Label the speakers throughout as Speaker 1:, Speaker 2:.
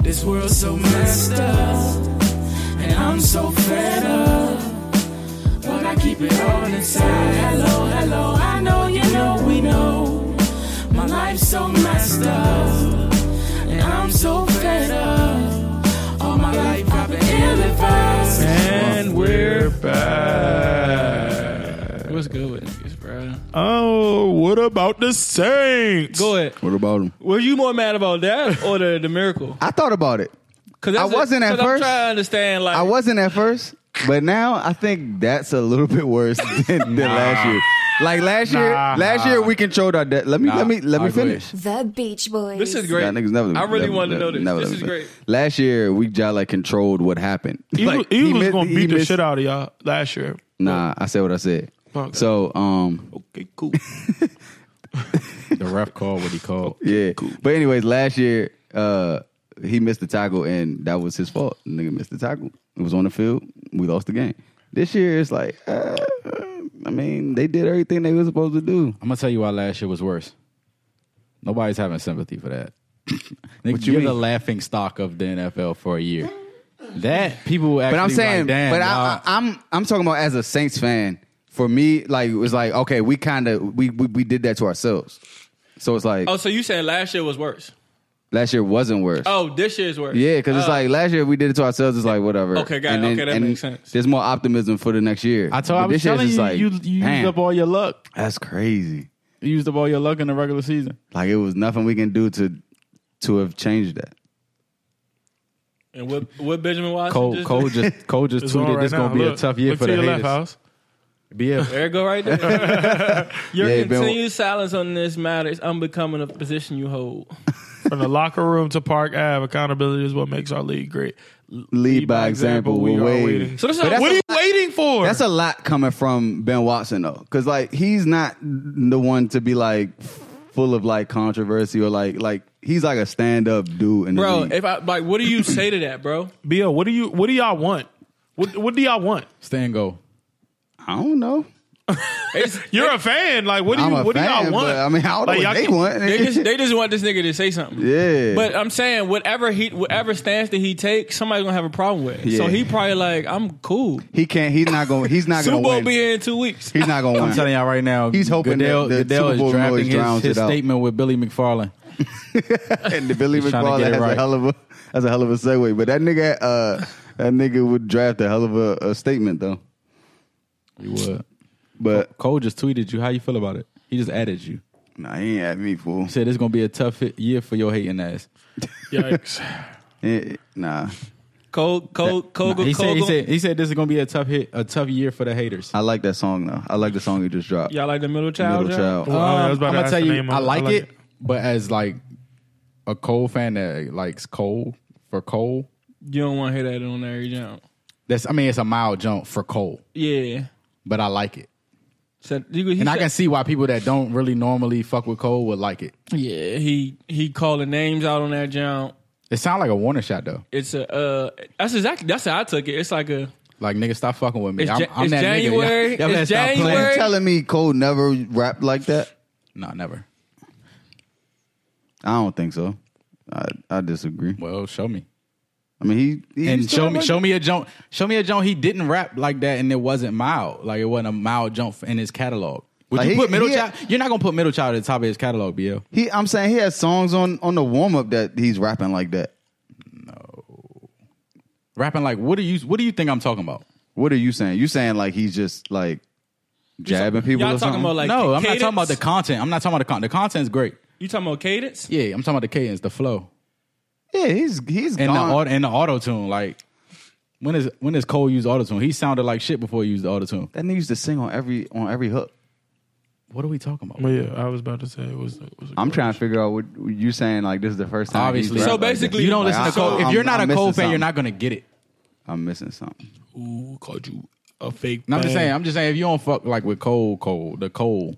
Speaker 1: this world so messed up, and I'm so fed up. But I keep it all inside. Hello, hello, I know you know we know. My life's so messed up, and I'm so fed up. All my life I've been ill advised.
Speaker 2: And we're back.
Speaker 3: What's good with niggas, bro?
Speaker 2: Oh, what about the Saints?
Speaker 3: Go ahead.
Speaker 4: What about him?
Speaker 3: Were you more mad about that or the, the miracle?
Speaker 4: I thought about it.
Speaker 3: Cause that's
Speaker 4: I
Speaker 3: a-
Speaker 4: wasn't at
Speaker 3: 'cause I'm
Speaker 4: first.
Speaker 3: trying to understand, like,
Speaker 4: I wasn't at first, but now I think that's a little bit worse than, than last year. Like last year,
Speaker 2: Nah.
Speaker 4: last year we controlled our debt. Let me, let me, let me
Speaker 5: Alright, go ahead.
Speaker 4: finish.
Speaker 6: The Beach Boys.
Speaker 3: This is great.
Speaker 4: Nah, niggas never-
Speaker 3: I really
Speaker 4: never-
Speaker 3: wanted to know this.
Speaker 4: never
Speaker 3: this
Speaker 4: let
Speaker 3: is
Speaker 4: me finish.
Speaker 3: great.
Speaker 4: Last year we just like controlled what happened.
Speaker 2: Eagles,
Speaker 4: Like, he
Speaker 2: Eagles
Speaker 4: missed-
Speaker 2: gonna
Speaker 4: he
Speaker 2: beat the
Speaker 4: missed-
Speaker 2: shit out of y'all last year.
Speaker 4: Nah, I said what I said.
Speaker 2: Okay.
Speaker 4: So, um,
Speaker 2: Okay, cool.
Speaker 5: The ref called what he called.
Speaker 4: yeah. But anyways, last year uh, he missed the tackle, and that was his fault. The nigga missed the tackle. It was on the field. We lost the game. This year it's like, uh, I mean, they did everything they were supposed to do.
Speaker 5: I'm gonna tell you why last year was worse. Nobody's having sympathy for that. Nigga,
Speaker 4: What you
Speaker 5: you're
Speaker 4: mean?
Speaker 5: the laughing stock of the NFL for a year. That people will actually
Speaker 4: But I'm saying,
Speaker 5: like, damn,
Speaker 4: but
Speaker 5: y'all-
Speaker 4: I, I, I'm I'm talking about as a Saints fan. For me, like it was like okay, we kind of we, we we did that to ourselves. So it's like
Speaker 3: Oh, so you saying last year was worse?
Speaker 4: last year wasn't worse.
Speaker 3: Oh, this year is worse.
Speaker 4: Yeah, because it's
Speaker 3: Uh,
Speaker 4: like last year we did it to ourselves. It's like whatever.
Speaker 3: Okay, got it. Okay, that makes sense.
Speaker 4: There's more optimism for the next year.
Speaker 5: I told
Speaker 4: But
Speaker 5: I was
Speaker 4: this year's
Speaker 5: telling you,
Speaker 4: just
Speaker 5: you, you
Speaker 4: damn,
Speaker 5: used up all your luck.
Speaker 4: that's crazy.
Speaker 5: You used up all your luck in the regular season.
Speaker 4: Like it was nothing we can do to to have changed that.
Speaker 3: and what what Benjamin Watson?
Speaker 5: Cole,
Speaker 3: just
Speaker 5: Cole just Cole just
Speaker 2: It's
Speaker 5: tweeted
Speaker 2: on right
Speaker 5: this gonna
Speaker 2: now.
Speaker 5: be a
Speaker 2: Look.
Speaker 5: tough year
Speaker 2: Look
Speaker 5: for
Speaker 2: to
Speaker 5: the
Speaker 2: your left,
Speaker 5: haters.
Speaker 2: House.
Speaker 5: Be a-
Speaker 3: There it go right there. Your
Speaker 4: Yeah, Ben-
Speaker 3: continued silence on this matter is unbecoming of the position you hold.
Speaker 2: From the locker room to Park Ave, accountability is what makes our league great.
Speaker 4: Lead by example, we're waiting.
Speaker 3: So this is
Speaker 4: But that's
Speaker 2: what
Speaker 3: what
Speaker 2: are you waiting for?
Speaker 4: That's a lot coming from Ben Watson though, because like he's not the one to be like full of like controversy or like like he's like a stand up dude. In the
Speaker 3: bro.
Speaker 4: league.
Speaker 3: If I like, what do you say to that, bro?
Speaker 2: Bill, what do you what do y'all want? What what do y'all want?
Speaker 5: stay and go.
Speaker 4: I don't know,
Speaker 3: They just,
Speaker 2: You're a fan. Like what do
Speaker 4: I'm
Speaker 2: you
Speaker 4: a
Speaker 2: what do
Speaker 4: fan,
Speaker 2: y'all want?
Speaker 4: but I mean, I don't know
Speaker 2: Like, y'all
Speaker 4: what they
Speaker 2: can-
Speaker 4: want.
Speaker 3: they just they just want this nigga to say something.
Speaker 4: Yeah.
Speaker 3: But I'm saying whatever he whatever stance that he takes, somebody's gonna have a problem with. it. So
Speaker 4: Yeah.
Speaker 3: he probably like, I'm cool.
Speaker 4: he can't. He's not going. to He's not
Speaker 3: Super
Speaker 4: going to
Speaker 3: Bowl
Speaker 4: win.
Speaker 3: be here in two weeks.
Speaker 4: He's not going to win.
Speaker 5: I'm telling y'all right now,
Speaker 4: He's hoping that
Speaker 5: Goodell,
Speaker 4: the
Speaker 5: Goodell
Speaker 4: Super Bowl
Speaker 5: is drowning
Speaker 4: noise drowns
Speaker 5: his, his
Speaker 4: it out.
Speaker 5: statement with Billy McFarland.
Speaker 4: and the Billy
Speaker 5: He's trying to
Speaker 4: McFarland
Speaker 5: get it
Speaker 4: has a
Speaker 5: right.
Speaker 4: hell of a that's a hell of a segue. But that nigga, uh, that nigga would draft a hell of a, a statement though.
Speaker 5: You would.
Speaker 4: But
Speaker 5: Cole just tweeted you. How you feel about it? He just added you.
Speaker 4: nah, he ain't at me fool.
Speaker 5: Said it's gonna be a tough hit- year for your hating ass.
Speaker 2: Yikes.
Speaker 4: Eh, Nah,
Speaker 3: Cole Cole Cole
Speaker 5: he
Speaker 3: Cole.
Speaker 5: said he
Speaker 3: Cole-
Speaker 5: said he said this is gonna be a tough hit, a tough year for the haters.
Speaker 4: I like that song though. I like the song you just dropped.
Speaker 3: Y'all like the middle child?
Speaker 4: Little
Speaker 3: y'all?
Speaker 4: child.
Speaker 2: Oh, I was
Speaker 5: I'm
Speaker 2: about to
Speaker 5: gonna
Speaker 2: ask
Speaker 5: tell
Speaker 2: the
Speaker 5: you,
Speaker 2: name of
Speaker 5: I
Speaker 2: it. I
Speaker 5: like
Speaker 2: like
Speaker 5: it,
Speaker 2: it.
Speaker 5: but as like a Cole fan that likes Cole for Cole,
Speaker 3: You don't want to hear that on there, you don't.
Speaker 5: that's I mean it's a mild jump for Cole,
Speaker 3: Yeah.
Speaker 5: but I like it,
Speaker 3: So he, he
Speaker 5: and I
Speaker 3: said-
Speaker 5: can see why people that don't really normally fuck with Cole would like it.
Speaker 3: Yeah, he he calling names out on that jump.
Speaker 5: It sounds like a warning shot though.
Speaker 3: It's a uh, that's exactly that's how I took it. It's like a
Speaker 5: Like nigga, stop fucking with me.
Speaker 3: It's
Speaker 5: I'm,
Speaker 3: Ja-
Speaker 5: I'm
Speaker 3: it's
Speaker 5: that
Speaker 3: January.
Speaker 5: Nigga. Y'all- y'all
Speaker 3: It's
Speaker 5: better stop playing.
Speaker 3: January.
Speaker 4: You telling me Cole never rapped like that?
Speaker 5: Nah, never.
Speaker 4: I don't think so. I I disagree.
Speaker 5: Well, show me
Speaker 4: I mean, he, he
Speaker 5: and
Speaker 4: used to
Speaker 5: show
Speaker 4: rap
Speaker 5: me,
Speaker 4: like
Speaker 5: show me a jump, show me a jump. He didn't rap like that, and it wasn't mild. Like it wasn't a mild jump in his catalog. Would
Speaker 4: Like,
Speaker 5: you
Speaker 4: he-
Speaker 5: put middle
Speaker 4: he-
Speaker 5: child? You're not gonna put middle child at the top of his catalog, BL.
Speaker 4: He, I'm saying he has songs on on the warm up that he's rapping like that.
Speaker 5: rapping like what do you what do you think I'm talking about?
Speaker 4: What are you saying? You saying like he's just like jabbing people?
Speaker 3: y'all
Speaker 4: or
Speaker 3: talking
Speaker 4: something?
Speaker 3: about like
Speaker 5: no, I'm
Speaker 3: cadence?
Speaker 5: not talking about the content. I'm not talking about the content. The content's great.
Speaker 3: you talking about cadence.
Speaker 5: Yeah, I'm talking about the cadence, the flow,
Speaker 4: yeah, he's he's
Speaker 5: and the
Speaker 4: gone.
Speaker 5: auto, and the auto tune. Like when is when is Cole used auto tune? He sounded like shit before he used the auto tune.
Speaker 4: that nigga used to sing on every on every hook.
Speaker 5: What are we talking about?
Speaker 2: But yeah, I was about to say it was, it was a
Speaker 4: I'm
Speaker 2: good-
Speaker 4: trying to figure out what you saying. Like this is the first time. he's
Speaker 5: Obviously,
Speaker 4: rapped
Speaker 3: So
Speaker 4: like this.
Speaker 3: basically-
Speaker 5: you don't
Speaker 4: Like,
Speaker 5: listen to
Speaker 4: I-
Speaker 5: Cole. if
Speaker 4: I'm-
Speaker 5: you're not
Speaker 4: I'm
Speaker 5: a Cole fan,
Speaker 4: missing
Speaker 5: you're
Speaker 4: something.
Speaker 5: not gonna get it.
Speaker 4: I'm missing something.
Speaker 2: Ooh, called you a fake.
Speaker 5: No, I'm just
Speaker 2: fan.
Speaker 5: saying. I'm just saying. If you don't fuck like with Cole, Cole, the Cole,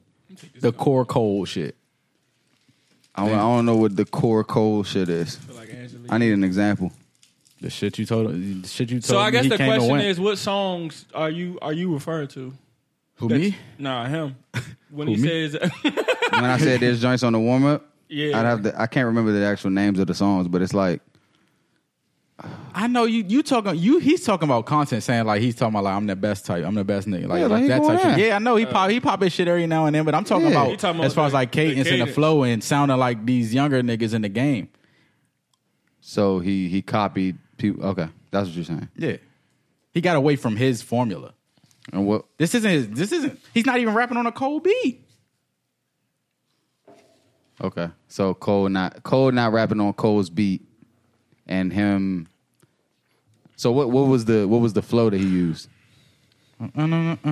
Speaker 5: the core Cole shit.
Speaker 4: I don't, I don't know what the core Cole shit is.
Speaker 3: Like Angelique.
Speaker 4: I need an example.
Speaker 5: The shit you told. The shit you told.
Speaker 3: So I
Speaker 5: me
Speaker 3: guess
Speaker 5: he
Speaker 3: the
Speaker 5: came to
Speaker 3: question
Speaker 5: win.
Speaker 3: is, what songs are you are you referring to?
Speaker 5: who
Speaker 3: That's-
Speaker 5: me?
Speaker 3: Nah, him. When
Speaker 5: Who,
Speaker 3: he
Speaker 5: me?
Speaker 3: says,
Speaker 4: When I said there's joints on the warm up,
Speaker 3: Yeah.
Speaker 4: I'd have to. I can't remember the actual names of the songs, but it's like
Speaker 5: I know you. You talking. You. He's talking about content, saying like he's talking about like I'm the best type. I'm the best nigga. Like,
Speaker 4: Yeah, like, he
Speaker 5: that
Speaker 4: going
Speaker 5: type. Shit.
Speaker 4: in.
Speaker 5: Yeah, I know he pop. He pop his shit every now and then. But I'm talking
Speaker 4: Yeah.
Speaker 5: about
Speaker 4: He
Speaker 7: talking about
Speaker 5: as far as
Speaker 7: the-
Speaker 5: like cadence,
Speaker 7: the
Speaker 5: and the
Speaker 7: cadence.
Speaker 5: flow and sounding like these younger niggas in the game.
Speaker 4: So he he copied people. Okay, that's what you're saying.
Speaker 5: Yeah, he got away from his formula.
Speaker 4: And what?
Speaker 5: This isn't his. This isn't. He's not even rapping on a cold beat.
Speaker 4: Okay, so Cole not Cole not rapping on Cole's beat, and him. So what what was the what was the flow that he used?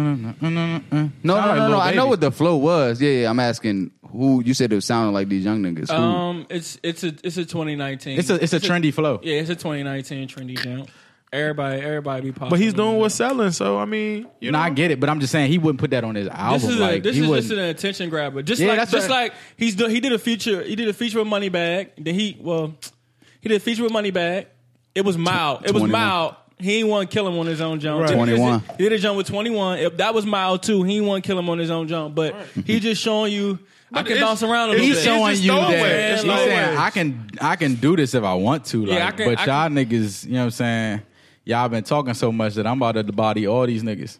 Speaker 4: No, no,
Speaker 5: Sound
Speaker 4: no,
Speaker 5: like
Speaker 4: no.
Speaker 5: Lil
Speaker 4: I know
Speaker 5: Baby.
Speaker 4: what the flow was. Yeah, yeah. I'm asking who you said it sounded like these young niggas. Who?
Speaker 7: Um, it's it's a it's a 2019.
Speaker 5: It's a. It's a trendy flow.
Speaker 7: yeah, it's a 2019 trendy jump. Everybody, everybody be popping.
Speaker 2: But he's doing
Speaker 7: it.
Speaker 2: what's selling, so I mean, you
Speaker 5: You know, I
Speaker 2: know,
Speaker 5: get it, but I'm just saying he wouldn't put that on his album.
Speaker 7: This is
Speaker 5: like,
Speaker 7: a, this
Speaker 5: he
Speaker 7: is
Speaker 5: wouldn't.
Speaker 7: just an attention grabber. Just
Speaker 5: Yeah,
Speaker 7: like
Speaker 5: that's
Speaker 7: just
Speaker 5: right.
Speaker 7: like he's do, he did a feature he did a feature with Moneybag. Then he well he did a feature with Moneybag. It was mild. It was
Speaker 4: 21.
Speaker 7: mild. He ain't want to kill him on his own jump.
Speaker 2: Right.
Speaker 7: Just because
Speaker 4: 21.
Speaker 7: He did a jump with twenty one. If that was mild too, he ain't want to kill him on his own jump. But he just showing you I can
Speaker 2: it's-
Speaker 7: bounce around a
Speaker 2: it's
Speaker 7: little
Speaker 5: he's
Speaker 2: just
Speaker 7: bit.
Speaker 5: showing you
Speaker 2: throwaway.
Speaker 5: that
Speaker 7: It's
Speaker 5: he's saying
Speaker 2: throwaway.
Speaker 5: I can I can do this if I want to. Like,
Speaker 7: Yeah, I can-
Speaker 5: but
Speaker 7: I
Speaker 5: y'all niggas, you know what I'm saying? Y'all been talking so much that I'm about to body all these niggas.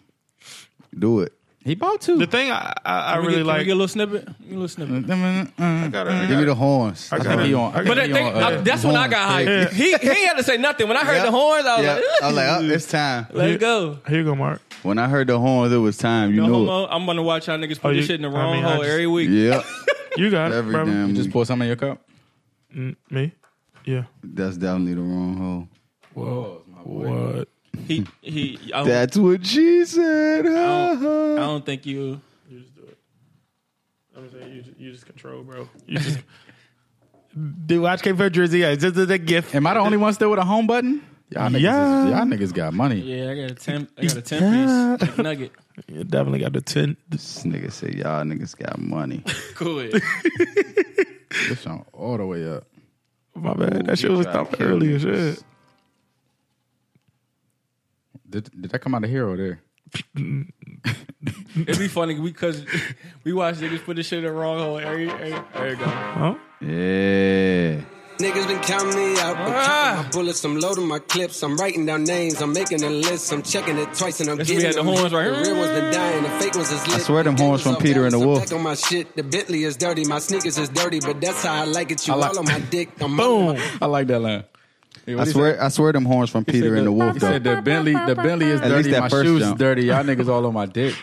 Speaker 4: Do it.
Speaker 5: He bought two.
Speaker 2: the thing I I, I
Speaker 7: Can we
Speaker 2: really
Speaker 7: get, can we
Speaker 2: like.
Speaker 7: get a little snippet. Give me A little snippet.
Speaker 5: I
Speaker 2: I gotta- I
Speaker 4: Give me
Speaker 2: gotta-
Speaker 4: the horns.
Speaker 2: I
Speaker 4: I
Speaker 5: think
Speaker 2: gotta-
Speaker 5: he on. uh,
Speaker 2: I
Speaker 5: I
Speaker 2: gotta-
Speaker 7: But that thing,
Speaker 5: Yeah.
Speaker 7: I- that's when I got hyped.
Speaker 2: Yeah.
Speaker 7: He he ain't had to say nothing. When I heard the horns, I was
Speaker 4: Yeah,
Speaker 7: like,
Speaker 4: I was like, oh, it's time.
Speaker 7: "Let it go."
Speaker 2: Here you go, Mark.
Speaker 4: When I heard the horns, it was time. You
Speaker 7: No
Speaker 4: knew
Speaker 7: homo. I'm gonna watch y'all niggas put
Speaker 2: Oh,
Speaker 7: this
Speaker 2: you-
Speaker 7: shit in the
Speaker 2: I
Speaker 7: wrong
Speaker 2: mean, I
Speaker 7: hole
Speaker 2: just-
Speaker 7: every week.
Speaker 4: it. Yeah.
Speaker 2: You got
Speaker 4: Every
Speaker 2: it, brother.
Speaker 4: damn.
Speaker 5: Just pour some in your cup.
Speaker 2: Mm, me. Yeah.
Speaker 4: That's definitely the wrong hole.
Speaker 2: What?
Speaker 7: He he.
Speaker 2: Oh.
Speaker 7: I don't,
Speaker 4: That's what she said. huh?
Speaker 7: I, don't, I don't think you.
Speaker 2: You just do it. I'm saying you, you just control, bro. You just. Dude, watch K for Jersey. Yeah, this is a gift.
Speaker 5: Am I the only one still with a home button? Y'all niggas,
Speaker 2: Yeah.
Speaker 5: is, y'all niggas got money.
Speaker 7: Uh, Yeah, I got a ten. I got a ten
Speaker 2: Yeah.
Speaker 7: piece nugget.
Speaker 2: You definitely got the ten.
Speaker 4: This nigga said y'all niggas got money.
Speaker 7: Cool.
Speaker 5: This song all the way up.
Speaker 2: My bad.
Speaker 4: Ooh,
Speaker 2: that shit
Speaker 4: you
Speaker 2: was
Speaker 4: tried to
Speaker 2: stopped
Speaker 4: kill
Speaker 2: earlier.
Speaker 4: niggas.
Speaker 2: Shit.
Speaker 5: Did, did that come out of here or there?
Speaker 7: It'd be funny because we watch niggas put this shit in the wrong hole every. every there you go.
Speaker 2: Huh?
Speaker 4: Yeah.
Speaker 6: Niggas been counting me out. I'm
Speaker 7: Ah.
Speaker 6: counting my bullets, I'm loading my clips, I'm writing down names, I'm making a list, I'm checking it twice, and I'm
Speaker 7: That's when
Speaker 6: getting
Speaker 7: we had the
Speaker 6: them.
Speaker 7: horns right here.
Speaker 6: The real ones been dying, the fake ones is lit.
Speaker 4: swear them
Speaker 6: The
Speaker 4: horns from
Speaker 6: game is
Speaker 4: Peter and the
Speaker 6: off
Speaker 4: Wolf.
Speaker 6: balance, I'm back on my shit, the Bentley is dirty, my sneakers is dirty, but that's how I like it. You
Speaker 5: like-
Speaker 6: all on my dick, I'm all on
Speaker 5: Boom.
Speaker 6: my-
Speaker 5: I like that line. Hey,
Speaker 4: I
Speaker 5: what he
Speaker 4: swear,
Speaker 5: said?
Speaker 4: I swear, them horns from
Speaker 5: He
Speaker 4: Peter
Speaker 5: said
Speaker 4: and the Wolf.
Speaker 5: He
Speaker 4: though.
Speaker 5: said the Bentley, the Bentley is
Speaker 4: At least
Speaker 5: dirty.
Speaker 4: that
Speaker 5: My
Speaker 4: first
Speaker 5: shoes
Speaker 4: jump.
Speaker 5: dirty. Y'all niggas all on my dick.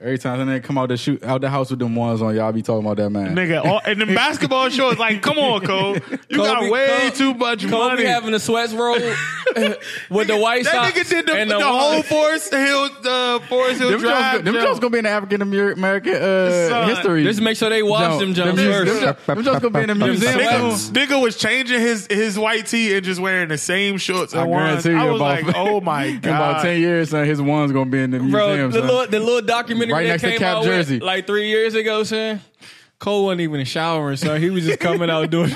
Speaker 5: Every time they come out the shoot out the house with them ones on, y'all be talking about that man.
Speaker 2: Nigga, all, and the basketball shorts. Like, come on, Cole. You got
Speaker 7: Kobe-
Speaker 2: way
Speaker 7: Kobe-
Speaker 2: too much
Speaker 7: Kobe
Speaker 2: money.
Speaker 7: having the sweats roll with the white
Speaker 2: that
Speaker 7: socks.
Speaker 2: nigga did the,
Speaker 7: and
Speaker 2: the, whole Forest Hill, uh, Forest Hill
Speaker 5: Them
Speaker 2: Drive.
Speaker 5: jokes, them
Speaker 2: jump.
Speaker 5: jokes gonna be in the African Amer- American uh,
Speaker 2: Son,
Speaker 5: history.
Speaker 7: Just make sure they wash them
Speaker 5: Them,
Speaker 7: jumps
Speaker 5: them,
Speaker 7: first.
Speaker 5: them, them jokes gonna be in the museum.
Speaker 2: Nigga,
Speaker 5: soon.
Speaker 2: nigga was changing his his white tee and just wearing the same shorts.
Speaker 5: I
Speaker 2: and ones.
Speaker 5: guarantee you,
Speaker 2: I was
Speaker 5: about-
Speaker 2: like, oh my
Speaker 5: In about ten
Speaker 2: god.
Speaker 5: years, son, his one's gonna be in the
Speaker 7: Bro,
Speaker 5: museum.
Speaker 7: the
Speaker 5: son.
Speaker 7: little, the little documentary
Speaker 5: Right
Speaker 7: that
Speaker 5: next to
Speaker 7: came
Speaker 5: Cap
Speaker 7: out
Speaker 5: Jersey.
Speaker 7: With, like three years ago, son. Cole wasn't even showering, son. He was just coming out doing.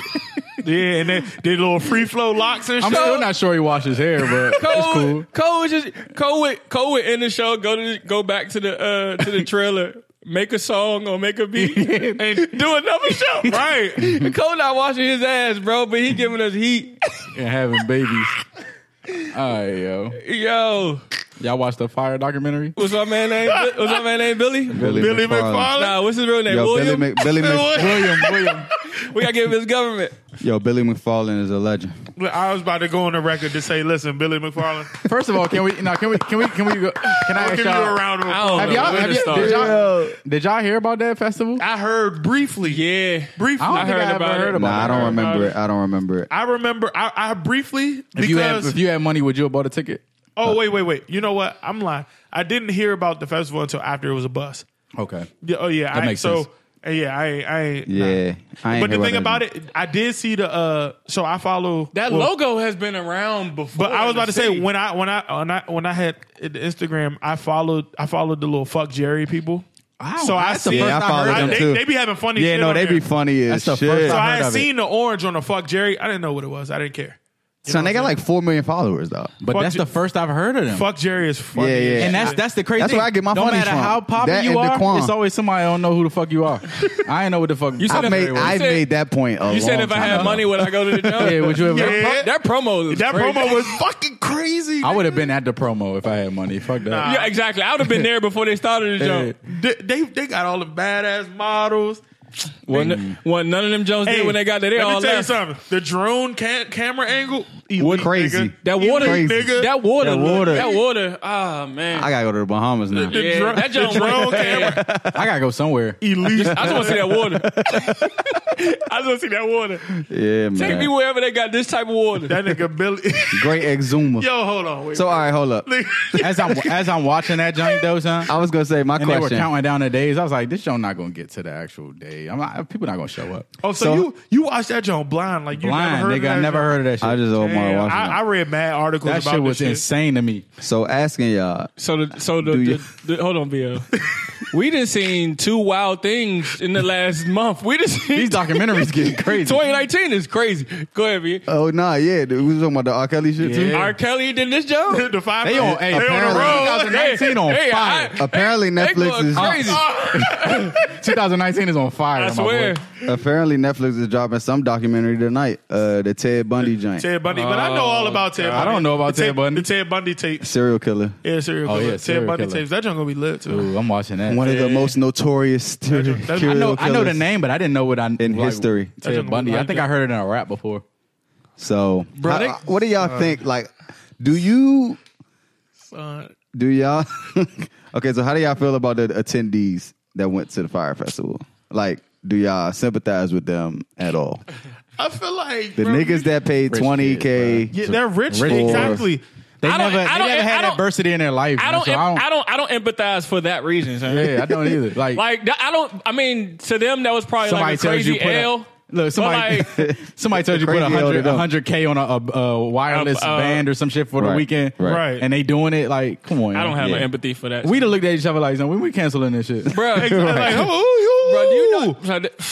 Speaker 2: Yeah, and then did little free flow locks and
Speaker 5: I'm
Speaker 2: shit.
Speaker 5: still not sure he washed his hair, but
Speaker 7: Cole,
Speaker 5: it's cool.
Speaker 7: Cole was just Cole would, Cole would end the show, go to the, go back to the uh, to the trailer, make a song or make a beat, and do another show.
Speaker 2: Right.
Speaker 7: And Cole not washing his ass, bro, but he giving us heat.
Speaker 5: And having babies. All right, yo.
Speaker 7: Yo,
Speaker 5: Y'all watched the fire documentary?
Speaker 7: what's my man name? What's my man name? Billy.
Speaker 2: Billy McFarlane.
Speaker 7: Nah, what's his real name?
Speaker 4: Yo,
Speaker 7: William.
Speaker 4: Billy, Mc, Billy Mc,
Speaker 5: William, William.
Speaker 7: we gotta give him his government.
Speaker 4: Yo, Billy McFarlane is a legend.
Speaker 2: I was about to go on the record to say, listen, Billy McFarlane,
Speaker 5: First of all, can we? No, can we? Can we? Can we? Go, can I
Speaker 2: I'll
Speaker 5: ask
Speaker 2: give you a
Speaker 5: y'all?
Speaker 2: round of
Speaker 7: I don't
Speaker 5: Have
Speaker 2: applause.
Speaker 7: know.
Speaker 5: y'all,
Speaker 7: Where
Speaker 5: have
Speaker 7: to
Speaker 5: y'all,
Speaker 7: start?
Speaker 5: did, y'all, did y'all hear about that festival?
Speaker 2: I heard briefly.
Speaker 7: Yeah,
Speaker 2: Briefly.
Speaker 5: I don't think I ever
Speaker 7: about
Speaker 5: heard
Speaker 7: it.
Speaker 5: about
Speaker 4: Nah,
Speaker 5: it.
Speaker 4: I don't remember
Speaker 2: about
Speaker 4: it. I don't remember it.
Speaker 2: I remember I, I briefly
Speaker 5: If you, had,
Speaker 2: because
Speaker 5: if you had money, would you have bought a ticket?
Speaker 2: oh wait wait wait you know what I'm lying I didn't hear about the festival until after it was a bus
Speaker 5: Okay.
Speaker 2: yeah, oh yeah I,
Speaker 5: makes
Speaker 2: so
Speaker 5: sense.
Speaker 2: yeah I ain't- I ain't- nah.
Speaker 4: Yeah, I ain't
Speaker 2: but
Speaker 4: hear
Speaker 2: the thing
Speaker 4: about
Speaker 2: about it I did see the uh so I follow
Speaker 7: That
Speaker 2: well,
Speaker 7: logo has been around before.
Speaker 2: But I was
Speaker 7: in
Speaker 2: about
Speaker 7: the
Speaker 2: to say
Speaker 7: city.
Speaker 2: when I when I when I when I had the Instagram, I followed I followed the little fuck Jerry people.
Speaker 5: Wow,
Speaker 2: so I
Speaker 5: that's the
Speaker 2: see,
Speaker 5: first
Speaker 4: Yeah, I
Speaker 5: I
Speaker 4: followed
Speaker 5: heard
Speaker 4: them
Speaker 2: they,
Speaker 4: too.
Speaker 2: they be having funny.
Speaker 4: yeah,
Speaker 2: shit
Speaker 4: no,
Speaker 2: on
Speaker 4: they
Speaker 2: there.
Speaker 4: be funny as
Speaker 5: That's the
Speaker 4: shit.
Speaker 5: first
Speaker 2: So
Speaker 5: I
Speaker 2: I
Speaker 5: heard
Speaker 2: had
Speaker 5: of it.
Speaker 2: seen the orange on the fuck Jerry. I didn't know what it was. I didn't care.
Speaker 4: Son, they got like four million followers though.
Speaker 5: But
Speaker 2: Fuck
Speaker 5: that's
Speaker 2: Ju-
Speaker 5: the first I've heard of them.
Speaker 2: Fuck Jerry is funny.
Speaker 4: Yeah, yeah.
Speaker 5: And that's that's the crazy.
Speaker 4: That's where
Speaker 5: thing.
Speaker 4: I get my
Speaker 5: No
Speaker 4: funnies
Speaker 5: matter
Speaker 4: from.
Speaker 5: how popular
Speaker 4: That
Speaker 5: you
Speaker 4: and
Speaker 5: are,
Speaker 4: Daquan.
Speaker 5: it's always somebody I don't know who the fuck you are. I ain't know what the fuck.
Speaker 3: You
Speaker 4: I
Speaker 3: said if-
Speaker 4: made
Speaker 3: you
Speaker 4: I
Speaker 3: said-
Speaker 4: made that point. A
Speaker 3: You said
Speaker 4: long
Speaker 3: if I
Speaker 4: time
Speaker 3: had
Speaker 4: ago.
Speaker 3: money, would I go to the job?
Speaker 5: Yeah, would you ever?
Speaker 2: Yeah.
Speaker 3: That promo is
Speaker 2: That
Speaker 3: crazy.
Speaker 2: promo was fucking crazy.
Speaker 5: I would have been at the promo if I had money. Fuck that.
Speaker 2: Nah.
Speaker 3: Yeah, exactly. I would have been there before they started the
Speaker 5: Hey.
Speaker 3: joke.
Speaker 2: They, they they got all the badass models.
Speaker 3: When, when none of them Jones did when they got there, they
Speaker 2: let
Speaker 3: all
Speaker 2: me tell
Speaker 3: left.
Speaker 2: you something. The drone ca- camera angle, elite,
Speaker 4: What crazy.
Speaker 2: nigga.
Speaker 3: That water,
Speaker 2: Elite,
Speaker 4: Crazy.
Speaker 2: nigga.
Speaker 3: that water,
Speaker 4: That
Speaker 3: look-
Speaker 4: water.
Speaker 3: that water. Ah man,
Speaker 4: I gotta go to the Bahamas now.
Speaker 2: the,
Speaker 3: Yeah,
Speaker 2: dro-
Speaker 3: that
Speaker 2: the
Speaker 3: joke
Speaker 2: drone
Speaker 3: went bad.
Speaker 2: camera,
Speaker 5: I gotta go somewhere.
Speaker 2: elite.
Speaker 3: I just want to see that water. I just want to see that water.
Speaker 4: Yeah, man.
Speaker 3: Take me wherever they got this type of water.
Speaker 2: that nigga Billy.
Speaker 4: Great exuma.
Speaker 2: Yo, hold on. Wait.
Speaker 4: So all right, hold up.
Speaker 5: As I'm as I'm watching that joint though, son.
Speaker 4: I was gonna say my
Speaker 5: And they were
Speaker 4: question.
Speaker 5: counting down the days. I was like, this show not gonna get to the actual day. I'm not, people not gonna show up.
Speaker 2: oh, so,
Speaker 4: so-
Speaker 2: you you watched that joint blind? Like you
Speaker 5: Blind,
Speaker 2: never heard
Speaker 5: nigga.
Speaker 2: Of
Speaker 5: I
Speaker 2: that
Speaker 5: never
Speaker 2: joint?
Speaker 5: heard of that shit.
Speaker 4: I just owe Omar
Speaker 2: Damn,
Speaker 4: Washington.
Speaker 2: I, I read mad articles
Speaker 5: that
Speaker 2: about
Speaker 5: shit was
Speaker 2: this shit.
Speaker 5: insane to me.
Speaker 4: so asking y'all,
Speaker 3: So the so the,
Speaker 4: Do you-
Speaker 3: the, the- hold on, BL. we done seen two wild things in the last month. We done seen
Speaker 5: These documentaries getting crazy.
Speaker 3: 2019 is crazy. Go ahead, B.
Speaker 4: oh nah, yeah, dude, we was talking about the R. Kelly shit too.
Speaker 5: Yeah.
Speaker 3: R. Kelly did this job.
Speaker 2: the five.
Speaker 5: They on- hey,
Speaker 2: they on the
Speaker 5: apparently-
Speaker 2: road.
Speaker 5: 2019 on fire.
Speaker 4: Apparently
Speaker 3: they
Speaker 4: Netflix
Speaker 3: going
Speaker 4: is-
Speaker 3: crazy.
Speaker 5: 2019 is on fire.
Speaker 3: I
Speaker 5: my
Speaker 3: swear.
Speaker 5: boy.
Speaker 4: Apparently Netflix is dropping some documentary tonight. Uh, the Ted Bundy joint,
Speaker 2: Ted Bundy, but I know all about Ted. Bundy.
Speaker 5: Oh, I don't know about
Speaker 2: The
Speaker 5: Ted Bundy.
Speaker 2: The Ted Bundy tapes.
Speaker 4: serial killer.
Speaker 2: Yeah, serial
Speaker 5: Oh,
Speaker 2: killer.
Speaker 5: yeah, serial
Speaker 2: Ted Bundy
Speaker 5: killer.
Speaker 2: tapes. That joint gonna be lit too.
Speaker 5: Ooh, I'm watching that.
Speaker 4: One of the most notorious serial
Speaker 2: That's- that's- I know-
Speaker 5: No,
Speaker 4: serial
Speaker 5: I know the
Speaker 4: killers
Speaker 5: name, but I didn't know what I
Speaker 4: in
Speaker 5: like,
Speaker 4: history.
Speaker 5: Ted Bundy. I think I heard it in a rap before.
Speaker 4: So,
Speaker 3: Bro,
Speaker 4: how-
Speaker 3: they- Uh,
Speaker 4: what do y'all think? Like, do you
Speaker 2: Son.
Speaker 4: do y'all? okay, so how do y'all feel about the attendees that went to the fire festival? Like, do y'all sympathize with them at all?
Speaker 2: I feel like
Speaker 4: The
Speaker 2: bro,
Speaker 4: niggas that paid
Speaker 5: Rich
Speaker 4: twenty k.
Speaker 2: yeah, they're rich.
Speaker 5: Rich
Speaker 2: exactly.
Speaker 5: They
Speaker 3: I don't-
Speaker 5: never,
Speaker 3: I
Speaker 5: they
Speaker 3: don't-
Speaker 5: never
Speaker 3: I
Speaker 5: had
Speaker 3: don't-
Speaker 5: adversity in their life.
Speaker 3: I don't,
Speaker 5: so I don't.
Speaker 3: I don't, I don't empathize for that reason. son.
Speaker 5: yeah, I don't either. Like,
Speaker 3: Like that- I don't. I mean, to them that was probably
Speaker 5: somebody
Speaker 3: like a
Speaker 5: tells
Speaker 3: crazy
Speaker 5: you put a-
Speaker 3: L.
Speaker 5: look,
Speaker 3: But,
Speaker 5: somebody
Speaker 3: like,
Speaker 5: somebody tells you put
Speaker 4: Crazy held it up.
Speaker 5: 100 k on a, a, a wireless
Speaker 3: Uh, uh,
Speaker 5: band or some shit for the
Speaker 4: Right,
Speaker 5: weekend,
Speaker 4: right.
Speaker 2: Right.
Speaker 5: And they doing it like, come on,
Speaker 3: I don't have
Speaker 4: Yeah.
Speaker 3: an empathy for that,
Speaker 5: We'd have looked at each other like, when we canceling this shit,
Speaker 3: bro.
Speaker 2: Like, who, who,
Speaker 3: Bro, do you know?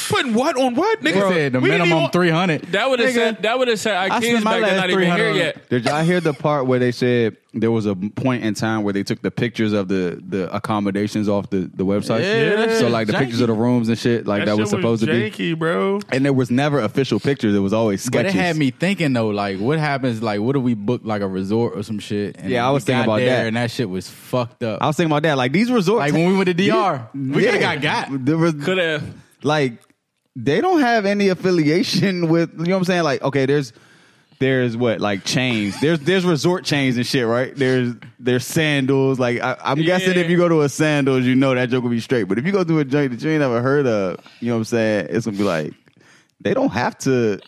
Speaker 2: putting what on what, nigga?
Speaker 5: They said the
Speaker 2: We didn't
Speaker 5: minimum
Speaker 2: even-
Speaker 5: three hundred.
Speaker 3: That would have said. That would have said. Our
Speaker 5: I
Speaker 3: kids
Speaker 5: spent my
Speaker 3: back then
Speaker 5: last
Speaker 3: not even
Speaker 5: 300
Speaker 3: here
Speaker 5: on-
Speaker 3: yet.
Speaker 4: Did y'all hear the part where they said there was a point in time where they took the pictures of the, the accommodations off the, the website?
Speaker 5: Yeah, that
Speaker 4: so
Speaker 5: shit
Speaker 4: like the
Speaker 5: janky.
Speaker 4: pictures of the rooms and shit, like that,
Speaker 2: shit
Speaker 4: was supposed to be.
Speaker 2: janky, bro.
Speaker 4: And there was never official pictures. It was always sketches.
Speaker 5: But it had me thinking though, like what happens? Like what if we book like a resort or some shit? And
Speaker 4: Yeah, I
Speaker 5: we
Speaker 4: was thinking
Speaker 5: got
Speaker 4: about
Speaker 5: there
Speaker 4: that.
Speaker 5: and that shit was fucked up.
Speaker 4: I was thinking about that. Like these resorts,
Speaker 5: like when we went to DR, we could have got got.
Speaker 4: There was-
Speaker 3: Could have.
Speaker 4: like they don't have any affiliation with you know what I'm saying. Like okay, there's there's what like chains. There's there's resort chains and shit, right? There's there's sandals. Like I, I'm guessing
Speaker 3: Yeah.
Speaker 4: if you go to a sandals, you know that joke will be straight. But if you go to a joint that you ain't never heard of, you know what I'm saying? It's gonna be like they don't have to.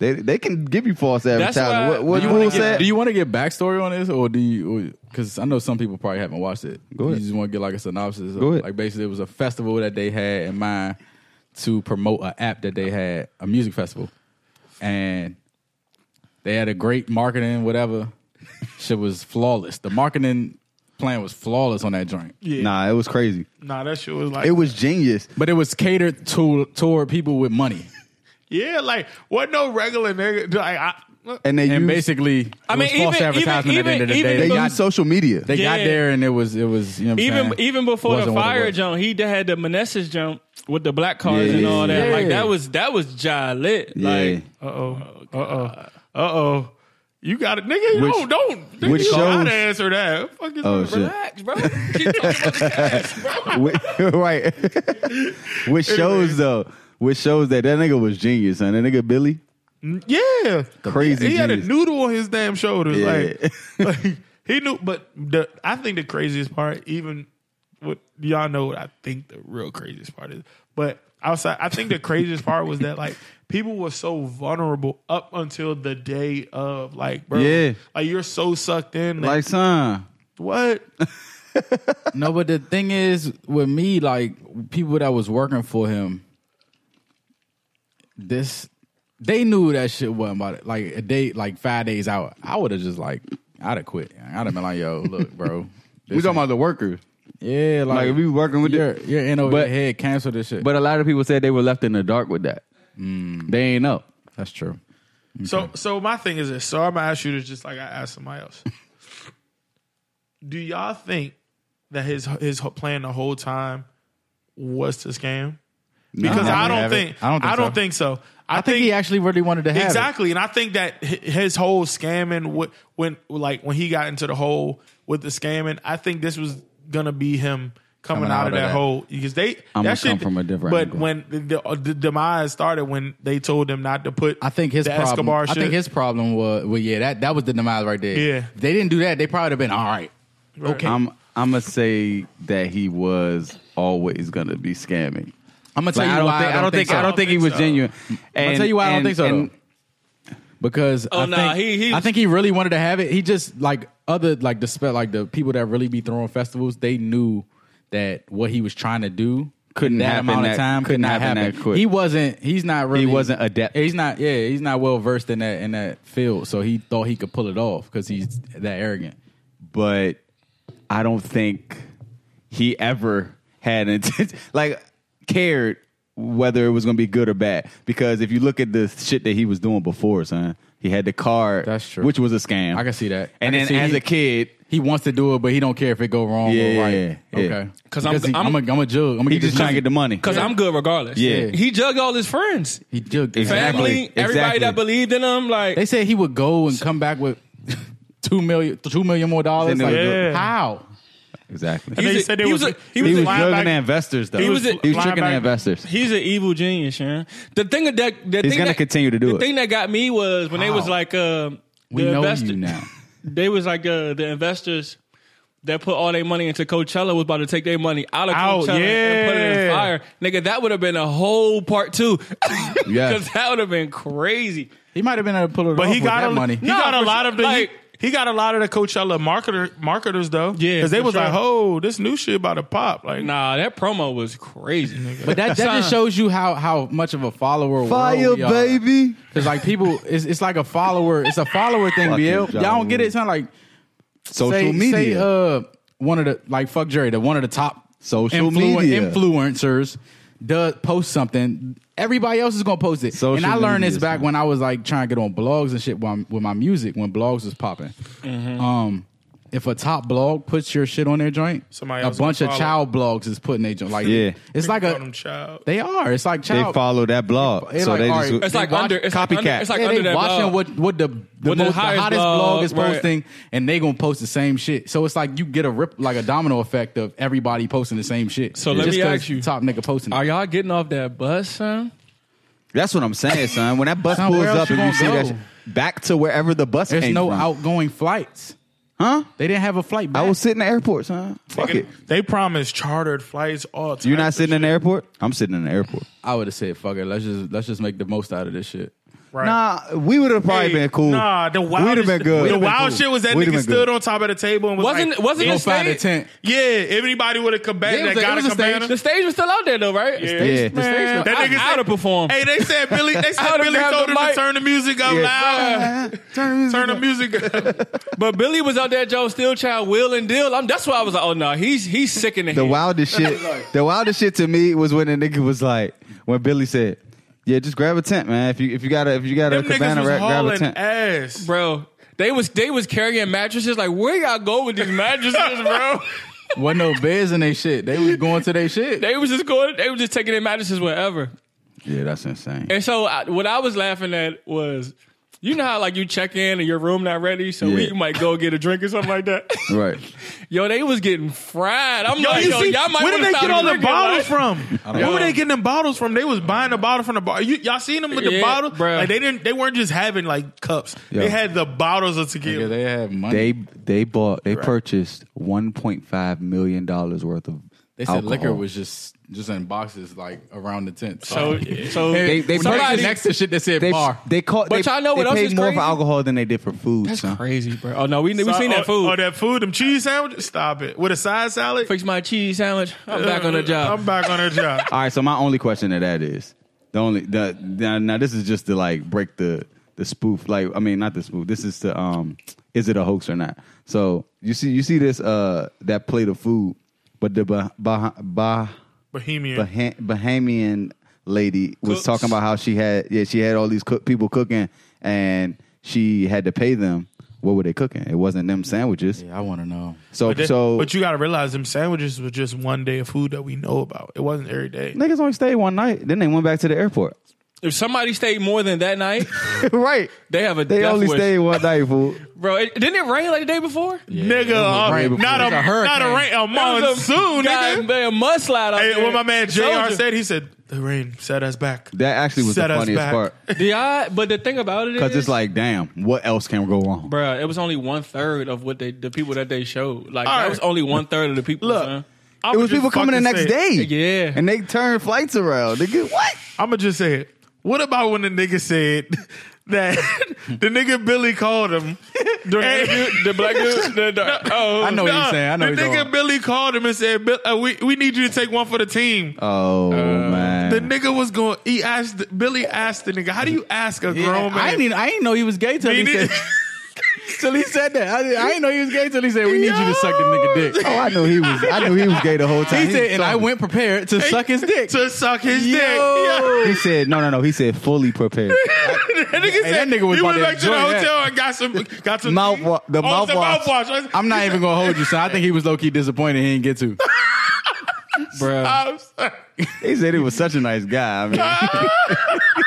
Speaker 4: They they can give you false advertising.
Speaker 3: why-
Speaker 4: What what
Speaker 5: Do you
Speaker 4: rule
Speaker 5: want to
Speaker 4: said?
Speaker 5: get? Do you want to get backstory on this, or do you? Because I know some people probably haven't watched it.
Speaker 4: Go ahead.
Speaker 5: You just want to get like a synopsis.
Speaker 4: Go ahead.
Speaker 5: Like basically, it was a festival that they had in mind to promote an app that they had, a music festival, and they had a great marketing, whatever. Shit was flawless. The marketing plan was flawless on that joint.
Speaker 4: Nah, it was crazy.
Speaker 2: Nah, that shit was like
Speaker 4: It was genius.
Speaker 5: But it was catered to toward people with money,
Speaker 2: yeah, like what no regular nigga. Like I,
Speaker 4: And they
Speaker 5: and
Speaker 4: used,
Speaker 5: basically, I
Speaker 3: mean,
Speaker 5: mean, false
Speaker 3: even-
Speaker 5: advertisement
Speaker 3: even-
Speaker 5: at the end of the
Speaker 3: even-
Speaker 5: day.
Speaker 4: they
Speaker 5: They, got,
Speaker 4: used social media.
Speaker 5: they got
Speaker 3: Yeah.
Speaker 5: there, and it was it was you know what I'm
Speaker 3: Even
Speaker 5: saying?
Speaker 3: even before the
Speaker 5: Wasn't what it
Speaker 3: fire
Speaker 5: was.
Speaker 3: jump, he d- had the Manessis jump with the black cars
Speaker 4: Yeah.
Speaker 3: and all that. Like
Speaker 5: Yeah.
Speaker 3: that was that was jai lit.
Speaker 4: yeah.
Speaker 3: Like
Speaker 2: uh oh, uh oh, uh oh. You got it, nigga. You
Speaker 4: Which-
Speaker 2: don't don't. Nigga,
Speaker 4: which
Speaker 2: you gotta
Speaker 4: shows-
Speaker 2: answer that. Fuck is-
Speaker 4: Oh, shit.
Speaker 3: relax, bro. Keep talking about the cats, bro.
Speaker 4: Wh- right. Which shows though, which shows that that nigga was genius, son. That nigga Billy,
Speaker 2: Yeah,
Speaker 4: Crazy
Speaker 2: He had a
Speaker 4: genius.
Speaker 2: noodle on his damn shoulders.
Speaker 4: Yeah.
Speaker 2: Like, like, he knew. But the I think the craziest part, even what y'all know, what I think the real craziest part is. But outside, I think the craziest part was that like people were so vulnerable up until the day of, like, bro,
Speaker 4: Yeah.
Speaker 2: like you're so sucked in, like,
Speaker 4: like son.
Speaker 2: what?
Speaker 5: No, but the thing is with me, like people that was working for him, this they knew that shit wasn't about it. Like a day, like five days out, I would have just like I'd have quit. I'd have been like, "Yo, look, bro,
Speaker 4: We talking about the workers,
Speaker 5: yeah, like,
Speaker 4: like if we working with
Speaker 5: you're,
Speaker 4: the-
Speaker 5: you're in over
Speaker 4: But-
Speaker 5: your head, cancel this shit."
Speaker 4: But a lot of people said they were left in the dark with that. They ain't know.
Speaker 5: that's true.
Speaker 2: So so my thing is this. So I'm gonna ask you this just like I asked somebody else. Do y'all think that his his ho- plan the whole time was to scam? Because
Speaker 5: No,
Speaker 2: I,
Speaker 5: we
Speaker 2: don't
Speaker 5: haven't.
Speaker 2: think,
Speaker 5: I don't think
Speaker 2: I don't
Speaker 5: so.
Speaker 2: think so. I,
Speaker 5: I think he actually really wanted to have it.
Speaker 2: exactly, and I think that hi- his whole scamming wh- when like when he got into the hole with the scamming, I think this was gonna be him coming, out, of that, hole because they
Speaker 4: I'ma
Speaker 2: that shit,
Speaker 4: come from a different
Speaker 2: But
Speaker 4: angle.
Speaker 2: when the, uh, the, the demise started, when they told him not to put,
Speaker 5: I think his
Speaker 2: the
Speaker 5: problem.
Speaker 2: Escobar
Speaker 5: I think
Speaker 2: shit-
Speaker 5: his problem was well, yeah, that that was the demise right there.
Speaker 2: Yeah.
Speaker 5: If they didn't do that, they probably have been all right.
Speaker 2: Okay.
Speaker 4: I'm I'm gonna say that he was always gonna be scamming.
Speaker 5: I'm gonna tell
Speaker 4: Like,
Speaker 5: you
Speaker 4: I don't
Speaker 5: why.
Speaker 4: think I don't think I don't think he was
Speaker 2: so.
Speaker 4: genuine. And-
Speaker 5: tell you why I don't
Speaker 4: and-
Speaker 5: think so,
Speaker 4: and-
Speaker 5: though. because
Speaker 7: Oh,
Speaker 5: I
Speaker 7: nah,
Speaker 5: think,
Speaker 7: he- he
Speaker 5: I
Speaker 7: was-
Speaker 5: think he really wanted to have it. He just like other like the spe- like the people that really be throwing festivals, they knew that what he was trying to do
Speaker 4: Couldn't
Speaker 5: in that
Speaker 4: happen
Speaker 5: amount
Speaker 4: that-
Speaker 5: of time
Speaker 4: couldn't
Speaker 5: could not
Speaker 4: happen
Speaker 5: happen.
Speaker 4: that quick.
Speaker 5: He wasn't. He's not really.
Speaker 4: wasn't adept.
Speaker 5: He's not. Yeah, he's not well versed in that in that field. So he thought he could pull it off because he's that arrogant.
Speaker 4: but I don't think he ever had intent, like cared whether it was going to be good or bad. Because if you look at the shit that he was doing before, son, he had the car,
Speaker 5: That's true.
Speaker 4: which was a scam.
Speaker 5: I can see that.
Speaker 4: And
Speaker 5: I
Speaker 4: then
Speaker 5: can see
Speaker 4: as
Speaker 5: he-
Speaker 4: a kid,
Speaker 5: He wants to do it, but he don't care if it go wrong
Speaker 4: Yeah,
Speaker 5: or right.
Speaker 4: yeah, yeah.
Speaker 5: Okay,
Speaker 7: 'Cause I'm-
Speaker 5: he-
Speaker 7: I'm-
Speaker 5: I'm a, I'm a jug. I'm a
Speaker 4: he just trying to get the money.
Speaker 7: Because I'm good regardless.
Speaker 4: Yeah.
Speaker 7: He jugged all his friends,
Speaker 5: he jug
Speaker 4: Exactly.
Speaker 7: family, everybody
Speaker 4: Exactly.
Speaker 7: that believed in him. Like,
Speaker 5: They said he would go and come back with two million, two million more dollars.
Speaker 4: Then
Speaker 5: Like,
Speaker 4: they
Speaker 2: would go-
Speaker 5: How?
Speaker 4: exactly.
Speaker 2: And
Speaker 7: He's
Speaker 2: they
Speaker 7: a-
Speaker 2: said there
Speaker 7: he
Speaker 2: was,
Speaker 7: was a- he
Speaker 4: he
Speaker 7: was
Speaker 4: was
Speaker 2: linebacker-
Speaker 4: drugging the investors, though.
Speaker 2: he
Speaker 4: He
Speaker 2: was
Speaker 4: was,
Speaker 2: a
Speaker 4: tricking
Speaker 2: linebacker.
Speaker 4: the investors.
Speaker 7: He's an evil genius, man. The thing that, that the
Speaker 4: He's
Speaker 7: thing
Speaker 4: gonna
Speaker 7: that-
Speaker 4: continue to do
Speaker 7: the
Speaker 4: it.
Speaker 7: thing that got me was when they was
Speaker 5: How?
Speaker 7: like, uh,
Speaker 5: We
Speaker 7: the
Speaker 5: know
Speaker 7: investor-
Speaker 5: you now.
Speaker 7: They was like uh, the investors that put all their money into Coachella was about to take their money out of
Speaker 2: Out,
Speaker 7: Coachella and put it in
Speaker 2: yeah.
Speaker 7: fire. Nigga, that would have been a whole part two.
Speaker 4: Yeah.
Speaker 7: Because that would have been crazy.
Speaker 5: He might have been able to pull it
Speaker 2: but
Speaker 5: off
Speaker 2: he
Speaker 5: with
Speaker 2: got
Speaker 5: that
Speaker 2: a,
Speaker 5: money.
Speaker 2: He
Speaker 7: No,
Speaker 2: got a
Speaker 7: for
Speaker 2: lot
Speaker 7: sure.
Speaker 2: of the
Speaker 7: Like-
Speaker 2: he, he got a lot of the Coachella marketer marketers though.
Speaker 7: Yeah,
Speaker 2: because they
Speaker 7: for
Speaker 2: was like,
Speaker 7: sure.
Speaker 2: "Oh, this new shit about to pop." Like,
Speaker 7: Nah, that promo was crazy. nigga.
Speaker 5: But that, that just shows you how how much of a follower
Speaker 4: Fire, baby.
Speaker 5: Because like people, it's, it's like a follower. It's a follower thing,
Speaker 4: Fucking
Speaker 5: BL. Y'all
Speaker 4: John
Speaker 5: don't get
Speaker 4: Woo.
Speaker 5: it. It's not like
Speaker 4: Social
Speaker 5: say,
Speaker 4: media.
Speaker 5: Say, uh, one of the like fuck Jerry, the one of the top
Speaker 4: Social media.
Speaker 5: influencers does post something. Everybody else is gonna post it.
Speaker 4: Social
Speaker 5: and I learned
Speaker 4: media
Speaker 5: this
Speaker 4: is
Speaker 5: back
Speaker 4: not-
Speaker 5: when I was like trying to get on blogs and shit when, with my music when blogs was popping.
Speaker 2: Mm-hmm.
Speaker 5: Um, if a top blog puts your shit on their joint,
Speaker 2: Somebody
Speaker 5: a
Speaker 2: else gonna
Speaker 5: bunch of
Speaker 2: follow.
Speaker 5: child blogs is putting their joint. Like
Speaker 4: Yeah.
Speaker 5: it's like
Speaker 2: call them
Speaker 5: a
Speaker 2: child.
Speaker 5: they are. It's like
Speaker 4: they
Speaker 5: child.
Speaker 4: follow that blog,
Speaker 5: They
Speaker 4: so
Speaker 5: like,
Speaker 4: they
Speaker 5: all
Speaker 4: just
Speaker 5: right,
Speaker 7: It's like
Speaker 5: They watch
Speaker 7: under it's like under,
Speaker 4: copycat.
Speaker 7: it's like
Speaker 5: yeah,
Speaker 7: under
Speaker 5: they
Speaker 7: that uh,
Speaker 5: watching
Speaker 7: blog.
Speaker 5: what what the the,
Speaker 7: What the
Speaker 5: most, the
Speaker 7: highest
Speaker 5: hottest
Speaker 7: blog,
Speaker 5: blog is
Speaker 7: right.
Speaker 5: posting, and they gonna post the same shit. So it's like you get a rip like a domino effect of everybody posting the same shit.
Speaker 7: So let
Speaker 5: Just
Speaker 7: me
Speaker 5: 'cause
Speaker 7: ask you.
Speaker 5: top nigga posting.
Speaker 7: Are
Speaker 5: it.
Speaker 7: y'all getting off that bus, son?
Speaker 4: That's what I'm saying, son. When that bus
Speaker 5: Son,
Speaker 4: pulls
Speaker 5: where
Speaker 4: up
Speaker 5: else
Speaker 4: and
Speaker 5: you
Speaker 4: you
Speaker 5: gonna
Speaker 4: see that
Speaker 5: go?
Speaker 4: shit, back to wherever the bus
Speaker 5: There's
Speaker 4: came
Speaker 5: no
Speaker 4: from.
Speaker 5: outgoing flights.
Speaker 4: Huh?
Speaker 5: They didn't have a flight. Back.
Speaker 4: I was sitting in the airport, son. Fuck it.
Speaker 2: They promised chartered flights all time.
Speaker 4: You're not sitting in the airport? I'm sitting in the airport.
Speaker 5: I would have said, "Fuck it, let's just let's just make the most out of this shit."
Speaker 2: Right.
Speaker 4: Nah, we would have probably
Speaker 2: Hey,
Speaker 4: been cool.
Speaker 2: Nah, the wild
Speaker 4: We'd have been good.
Speaker 2: The
Speaker 4: We'd have been
Speaker 2: wild
Speaker 4: cool.
Speaker 2: shit was that
Speaker 4: We'd have
Speaker 2: nigga
Speaker 4: been
Speaker 2: stood
Speaker 4: good.
Speaker 2: on top of the table and was
Speaker 7: Wasn't
Speaker 2: like,
Speaker 7: wasn't
Speaker 5: Go
Speaker 7: it
Speaker 5: find a
Speaker 7: stage?
Speaker 5: tent.
Speaker 2: Yeah, everybody would have come back
Speaker 5: Yeah, it
Speaker 2: that
Speaker 5: was a-
Speaker 2: got
Speaker 5: it
Speaker 2: a
Speaker 5: was a stage.
Speaker 2: cabana.
Speaker 7: The stage was still out there though, right?
Speaker 2: Yeah.
Speaker 4: Yeah.
Speaker 5: The stage was-
Speaker 2: That
Speaker 7: I-
Speaker 2: nigga
Speaker 7: I
Speaker 2: said-
Speaker 7: would've performed.
Speaker 2: Hey, they said Billy. They
Speaker 7: I
Speaker 2: said
Speaker 7: would've
Speaker 2: Billy
Speaker 7: grabbed
Speaker 2: told
Speaker 7: the
Speaker 2: him to
Speaker 7: mic.
Speaker 2: turn the music up
Speaker 4: Yeah.
Speaker 2: loud.
Speaker 4: Turn the
Speaker 2: Turn the
Speaker 4: music
Speaker 2: music up.
Speaker 7: But Billy was out there, Joe, still trying to will and deal. I'm, that's why I was like, oh no, he's he's sick in the,
Speaker 4: The
Speaker 7: head.
Speaker 4: wildest shit. The wildest shit to me was when the nigga was like, when Billy said, "Yeah, just grab a tent, man. If you if you got a if you got a
Speaker 2: Them niggas
Speaker 4: cabana,
Speaker 2: was
Speaker 4: ra- grab a
Speaker 2: hauling
Speaker 4: tent."
Speaker 2: ass.
Speaker 7: bro. They was they was carrying mattresses. Like where y'all go with these mattresses, bro?
Speaker 5: Wasn't no beds in they shit. They was going to their shit.
Speaker 7: they was just going. They was just taking their mattresses wherever.
Speaker 4: Yeah, that's insane.
Speaker 7: And so I, what I was laughing at was. You know how like you check in and your room not ready, so
Speaker 4: Yeah.
Speaker 7: we, you might go get a drink or something like that.
Speaker 4: Right.
Speaker 7: yo, they was getting fried. I'm like, Oh, yo, y'all might
Speaker 2: where did
Speaker 7: wanna
Speaker 2: they
Speaker 7: stop
Speaker 2: get all the
Speaker 7: drinking,
Speaker 2: bottles
Speaker 7: like-
Speaker 2: from? Where
Speaker 7: know.
Speaker 2: were they getting them bottles from? They was buying the bottle from the bar. You, y'all seen them with the
Speaker 7: Yeah,
Speaker 2: bottle?
Speaker 7: bruh.
Speaker 2: Like they didn't. They weren't just having like cups.
Speaker 4: Yeah.
Speaker 2: They had the bottles of tequila.
Speaker 5: Yeah, they had money.
Speaker 4: They they bought they purchased 1.5 million dollars worth of.
Speaker 5: They said
Speaker 4: alcohol.
Speaker 5: liquor was just just in boxes like around the tent.
Speaker 7: So, so
Speaker 5: they,
Speaker 4: they-
Speaker 5: somebody
Speaker 7: somebody-
Speaker 5: next to shit that said
Speaker 4: They
Speaker 5: bar.
Speaker 4: they caught.
Speaker 7: But
Speaker 4: they,
Speaker 7: y'all know
Speaker 4: they
Speaker 7: what else
Speaker 4: paid
Speaker 7: is
Speaker 4: more
Speaker 7: crazy?
Speaker 4: for alcohol than they did for food.
Speaker 7: that's
Speaker 4: son.
Speaker 7: crazy, bro. Oh no, we we
Speaker 2: So-
Speaker 7: seen
Speaker 2: oh,
Speaker 7: that food.
Speaker 2: Oh, that food, them cheese sandwiches. Stop it with a side salad.
Speaker 7: Fix my cheese sandwich. I'm back on the job.
Speaker 2: Uh, I'm back on her job.
Speaker 4: All right, so my only question to that is the only the now, now this is just to like break the the spoof. Like I mean, not the spoof. This is to um, is it a hoax or not? So you see you see this uh that plate of food, but the bah, bah, bah,
Speaker 2: Bohemian.
Speaker 4: Bahamian lady was
Speaker 7: Cooks.
Speaker 4: talking about how she had yeah she had all these cook people cooking and she had to pay them. What were they cooking? It wasn't them sandwiches.
Speaker 5: Yeah, I want to know.
Speaker 4: So
Speaker 2: But, they-
Speaker 4: so
Speaker 2: but you got to realize them sandwiches was just one day of food that we know about. It wasn't every day.
Speaker 4: niggas only stayed one night. Then they went back to the airport.
Speaker 7: If somebody stayed more than that night,
Speaker 4: right.
Speaker 7: they have a
Speaker 4: They
Speaker 7: death
Speaker 4: only
Speaker 7: wish.
Speaker 4: stayed one night, fool.
Speaker 7: Bro, it, didn't it rain like the day before?
Speaker 2: nigga, uh,
Speaker 4: right before.
Speaker 2: not, a,
Speaker 4: It was a
Speaker 2: not a rain, a
Speaker 7: That was a
Speaker 2: monsoon, nigga.
Speaker 7: Goddamn mudslide out
Speaker 2: Hey,
Speaker 7: there.
Speaker 2: what my man
Speaker 7: Told
Speaker 2: JR
Speaker 7: you.
Speaker 2: said, he said, the rain set us back.
Speaker 4: That actually was
Speaker 2: Set
Speaker 4: the
Speaker 2: us
Speaker 4: funniest
Speaker 2: back.
Speaker 4: part
Speaker 7: Yeah, but the thing about it is,
Speaker 4: because it's like, damn, what else can go wrong?
Speaker 7: Bruh, it was only one third of what they the people that they showed. Like
Speaker 2: All
Speaker 7: that
Speaker 2: right.
Speaker 7: was only one third of the people.
Speaker 2: Look,
Speaker 7: son.
Speaker 2: I'ma
Speaker 4: It was
Speaker 2: just
Speaker 4: people coming the
Speaker 2: fucking
Speaker 4: next
Speaker 2: say it.
Speaker 4: day.
Speaker 7: Yeah.
Speaker 4: and they turned flights around. Nigga, what?
Speaker 2: I'ma just say it. What about when the nigga said that the nigga Billy called him during
Speaker 7: the, dude- the black dude. The, the, oh,
Speaker 5: I know what you're saying. I know
Speaker 2: the
Speaker 5: what you're
Speaker 2: nigga
Speaker 5: saying.
Speaker 2: Billy called him and said, "Bill- uh, "We we need you to take one for the team."
Speaker 4: Oh man,
Speaker 2: the nigga was going. He asked Billy asked the nigga, "How do you ask a grown man?"
Speaker 5: I didn't. I didn't know he was gay till
Speaker 2: He
Speaker 5: he, said.
Speaker 2: did-
Speaker 5: till he said that. I, didn't- I didn't know he was gay till he said, "We need you to suck the nigga dick."
Speaker 4: Oh, I knew he was. I knew he was gay the whole time.
Speaker 5: He said, and I
Speaker 4: was
Speaker 5: went prepared to suck his dick.
Speaker 2: to suck his
Speaker 5: Yo.
Speaker 2: dick. Yeah.
Speaker 4: talking. He said, no, no, no. He said, fully prepared.
Speaker 2: That nigga
Speaker 5: Hey,
Speaker 2: said,
Speaker 5: that nigga was
Speaker 2: "You went
Speaker 5: about to
Speaker 2: back to the
Speaker 5: enjoy that.
Speaker 2: hotel and got some got some
Speaker 4: Mouth wa- the
Speaker 2: Oh, some
Speaker 4: mouthwash.
Speaker 2: mouthwash.
Speaker 5: I'm not even gonna hold you, son. I think he was low key disappointed he didn't get to. Bruh.
Speaker 2: I'm sorry.
Speaker 4: He said he was such a nice guy. I mean, he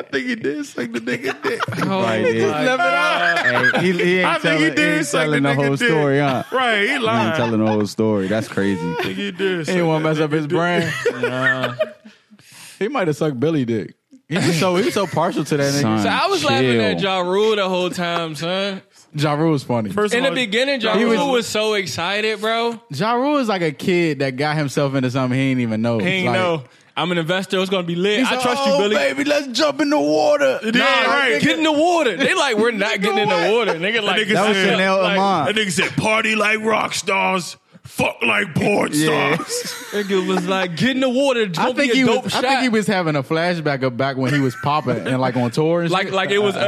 Speaker 2: I think he did suck the nigga dick.
Speaker 4: probably did. Hey, he, he ain't
Speaker 2: I
Speaker 4: telling,
Speaker 2: think he
Speaker 4: he
Speaker 2: did
Speaker 4: ain't
Speaker 2: suck the
Speaker 4: telling the
Speaker 2: nigga
Speaker 4: whole
Speaker 2: dick.
Speaker 4: story, huh?
Speaker 2: Right, he
Speaker 4: He ain't
Speaker 2: lying.
Speaker 4: telling the whole story. That's crazy.
Speaker 2: He did.
Speaker 5: He didn't
Speaker 2: suck
Speaker 5: want to mess up his brand. He might have sucked Billy dick. He was so he was so partial to that nigga.
Speaker 4: Son,
Speaker 7: So I was laughing at
Speaker 4: chill.
Speaker 7: Ja Rule the whole time, son.
Speaker 5: Ja Rule was funny.
Speaker 2: First
Speaker 7: In
Speaker 2: of
Speaker 7: the
Speaker 2: all,
Speaker 7: beginning, Ja
Speaker 5: He
Speaker 7: Rule
Speaker 5: was-
Speaker 7: was, so excited, bro.
Speaker 5: Ja Rule is like a kid that got himself into something he didn't even know.
Speaker 7: He ain't
Speaker 5: like,
Speaker 7: know. I'm an investor. It's gonna be lit.
Speaker 5: He's
Speaker 7: I
Speaker 5: like,
Speaker 7: trust
Speaker 5: "Oh,
Speaker 7: you, Billy.
Speaker 5: baby, let's jump in the water.
Speaker 2: Yeah, right.
Speaker 7: Get in the water. They like we're not getting in the water. Nigga, like
Speaker 2: nigga That was
Speaker 7: suck.
Speaker 4: Chanel
Speaker 7: Like,
Speaker 4: Amon.
Speaker 2: That nigga said, "Party like rock stars, fuck like porn
Speaker 4: Yeah.
Speaker 2: stars."
Speaker 7: Nigga was like, get in the water. Don't
Speaker 5: I think
Speaker 7: be
Speaker 5: he
Speaker 7: a dope
Speaker 5: was.
Speaker 7: shot.
Speaker 5: I think he was having a flashback of back when he was popping and like on tour. And
Speaker 7: like
Speaker 5: shit.
Speaker 7: like it was uh,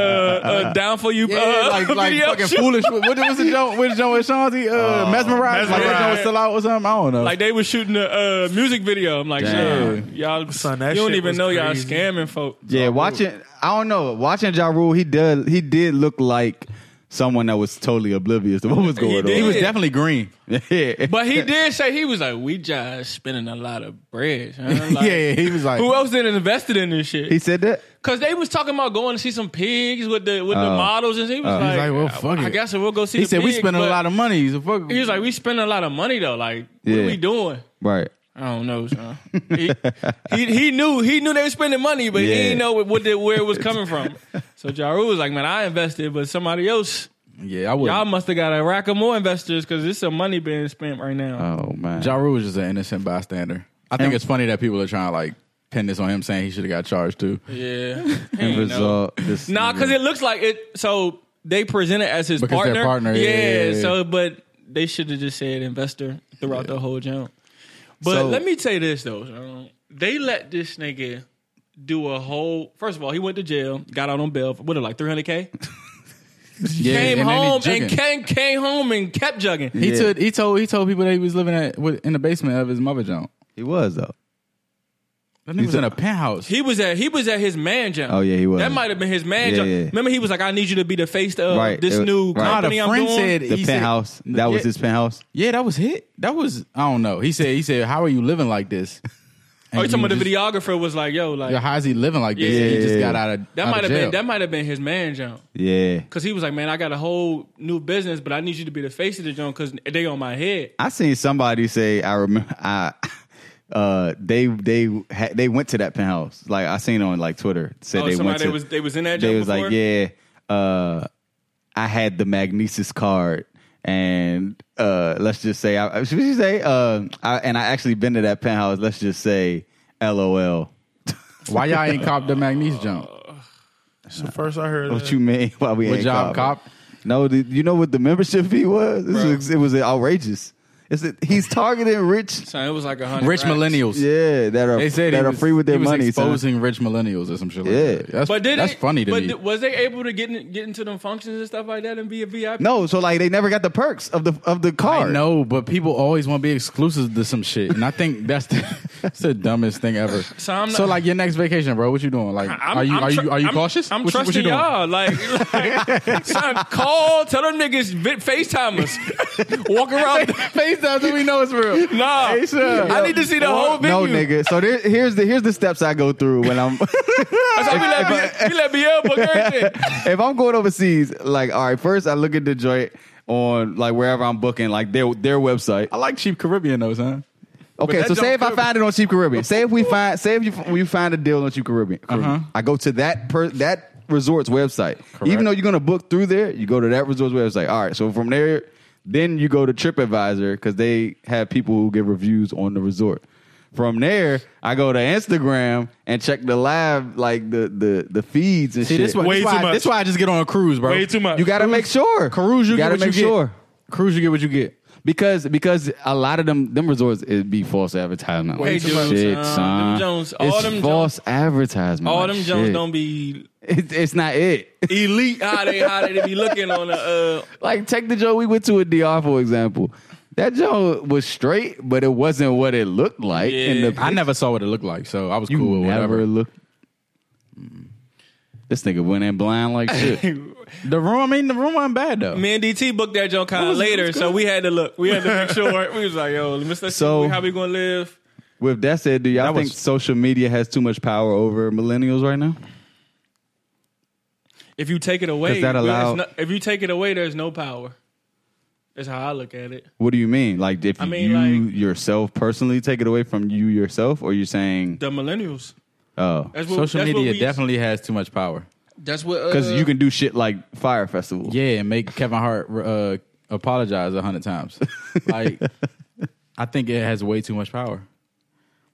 Speaker 7: uh down for you.
Speaker 5: Yeah,
Speaker 7: uh,
Speaker 5: like like
Speaker 7: video
Speaker 5: fucking
Speaker 7: shoot.
Speaker 5: foolish. What, what was the joint? What joint with Sean? He uh, mesmerized. Like that joint was
Speaker 2: Mesmerized.
Speaker 5: still out or something. I don't know.
Speaker 7: Like they was shooting a uh, music video. I'm like,
Speaker 4: Damn.
Speaker 7: son, y'all,
Speaker 2: Son, that
Speaker 7: you don't
Speaker 2: shit
Speaker 7: even
Speaker 2: was
Speaker 7: know y'all
Speaker 2: crazy.
Speaker 7: scamming folk.
Speaker 4: Yeah, watching. I don't know. Watching Ja Rule, he did. He did look like someone that was totally oblivious to what was going
Speaker 7: did.
Speaker 5: he was
Speaker 7: Yeah.
Speaker 5: definitely green.
Speaker 4: on. Yeah.
Speaker 7: But he did say he was like, we just spending a lot of bread. son." Like,
Speaker 5: yeah, yeah, he was like.
Speaker 7: Who else didn't invested in this shit?
Speaker 4: he said that.
Speaker 7: Cause they was talking about going to see some pigs with the with the
Speaker 4: Oh.
Speaker 7: models, and he was like,
Speaker 5: like, well, fuck
Speaker 7: I, I
Speaker 5: it.
Speaker 7: guess we'll go see.
Speaker 5: He
Speaker 7: the
Speaker 5: said we
Speaker 7: pigs,
Speaker 5: spending a
Speaker 7: but-
Speaker 5: lot of money. He's a fuck.
Speaker 7: He was like, we spending a lot of money though. Like, what
Speaker 4: Yeah.
Speaker 7: are we doing?
Speaker 4: Right.
Speaker 7: I don't know, son. he, he he knew he knew they were spending money, but he
Speaker 4: Yeah.
Speaker 7: didn't know what, what the, where it was coming from. So Ja Rule was like, man, I invested, but somebody else.
Speaker 5: yeah, I would.
Speaker 7: Y'all must have got a rack of more investors because there's some money being spent right now.
Speaker 4: Oh man.
Speaker 5: Ja Rule was just an innocent bystander. I think it's funny that people are trying to like pin this on him saying he should have got charged too.
Speaker 7: yeah.
Speaker 4: End result. This
Speaker 7: Nah, because it looks like it. So they present it as his
Speaker 5: Mm-hmm. Because
Speaker 7: partner.
Speaker 5: they're partner, yeah, yeah, yeah.
Speaker 7: So, but they should have just said investor throughout the whole jump. But
Speaker 5: So-
Speaker 7: let me tell you this though, John. they let this nigga do a whole. First of all, he went to jail, got out on bail. for What, like three hundred k?
Speaker 5: Yeah,
Speaker 7: Came
Speaker 5: and then he
Speaker 7: home
Speaker 5: jugging.
Speaker 7: and came came home and kept jugging.
Speaker 5: He
Speaker 4: Yeah.
Speaker 5: told he told he told people that he was living at with- in the basement of his mother John.
Speaker 4: He was though.
Speaker 5: That nigga was in a penthouse.
Speaker 7: He was at he was at his man jump.
Speaker 4: Oh, yeah, he was.
Speaker 7: That might have been his man
Speaker 4: Yeah,
Speaker 7: jump.
Speaker 4: yeah.
Speaker 7: Remember, he was like, "I need you to be the face of
Speaker 4: Right,
Speaker 7: this
Speaker 4: it-
Speaker 7: new
Speaker 4: right.
Speaker 5: Nah,
Speaker 7: company."
Speaker 5: the
Speaker 7: I'm
Speaker 5: friend
Speaker 7: doing."
Speaker 5: said
Speaker 4: The
Speaker 5: he said-
Speaker 4: penthouse. that was
Speaker 5: yeah,
Speaker 4: his penthouse.
Speaker 5: Yeah, that was hit. That was I don't know. He said he said how are you living like this?
Speaker 7: Oh, you
Speaker 5: And
Speaker 7: talking
Speaker 5: you
Speaker 7: about the
Speaker 5: just-
Speaker 7: videographer was like, "Yo, like
Speaker 5: Yeah, how is he living like this?
Speaker 7: Yeah,
Speaker 5: he
Speaker 4: yeah,
Speaker 5: just
Speaker 4: yeah.
Speaker 5: got out of
Speaker 7: That
Speaker 5: out
Speaker 7: might
Speaker 5: of
Speaker 7: have been
Speaker 5: jail.
Speaker 7: that might have been his man jump
Speaker 4: Yeah.
Speaker 7: because he was like, man, I got a whole new business, but I need you to be the face of the jump because they on my head.
Speaker 4: I seen somebody say I remember I uh they they had they went to that penthouse. Like I seen on like Twitter said
Speaker 7: Oh,
Speaker 4: they went
Speaker 7: somebody
Speaker 4: to
Speaker 7: was they was in that jump.
Speaker 4: they was like,
Speaker 7: before?
Speaker 4: yeah, uh, I had the Magnesis card, and uh, let's just say, I, should we say, uh, I, and I actually been to that penthouse. Let's just say, LOL.
Speaker 5: Why y'all ain't cop the Magnesia jump?
Speaker 2: So first I heard
Speaker 4: What
Speaker 2: that.
Speaker 4: you mean? Why we
Speaker 5: What
Speaker 4: ain't
Speaker 5: job
Speaker 4: cop?
Speaker 5: cop?
Speaker 4: No, the, you know what the membership fee was? This was it was outrageous. It's a, he's targeting rich.
Speaker 7: Son, it was like a hundred.
Speaker 5: Rich
Speaker 7: racks.
Speaker 5: millennials.
Speaker 4: Yeah, that are
Speaker 5: They said
Speaker 4: that
Speaker 5: he
Speaker 4: are
Speaker 5: was,
Speaker 4: free with their
Speaker 5: he was
Speaker 4: money. son.
Speaker 5: exposing rich millennials or some shit. Like
Speaker 4: Yeah.
Speaker 5: that. that's,
Speaker 7: But did
Speaker 5: that's
Speaker 7: they-
Speaker 5: funny to
Speaker 7: but
Speaker 5: me.
Speaker 7: th- was they able to get in, get into them functions and stuff like that and be a VIP?
Speaker 4: No, so like they never got the perks of the of the
Speaker 5: I
Speaker 4: card.
Speaker 5: know, but people always want to be exclusive to some shit, and I think that's the, that's the dumbest thing ever.
Speaker 7: So I'm not-
Speaker 5: so like your next vacation, bro. What you doing? Like,
Speaker 7: I'm,
Speaker 5: are you
Speaker 7: I'm
Speaker 5: are
Speaker 7: tr-
Speaker 5: you are you
Speaker 7: I'm-
Speaker 5: cautious?
Speaker 7: I'm
Speaker 5: what you, what you
Speaker 7: trusting
Speaker 5: doing?
Speaker 7: y'all. Like, like son, call, tell them niggas vi- FaceTime us. Walk around.
Speaker 5: Face down so we know it's real.
Speaker 7: nah, I need to see the whole
Speaker 4: No,
Speaker 7: venue.
Speaker 4: nigga. So there, here's the here's the steps I go through when I'm
Speaker 7: That's how we let B- we let BL book everything.
Speaker 4: if I'm going overseas. Like, all right, first I look at the joint on like wherever I'm booking, like their their website.
Speaker 5: I like cheap Caribbean though, son.
Speaker 4: Okay,
Speaker 2: that
Speaker 4: so say
Speaker 2: don't
Speaker 4: if I
Speaker 2: cover-
Speaker 4: find it on Cheap Caribbean. say if we find, say if you we find a deal on Cheap Caribbean.
Speaker 2: Uh-huh.
Speaker 4: I go to that per, that resort's website. Even though you're gonna book through there, you go to that resort's website. All right, so from there, then you go to TripAdvisor because they have people who give reviews on the resort. From there, I go to Instagram and check the live like the the the feeds and
Speaker 5: See,
Speaker 4: shit.
Speaker 5: this, why,
Speaker 2: Way
Speaker 5: this, why,
Speaker 2: too much.
Speaker 5: this why I just get on a cruise, bro.
Speaker 2: Way too much.
Speaker 4: you gotta make sure.
Speaker 5: Cruise, you,
Speaker 4: gotta
Speaker 5: get what
Speaker 4: make
Speaker 5: you
Speaker 4: sure
Speaker 5: Get. Cruise, you get what you get.
Speaker 4: because because a lot of them them resorts it be false advertisement.
Speaker 7: Hey,
Speaker 4: Like,
Speaker 7: dude,
Speaker 4: shit,
Speaker 7: um,
Speaker 4: son.
Speaker 7: them Jones- all
Speaker 4: it's
Speaker 7: them
Speaker 4: false advertisement.
Speaker 7: All
Speaker 4: like,
Speaker 7: them Jones
Speaker 4: shit.
Speaker 7: don't be
Speaker 4: It, it's not it.
Speaker 7: elite. How they how they be looking on the uh,
Speaker 4: like take the Joe we went to a DR for example. That Joe was straight, but it wasn't what it looked like. In
Speaker 7: Yeah.
Speaker 4: the
Speaker 5: I never saw what it looked like, so I was
Speaker 4: you
Speaker 5: cool with
Speaker 4: never
Speaker 5: whatever.
Speaker 4: looked. Mm. This nigga went in blind like shit.
Speaker 5: The room, I mean, the room wasn't bad though.
Speaker 7: me and DT booked that joint kind
Speaker 5: It
Speaker 7: of
Speaker 5: was- it
Speaker 7: later,
Speaker 5: was
Speaker 7: so
Speaker 5: good.
Speaker 7: we had to look. We had to make sure. We was like, yo, let's let's
Speaker 4: So-
Speaker 7: see how we gonna live.
Speaker 4: With that said, do y'all
Speaker 5: That
Speaker 4: think
Speaker 5: was-
Speaker 4: social media has too much power over millennials right now?
Speaker 7: If you take it away,
Speaker 4: Does that
Speaker 7: there's
Speaker 4: allow-
Speaker 7: no- if you take it away, there's no power. That's how I look at it.
Speaker 4: What do you mean? Like if
Speaker 7: I mean,
Speaker 4: you
Speaker 7: like-
Speaker 4: yourself personally take it away from you yourself, or you saying,
Speaker 7: The millennials.
Speaker 4: oh,
Speaker 7: That's what,
Speaker 5: Social
Speaker 7: that's what
Speaker 5: media
Speaker 7: we-
Speaker 5: definitely has too much power.
Speaker 7: That's what
Speaker 4: because
Speaker 7: uh,
Speaker 4: you can do shit like fire festival.
Speaker 5: Yeah, and make Kevin Hart uh, apologize a hundred times. Like, I think it has way too much power.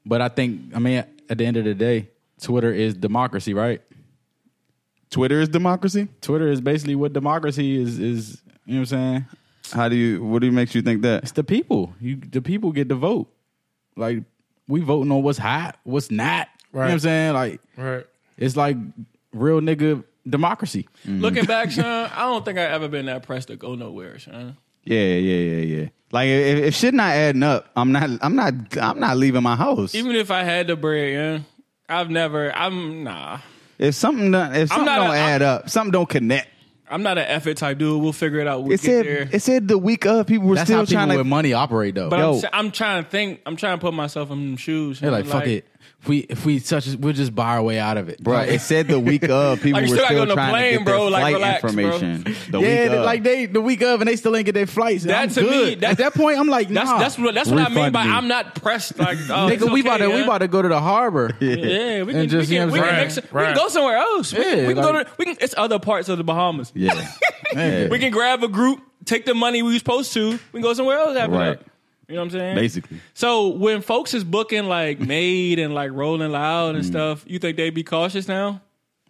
Speaker 5: But I think, I mean, at the end of the day, Twitter is democracy, right?
Speaker 4: Twitter is democracy.
Speaker 5: Twitter is basically what democracy is. Is you know what I'm saying?
Speaker 4: How do you? What do you makes you think that?
Speaker 5: It's the people. You the people get to vote. Like we voting on what's hot, what's not. You know what I'm
Speaker 2: Right.
Speaker 5: saying? Like
Speaker 2: Right.
Speaker 5: it's like real nigga democracy.
Speaker 7: Looking back, Sean, I don't think I ever been that pressed to go nowhere, Sean.
Speaker 4: Yeah, yeah, yeah, yeah. Like if, if shit not adding up, I'm not, I'm not, I'm not leaving my house.
Speaker 7: Even if I had the bread, yeah, I've never. I'm nah.
Speaker 4: if something, don't, if something
Speaker 7: not
Speaker 4: don't
Speaker 7: a-
Speaker 4: add up, something don't connect.
Speaker 7: I'm not an effort type dude. We'll figure it out. We'll
Speaker 4: It
Speaker 7: get
Speaker 4: said,
Speaker 7: there.
Speaker 4: it said the week of people were
Speaker 5: That's
Speaker 4: still
Speaker 5: how people
Speaker 4: trying to.
Speaker 5: with money operate though.
Speaker 7: But
Speaker 4: Yo.
Speaker 7: I'm, sa- I'm trying to think. I'm trying to put myself in them shoes.
Speaker 5: They're like,
Speaker 7: I'm
Speaker 5: fuck it. If we if we such as- we'll just buy our way out of it.
Speaker 4: Bro, it said the week of people
Speaker 7: Like,
Speaker 4: were
Speaker 7: you still gotta
Speaker 4: still
Speaker 7: go on a
Speaker 4: trying
Speaker 7: plane,
Speaker 4: to get
Speaker 7: bro.
Speaker 4: their
Speaker 7: Like,
Speaker 4: flight
Speaker 7: relax, bro.
Speaker 4: information. The
Speaker 5: yeah,
Speaker 4: week
Speaker 5: they-
Speaker 4: of.
Speaker 5: like they the week of and they still ain't get their flights.
Speaker 7: That
Speaker 5: I'm
Speaker 7: to me,
Speaker 5: good.
Speaker 7: that-
Speaker 5: at that point I'm like, nah,
Speaker 7: That's that's what that's what I mean
Speaker 4: Refund
Speaker 7: by
Speaker 4: me.
Speaker 7: I'm not pressed. Like, oh,
Speaker 5: nigga,
Speaker 7: it's
Speaker 5: we
Speaker 7: okay,
Speaker 5: about to we
Speaker 7: yeah.
Speaker 5: about to go to the harbor.
Speaker 7: Yeah, we can,
Speaker 5: And just,
Speaker 7: we
Speaker 5: you
Speaker 7: can,
Speaker 5: know
Speaker 7: we,
Speaker 5: what
Speaker 7: can
Speaker 5: I'm
Speaker 7: make,
Speaker 5: saying?
Speaker 7: some- we can go somewhere else. We, can-
Speaker 5: Yeah,
Speaker 7: we can go
Speaker 5: like-
Speaker 7: to we can, it's other parts of the Bahamas.
Speaker 4: yeah. Yeah.
Speaker 7: We can grab a group, take the money we supposed to, we can go somewhere else after
Speaker 4: Right.
Speaker 7: that. You know what I'm saying?
Speaker 4: Basically.
Speaker 7: So when folks is booking like Made and like Rolling Loud
Speaker 5: Mm.
Speaker 7: and stuff, you think they be cautious now?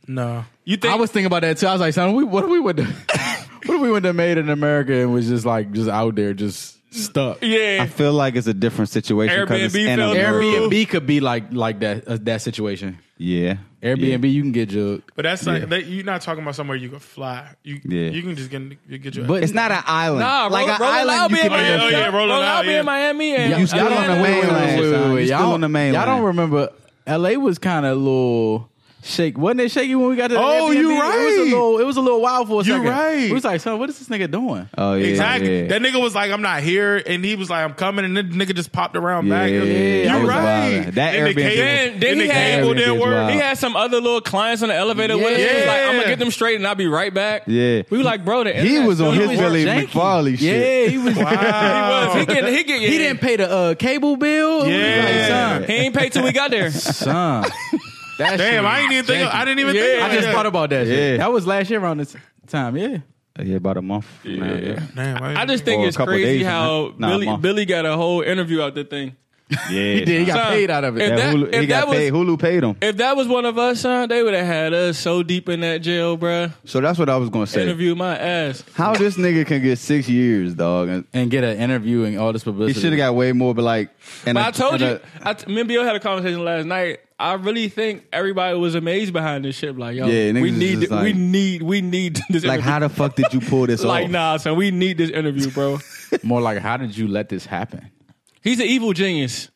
Speaker 2: No.
Speaker 7: You think
Speaker 5: I was thinking about that too. I was like, son, we, what if we would, what if we would have made in America and was just like just out there just stuck?
Speaker 4: I
Speaker 7: Yeah.
Speaker 4: feel like it's a different situation because it's
Speaker 7: Airbnb
Speaker 4: in
Speaker 7: fell
Speaker 4: America.
Speaker 7: through.
Speaker 5: Airbnb could be like like that uh, that situation.
Speaker 4: Yeah.
Speaker 5: Airbnb, you can get jugged.
Speaker 2: But that's like that, you're not talking about somewhere you can fly. You
Speaker 4: Yeah.
Speaker 2: you can just get you get your
Speaker 4: Yeah. It's not an island.
Speaker 7: Nah,
Speaker 4: like
Speaker 7: Roll-
Speaker 4: an
Speaker 7: Rolling Loud
Speaker 4: island
Speaker 7: be
Speaker 4: you
Speaker 7: in
Speaker 4: can
Speaker 2: oh, yeah, oh,
Speaker 7: Miami.
Speaker 2: yeah, Rolling
Speaker 4: live.
Speaker 7: Rolling
Speaker 2: Loud,
Speaker 7: Loud be
Speaker 2: yeah.
Speaker 7: in Miami and
Speaker 4: You still on the mainland, son. You still
Speaker 5: Y'all-
Speaker 4: on the mainland.
Speaker 5: Y'all don't remember? L.A. was kind of a little shake. Wasn't it shaky when we got to? the
Speaker 2: Oh,
Speaker 5: Airbnb?
Speaker 2: you
Speaker 5: It was a
Speaker 2: right.
Speaker 5: little. It was a little wild for a
Speaker 2: You
Speaker 5: second.
Speaker 2: right.
Speaker 5: We was like, son, what is this nigga doing?
Speaker 4: Oh yeah,
Speaker 2: Exactly.
Speaker 4: Yeah.
Speaker 2: That nigga was like, "I'm not here," and he was like, "I'm coming," and then the nigga just popped around back.
Speaker 4: Yeah,
Speaker 2: You're
Speaker 4: that was
Speaker 2: right.
Speaker 4: wild. That
Speaker 2: and the
Speaker 4: Airbnb
Speaker 2: cable-
Speaker 7: was- Then- then
Speaker 2: and
Speaker 7: he
Speaker 2: the
Speaker 7: had-
Speaker 2: cable
Speaker 4: Airbnb
Speaker 2: didn't
Speaker 4: was
Speaker 2: work.
Speaker 4: wild.
Speaker 7: He had some other little clients on the elevator with us. He was like,
Speaker 2: Yeah.
Speaker 7: I'm gonna get them straight and I'll be right back.
Speaker 4: Yeah.
Speaker 7: We were like, bro, the
Speaker 4: He
Speaker 7: internet
Speaker 4: was on
Speaker 7: still
Speaker 4: his
Speaker 7: works.
Speaker 4: Billy
Speaker 5: janky.
Speaker 4: McFarley shit.
Speaker 5: Yeah, he was.
Speaker 2: Wow.
Speaker 7: He was. He get. He get.
Speaker 5: He didn't pay the uh, cable bill. It was
Speaker 2: Yeah.
Speaker 5: like,
Speaker 7: He ain't paid till we got there.
Speaker 5: son, son. That shit
Speaker 2: Damn, I
Speaker 5: was
Speaker 2: ain't even think.
Speaker 5: janky.
Speaker 2: I didn't even think.
Speaker 7: Yeah.
Speaker 5: I
Speaker 2: like
Speaker 5: just
Speaker 2: that.
Speaker 5: thought about that.
Speaker 4: Yeah.
Speaker 5: Shit. That was last year around this time. Yeah.
Speaker 4: Yeah. about a month. Yeah.
Speaker 2: Damn,
Speaker 7: I just
Speaker 2: think.
Speaker 7: think
Speaker 4: Or a
Speaker 7: it's
Speaker 4: couple
Speaker 7: crazy
Speaker 4: days,
Speaker 7: how
Speaker 4: nah,
Speaker 7: Billy
Speaker 4: ma.
Speaker 7: Billy got a whole interview out the thing.
Speaker 4: he did. He got
Speaker 7: Son,
Speaker 4: paid out of it.
Speaker 7: if
Speaker 4: Yeah,
Speaker 7: that-
Speaker 4: Hulu,
Speaker 7: if
Speaker 4: he got
Speaker 7: that was-
Speaker 4: paid. Hulu paid him.
Speaker 7: If that was one of us, son, they would have had us so deep in that jail, bruh.
Speaker 4: So that's what I was gonna say.
Speaker 7: Interview my ass.
Speaker 4: How this nigga can get six years, dog? And
Speaker 5: and get an interview and all this
Speaker 4: he
Speaker 5: publicity.
Speaker 4: should have got way more. But like, and
Speaker 7: But
Speaker 4: I
Speaker 7: I told you,
Speaker 4: and
Speaker 7: I t- me and Bill had a conversation last night. I really think everybody was amazed behind this shit. Like, yo,
Speaker 4: Yeah,
Speaker 7: we
Speaker 4: niggas is
Speaker 7: need,
Speaker 4: just like-
Speaker 7: we need, we need this.
Speaker 4: a- like,
Speaker 7: interview.
Speaker 4: how the fuck did you pull this
Speaker 7: like,
Speaker 4: off?
Speaker 7: nah, son, we need this interview, bro.
Speaker 5: more like, how did you let this happen?
Speaker 7: He's an evil genius.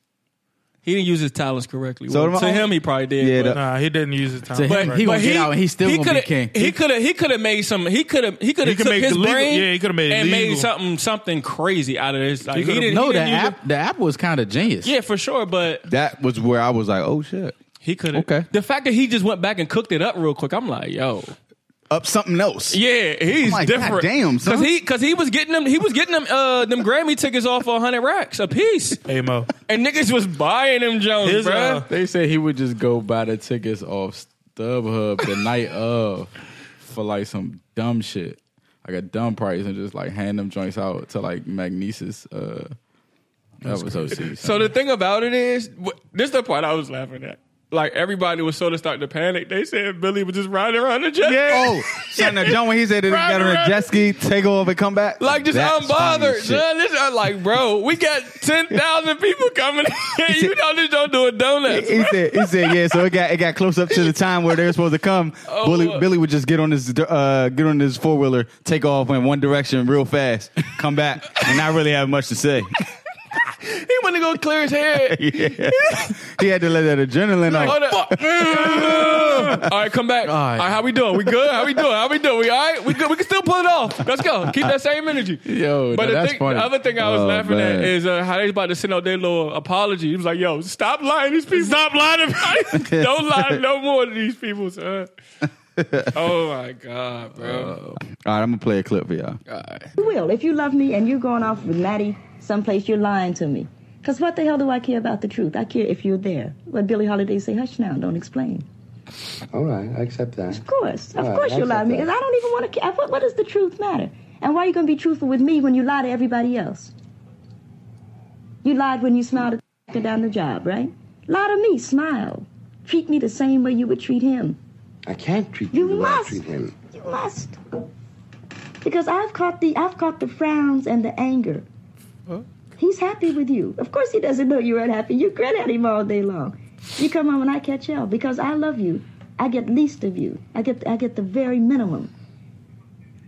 Speaker 7: He didn't use his talents correctly.
Speaker 4: So
Speaker 7: Well,
Speaker 4: am
Speaker 7: to
Speaker 4: I-
Speaker 7: him, he probably did.
Speaker 4: Yeah,
Speaker 7: but-
Speaker 4: that-
Speaker 8: Nah, he didn't use his time.
Speaker 5: To him,
Speaker 8: Right.
Speaker 5: he gonna get out and he's still gonna be
Speaker 7: coulda-
Speaker 5: king.
Speaker 7: He could have he could have made some. He could have he could
Speaker 8: He
Speaker 7: have
Speaker 8: could
Speaker 7: took
Speaker 8: make
Speaker 7: his
Speaker 8: it legal.
Speaker 7: brain.
Speaker 8: Yeah, he coulda made it
Speaker 7: and
Speaker 8: legal.
Speaker 7: made something something crazy out of this. Like, he
Speaker 8: coulda-
Speaker 7: didn't
Speaker 5: No,
Speaker 7: he
Speaker 5: the
Speaker 7: didn't use
Speaker 5: app, the app was kind of genius.
Speaker 7: it. Yeah, for sure. But
Speaker 4: That was where I was like, oh shit,
Speaker 7: he could have.
Speaker 4: Okay.
Speaker 7: The fact that he just went back and cooked it up real quick, I'm like, yo,
Speaker 4: up something else.
Speaker 7: yeah, he's
Speaker 4: I'm like,
Speaker 7: different.
Speaker 4: God damn, son.
Speaker 7: Cause he, cause he was getting them, he was getting them, uh, them Grammy tickets off for hundred racks a piece,
Speaker 8: Hey Mo,
Speaker 7: and niggas was buying them Jones,
Speaker 8: His,
Speaker 7: bruh.
Speaker 8: uh,
Speaker 5: They said he would just go buy the tickets off StubHub the night of for like some dumb shit, like a dumb price, and just like hand them joints out to like Magnesis. Uh, that was OC.
Speaker 7: So the thing about it is, wh- this the part I was laughing at. Like everybody was sort of starting to panic. They said Billy was just riding around the jet,
Speaker 4: Oh, son, now John, when he said that he
Speaker 7: Right,
Speaker 4: got on a
Speaker 7: right.
Speaker 4: jet ski, take off and come back,
Speaker 7: like just
Speaker 4: That's funny
Speaker 7: unbothered.
Speaker 4: as shit.
Speaker 7: Son, this, I'm like, bro, we got ten thousand people coming. in. you know this don't do a donut.
Speaker 4: He said, he said, yeah. So it got it got close up to the time where they were supposed to come.
Speaker 7: Oh,
Speaker 4: Billy, Billy would just get on his uh, get on his four wheeler, take off in one direction real fast, come back, and not really have much to say.
Speaker 7: He went to go clear his head.
Speaker 4: Yeah. he had to let that adrenaline
Speaker 7: Like,
Speaker 4: off.
Speaker 7: hold up. all right, come back. All right. how we doing? We good? How we doing? How we doing? We all right? We good? We can still pull it off. Let's go. Keep that same energy.
Speaker 5: Yo,
Speaker 7: But
Speaker 5: no,
Speaker 7: the,
Speaker 5: that's
Speaker 7: thing,
Speaker 5: funny.
Speaker 7: the other thing I was
Speaker 5: Oh,
Speaker 7: laughing
Speaker 5: man.
Speaker 7: at is uh, how they about to send out their little apology. He was like, "Yo, stop lying to these people. Stop lying. Don't lie no more to these people, son." oh my god, bro.
Speaker 4: All right, I'm gonna play a clip for y'all.
Speaker 9: You will. If you love me and you're going off with Maddie someplace, you're lying to me. Because what the hell do I care about the truth? I care if you're there. What Billie Holiday say, hush now, don't explain.
Speaker 10: All right, I accept that.
Speaker 9: Of course. Of
Speaker 10: All right,
Speaker 9: course you
Speaker 10: I
Speaker 9: lie to me.
Speaker 10: accept
Speaker 9: And I don't even want to care. What, what does the truth matter? And why are you going to be truthful with me when you lie to everybody else? You lied when you smiled at the actor down the job, right? Lie to me, smile. Treat me the same way you would treat him.
Speaker 10: I can't treat
Speaker 9: You
Speaker 10: you the way I
Speaker 9: must.
Speaker 10: treat him.
Speaker 9: You must. Because I've caught the I've caught the frowns and the anger. He's happy with you. Of course he doesn't know you're unhappy. You grin at him all day long. You come home and I catch hell because I love you. I get least of you. I get I get the very minimum.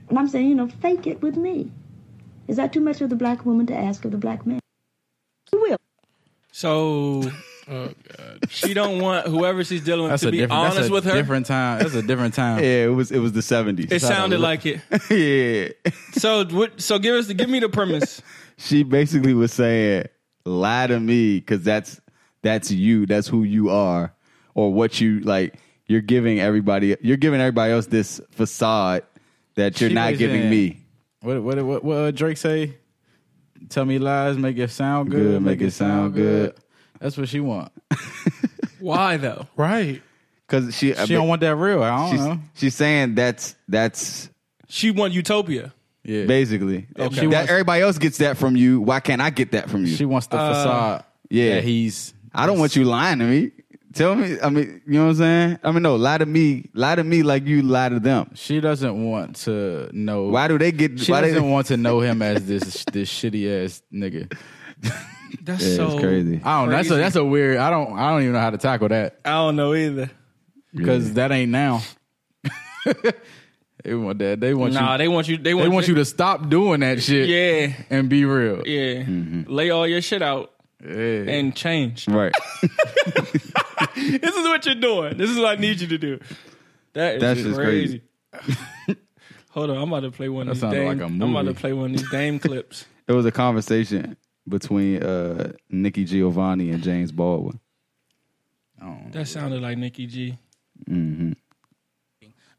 Speaker 9: And I'm saying, you know, fake it with me. Is that too much of the black woman to ask of the black man? You will.
Speaker 7: So, oh, she don't want whoever she's dealing with
Speaker 5: that's
Speaker 7: to
Speaker 5: a
Speaker 7: be
Speaker 5: different.
Speaker 7: honest
Speaker 5: that's a
Speaker 7: with her.
Speaker 5: different time. That's a different time.
Speaker 4: Yeah, it was it was the 70s.
Speaker 7: it sounded like it.
Speaker 4: yeah.
Speaker 7: So, what, so give us the, give me the premise.
Speaker 4: She basically was saying, "Lie to me, because that's that's you. That's who you are, or what you like. You're giving everybody. You're giving everybody else this facade that you're
Speaker 5: She
Speaker 4: not
Speaker 5: was
Speaker 4: giving
Speaker 5: in-
Speaker 4: me.
Speaker 5: What what what what uh, Drake say? Tell me lies, make it sound good,
Speaker 4: Good, make it sound good.
Speaker 5: That's what she want.
Speaker 7: Why though?
Speaker 8: right?
Speaker 4: Because she uh,
Speaker 5: She don't want that real. I don't
Speaker 4: she's,
Speaker 5: know.
Speaker 4: she's saying that's that's
Speaker 7: She want utopia.
Speaker 5: Yeah,
Speaker 4: basically
Speaker 5: She
Speaker 4: that
Speaker 5: wants-
Speaker 4: everybody else gets that from you. Why can't I get that from you?
Speaker 5: she wants the
Speaker 7: Uh,
Speaker 5: facade.
Speaker 4: yeah.
Speaker 5: that he's.
Speaker 4: I don't want you lying to me. Tell me, I mean, you know what I'm saying? I mean, no, lie to me, lie to me like you lie to them.
Speaker 5: She doesn't want to know.
Speaker 4: Why do they get?
Speaker 5: She
Speaker 4: why
Speaker 5: doesn't
Speaker 4: they
Speaker 5: want to know him as this this shitty ass nigga.
Speaker 7: That's
Speaker 4: Yeah,
Speaker 7: so
Speaker 4: it's crazy.
Speaker 5: I don't. know. That's a
Speaker 7: Crazy.
Speaker 5: that's a weird. I don't. I don't even know how to tackle that
Speaker 7: I don't know either.
Speaker 5: because that ain't now. they want that. They want
Speaker 7: Nah,
Speaker 5: you.
Speaker 7: they want you. They want,
Speaker 5: They want you to stop doing that shit.
Speaker 7: Yeah,
Speaker 5: and be real.
Speaker 7: yeah.
Speaker 4: Mm-hmm.
Speaker 7: Lay all your shit out
Speaker 5: Yeah.
Speaker 7: and change.
Speaker 4: right?
Speaker 7: this is what you're doing. This is what I need you to do. That is
Speaker 4: That's
Speaker 7: just
Speaker 4: just
Speaker 7: crazy. Hold on, I'm about to play one of these
Speaker 5: sounded
Speaker 7: dame.
Speaker 5: like a
Speaker 7: I'm about to
Speaker 5: movie.
Speaker 7: play one of these dame clips.
Speaker 4: it was a conversation between uh, Nikki Giovanni and James Baldwin.
Speaker 7: That sounded like Nikki G.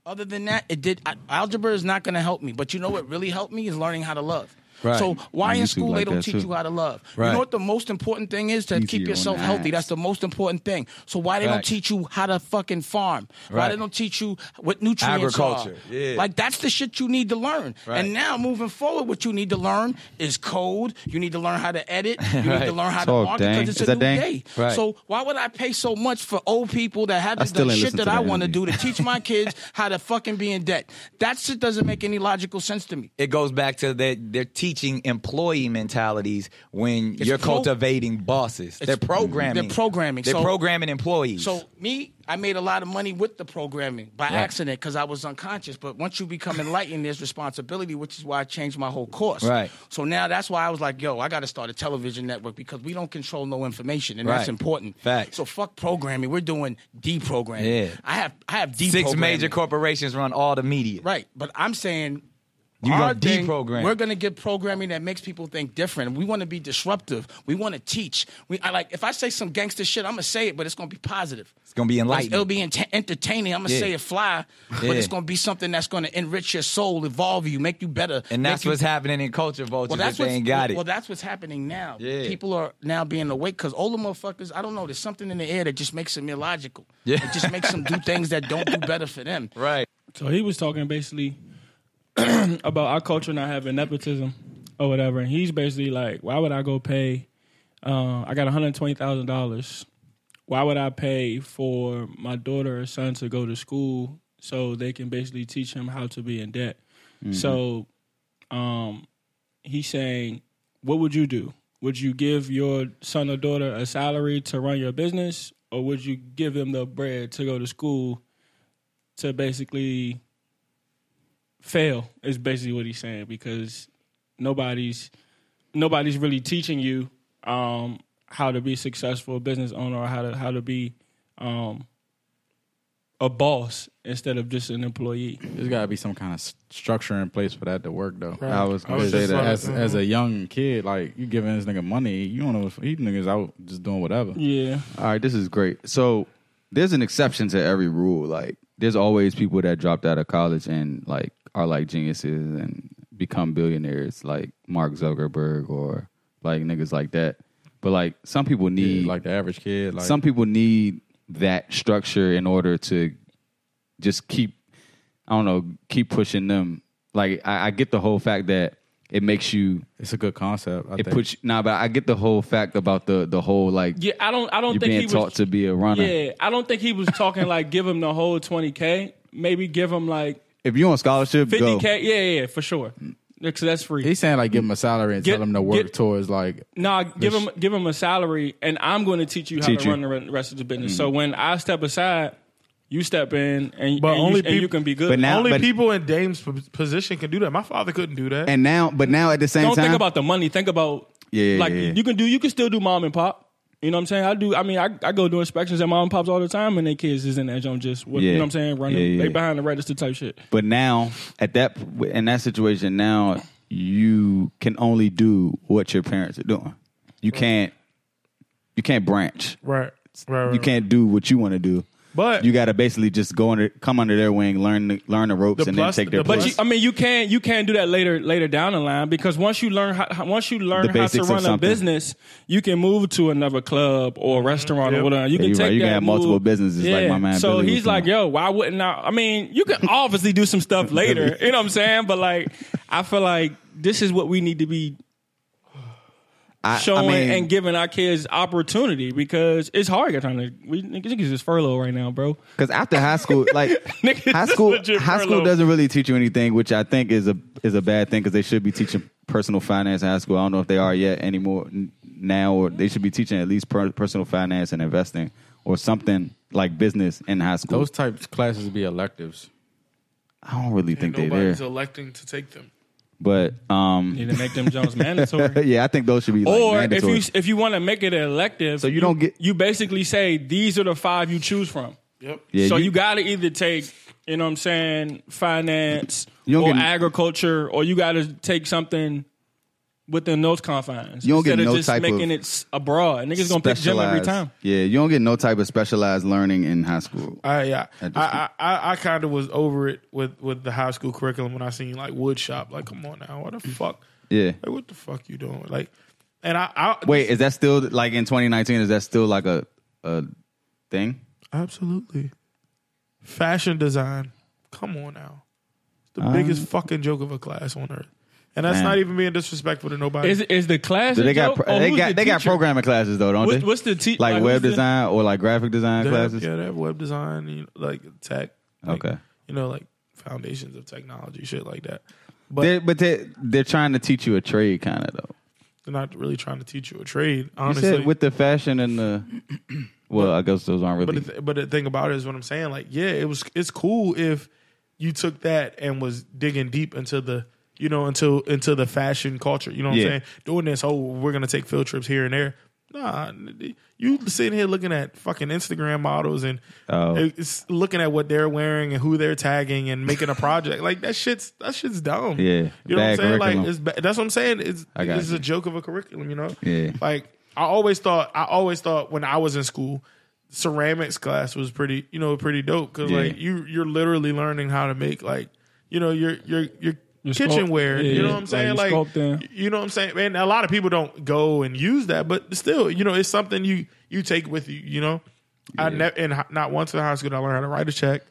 Speaker 2: Other than that, it did. I, algebra is not going to help me. But you know what really helped me is learning how to love.
Speaker 5: Right.
Speaker 7: So why
Speaker 4: On
Speaker 7: in
Speaker 4: YouTube
Speaker 7: school they
Speaker 4: like
Speaker 7: don't
Speaker 4: that,
Speaker 7: teach
Speaker 4: too.
Speaker 7: you how to love? You
Speaker 5: Right.
Speaker 7: know what the most important thing is to
Speaker 4: Easier
Speaker 7: keep
Speaker 4: on
Speaker 7: yourself
Speaker 4: the
Speaker 7: healthy.
Speaker 4: eyes.
Speaker 7: That's the most important thing. So why they don't
Speaker 5: Facts.
Speaker 7: teach you how to fucking farm? Why
Speaker 5: Right.
Speaker 7: they don't teach you what nutrients
Speaker 5: Agriculture,
Speaker 7: are?
Speaker 5: yeah.
Speaker 7: Like that's the shit you need to learn.
Speaker 5: Right.
Speaker 7: And now moving forward, what you need to learn is code. You need to learn how to edit. You need to
Speaker 5: Right.
Speaker 7: learn
Speaker 4: Talk,
Speaker 7: how to market
Speaker 4: dang.
Speaker 7: because it's
Speaker 4: Is
Speaker 7: a
Speaker 4: that
Speaker 7: new
Speaker 4: dang?
Speaker 7: day.
Speaker 5: Right.
Speaker 7: So why would I pay so much for old people that haven't
Speaker 4: still
Speaker 7: done
Speaker 4: ain't
Speaker 7: shit
Speaker 4: listened
Speaker 7: that
Speaker 4: to
Speaker 7: I
Speaker 4: that
Speaker 7: want to do
Speaker 4: interview.
Speaker 7: to teach my kids how to fucking be in debt? That shit doesn't make any logical sense to me.
Speaker 11: It goes back to that they're teaching employee mentalities when you're
Speaker 7: pro-
Speaker 11: cultivating bosses. They're programming.
Speaker 7: They're programming.
Speaker 11: They're
Speaker 7: So-
Speaker 11: programming employees.
Speaker 7: So me, I made a lot of money with the programming by accident because I was unconscious. But once you become enlightened, there's responsibility, which is why I changed my whole course.
Speaker 11: Right.
Speaker 7: So now that's why I was like, yo, I got to start a television network because we don't control no information, and that's
Speaker 11: Right.
Speaker 7: important.
Speaker 11: Facts.
Speaker 7: So fuck programming. We're doing deprogramming.
Speaker 11: Yeah.
Speaker 7: I have I have deprogramming.
Speaker 11: six major corporations run all the media.
Speaker 7: Right, but I'm saying
Speaker 11: You
Speaker 7: our
Speaker 11: gonna
Speaker 7: thing,
Speaker 11: deprogram.
Speaker 7: We're going to give programming that makes people think different. We want to be disruptive. We want to teach. We I like if I say some gangster shit, I'm going to say it, but it's going to be positive.
Speaker 11: It's gonna be enlightening.
Speaker 7: It'll be ent- entertaining. I'm gonna
Speaker 11: Yeah.
Speaker 7: say it fly, but
Speaker 11: Yeah.
Speaker 7: it's gonna be something that's gonna enrich your soul, evolve you, make you better.
Speaker 11: And
Speaker 7: make
Speaker 11: that's
Speaker 7: you-
Speaker 11: what's happening in culture vultures.
Speaker 7: Well, that's
Speaker 11: if they
Speaker 7: what's
Speaker 11: ain't got it.
Speaker 7: well, that's what's happening now.
Speaker 11: Yeah.
Speaker 7: People are now being awake because older motherfuckers. I don't know. There's something in the air that just makes them illogical.
Speaker 11: Yeah.
Speaker 7: It just makes them do things that don't do better for them.
Speaker 11: right.
Speaker 3: So he was talking basically about our culture not having nepotism or whatever, and he's basically like, "Why would I go pay? Uh, I got one hundred twenty thousand dollars. Why would I pay for my daughter or son to go to school so they can basically teach him how to be in debt?" So, um, he's saying, "What would you do? Would you give your son or daughter a salary to run your business, or would you give them the bread to go to school?" to basically fail is basically what he's saying because nobody's nobody's really teaching you um, how to be a successful business owner or how to how to be um, a boss instead of just an employee.
Speaker 5: There's got to be some kind of s- structure in place for that to work, though.
Speaker 4: I was
Speaker 2: I
Speaker 4: gonna
Speaker 2: was
Speaker 4: say
Speaker 2: just
Speaker 4: that.
Speaker 2: about-
Speaker 5: As, as a young kid, like you giving this nigga money, you don't know if he niggas out just doing whatever.
Speaker 3: Yeah,
Speaker 4: All right, this is great. So there's an exception to every rule. Like there's always people that dropped out of college and like are like geniuses and become billionaires, like Mark Zuckerberg or like niggas like that. But like some people need
Speaker 5: Yeah, like the average kid, like
Speaker 4: some people need that structure in order to just keep I don't know, keep pushing them. Like I, I get the whole fact that it makes you
Speaker 5: it's a good concept. I
Speaker 4: it
Speaker 5: think.
Speaker 4: puts you nah, but I get the whole fact about the the whole like
Speaker 3: yeah. I don't I don't
Speaker 4: you're
Speaker 3: think
Speaker 4: being
Speaker 3: he was
Speaker 4: taught to be a runner.
Speaker 3: Yeah, I don't think he was talking like give him the whole twenty k. Maybe give him like
Speaker 4: If you on scholarship,
Speaker 3: fifty
Speaker 4: go.
Speaker 3: k. Yeah, yeah, yeah, for sure. Because that's free.
Speaker 5: He's saying like give him a salary and
Speaker 3: Get-
Speaker 5: tell him to work
Speaker 3: get-
Speaker 5: towards like
Speaker 3: No, nah, give him give him a salary, and I'm going to teach you how
Speaker 4: Teach
Speaker 3: to
Speaker 4: you.
Speaker 3: run the re- rest of the business.
Speaker 4: Mm-hmm.
Speaker 3: So when I step aside, you step in, and,
Speaker 2: But
Speaker 3: and
Speaker 2: only
Speaker 3: you, and you
Speaker 2: peop-
Speaker 3: can be good.
Speaker 4: but now-
Speaker 2: Only people in Dame's p- position can do that. My father couldn't do that.
Speaker 4: And now, but now at the same
Speaker 3: don't
Speaker 4: time,
Speaker 3: think about the money. Think about
Speaker 4: Yeah, yeah,
Speaker 3: like
Speaker 4: yeah, yeah.
Speaker 3: you can do. You can still do mom and pop. You know what I'm saying? I do. I mean, I, I go do inspections at mom and pops all the time, and their kids is in that joint just what, you
Speaker 4: Yeah.
Speaker 3: know what I'm saying, running
Speaker 4: Yeah, yeah,
Speaker 3: they
Speaker 4: yeah.
Speaker 3: behind the register type shit.
Speaker 4: but now at that in that situation, now you can only do what your parents are doing. You can't, you can't branch.
Speaker 2: Right. Right. right
Speaker 4: You can't do what you want to do.
Speaker 2: But-
Speaker 4: you got to basically just go under, come under their wing, learn the, learn the ropes,
Speaker 2: The
Speaker 4: and
Speaker 2: plus-
Speaker 4: then take their
Speaker 2: the plus-
Speaker 3: But
Speaker 4: place.
Speaker 3: you, I mean, you can you can do that later later down the line because once you learn how how- once you learn
Speaker 4: The
Speaker 3: how to
Speaker 4: basics of
Speaker 3: run a
Speaker 4: something.
Speaker 3: business, you can move to another club or restaurant or whatever. You can
Speaker 4: you
Speaker 3: take
Speaker 4: right. You
Speaker 3: that
Speaker 4: can have multiple
Speaker 3: move.
Speaker 4: businesses, like my man
Speaker 3: So
Speaker 4: Billy was
Speaker 3: he's like,
Speaker 4: doing.
Speaker 3: yo, why wouldn't I? I mean, you can obviously do some stuff later. You know what I'm saying? But like, I feel like this is what we need to be
Speaker 4: I- I
Speaker 3: showing
Speaker 4: mean,
Speaker 3: and giving our kids opportunity because it's hard. Trying to we niggas is furlough right now, bro.
Speaker 4: Because after high school, like
Speaker 3: Nigga,
Speaker 4: high
Speaker 3: this
Speaker 4: school,
Speaker 3: legit
Speaker 4: high
Speaker 3: furlough.
Speaker 4: school doesn't really teach you anything, which I think is a is a bad thing because they should be teaching personal finance in high school. I don't know if they are yet anymore n- now, or they should be teaching at least per, personal finance and investing or something like business in high school.
Speaker 5: those types classes be electives.
Speaker 4: I don't really think they there,
Speaker 2: Nobody's electing to take them.
Speaker 4: but um,
Speaker 3: Need to make them Jones mandatory.
Speaker 4: yeah, I think those should be like,
Speaker 3: or if
Speaker 4: mandatory.
Speaker 3: you if you want to make it an elective,
Speaker 4: So you don't get-
Speaker 3: you basically say these are the five you choose from.
Speaker 2: Yep.
Speaker 4: Yeah,
Speaker 3: so you,
Speaker 4: you-
Speaker 3: got to either take, you know what I'm saying, finance
Speaker 4: You don't
Speaker 3: or
Speaker 4: get-
Speaker 3: agriculture, or you got to take something within those confines.
Speaker 4: You don't
Speaker 3: instead
Speaker 4: get
Speaker 3: of
Speaker 4: no
Speaker 3: just
Speaker 4: type of
Speaker 3: making it s- abroad. Niggas going to pick gym every
Speaker 4: Specialized-
Speaker 3: time.
Speaker 4: Yeah, you don't get no type of specialized learning in high school.
Speaker 2: I yeah. I
Speaker 4: At this
Speaker 2: I, I, I kind of was over it with with the high school curriculum when I seen like wood shop. Like, come on now, what the fuck?
Speaker 5: Yeah.
Speaker 2: Like, what the fuck you doing? Like, and I, I
Speaker 5: Wait, is that still like in 2019? Is that still like a a thing?
Speaker 2: absolutely fashion design. Come on now, it's the biggest fucking joke of a class on earth, and that's
Speaker 5: Man.
Speaker 2: not even being disrespectful to nobody.
Speaker 3: Is is the class?
Speaker 5: Do
Speaker 3: a
Speaker 5: they got
Speaker 3: joke,
Speaker 5: pro-
Speaker 3: or
Speaker 5: they
Speaker 3: oh, who's
Speaker 5: got
Speaker 3: the
Speaker 5: they got
Speaker 3: teacher?
Speaker 5: programming classes though, don't
Speaker 3: What's-
Speaker 5: they?
Speaker 3: what's the te-
Speaker 5: like,
Speaker 3: like,
Speaker 5: web
Speaker 3: who's the-
Speaker 5: design or like graphic design
Speaker 2: They have-
Speaker 5: classes?
Speaker 2: Yeah, they have web design, you know, like tech. like,
Speaker 5: Okay.
Speaker 2: you know, like foundations of technology, shit like that. But
Speaker 5: They're, but they they're trying to teach you a trade kind of though.
Speaker 2: they're not really trying to teach you a trade,
Speaker 5: You
Speaker 2: honestly.
Speaker 5: said with the fashion and the well, I guess those aren't
Speaker 2: But
Speaker 5: really.
Speaker 2: the th- but the thing about it is what I'm saying. Like, yeah, it was it's cool if you took that and was digging deep into the you know into into the fashion culture. You know what
Speaker 5: Yeah.
Speaker 2: I'm saying? Doing this whole we're gonna take field trips here and there. Nah, n- you sitting here looking at fucking Instagram models and
Speaker 5: Oh.
Speaker 2: it's looking at what they're wearing and who they're tagging and making a project like that shit's that shit's dumb.
Speaker 5: Yeah.
Speaker 2: you know what I'm
Speaker 5: Bad
Speaker 2: saying? Like
Speaker 5: curriculum.
Speaker 2: it's ba- that's what I'm saying. It's
Speaker 5: I got
Speaker 2: it's
Speaker 5: you.
Speaker 2: a joke of a curriculum. You know?
Speaker 5: Yeah.
Speaker 2: Like I always thought, I always thought when I was in school, ceramics class was pretty, you know, pretty dope because
Speaker 5: Yeah.
Speaker 2: like you you're literally learning how to make like you know your your your
Speaker 3: Your sculpt-
Speaker 2: kitchenware.
Speaker 3: yeah,
Speaker 2: you know what I'm
Speaker 3: like
Speaker 2: saying?
Speaker 3: your
Speaker 2: Like,
Speaker 3: sculpting.
Speaker 2: you know what I'm saying? And a lot of people don't go and use that, but still, you know, it's something you you take with you. You know, I never and hi- not once in high school did I learn how to write a check.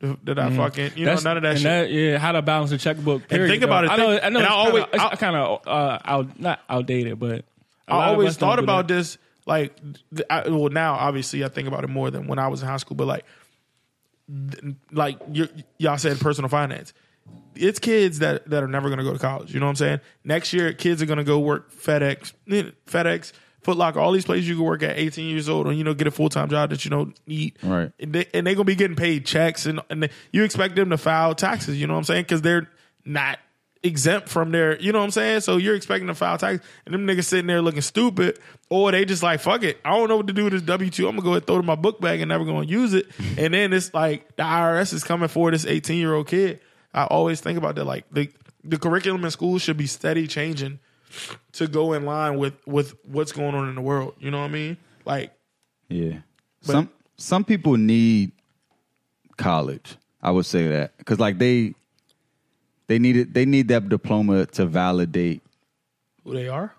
Speaker 2: th- That I fucking you know none of that
Speaker 3: Mm-hmm. and
Speaker 2: shit.
Speaker 3: yeah, how to balance a checkbook. Period,
Speaker 2: think about
Speaker 3: though.
Speaker 2: it,
Speaker 3: I know.
Speaker 2: think-
Speaker 3: I know.
Speaker 2: and
Speaker 3: it's
Speaker 2: I always-
Speaker 3: kinda, it's kind of uh, out, not outdated, but a lot
Speaker 2: I
Speaker 3: of
Speaker 2: always
Speaker 3: us don't
Speaker 2: thought
Speaker 3: do
Speaker 2: about
Speaker 3: that.
Speaker 2: this like th- I, well now obviously I think about it more than when I was in high school but like th- like you y'all said personal finance it's kids that that are never going to go to college you know what I'm saying next year kids are going to go work FedEx eh, FedEx Foot Locker, all these places you can work at 18 years old and you know get a full-time job that you don't need
Speaker 5: Right.
Speaker 2: and they and they gonna be getting paid checks and and you expect them to file taxes. You know what I'm saying? Because they're not exempt from their. You know what I'm saying? So you're expecting to file taxes, and them niggas sitting there looking stupid, or they just like fuck it. I don't know what to do with this W two. I'm gonna go ahead and throw it in my book bag and never gonna use it.
Speaker 3: Mm-hmm.
Speaker 2: And then it's like the IRS is coming for this 18 year old kid. I always think about that. Like the the curriculum in school should be steady changing to go in line with with what's going on in the world. You know what I mean? Like
Speaker 5: Yeah. some some people need college. I would say that because like they they need it. They need that diploma to validate
Speaker 2: who they are.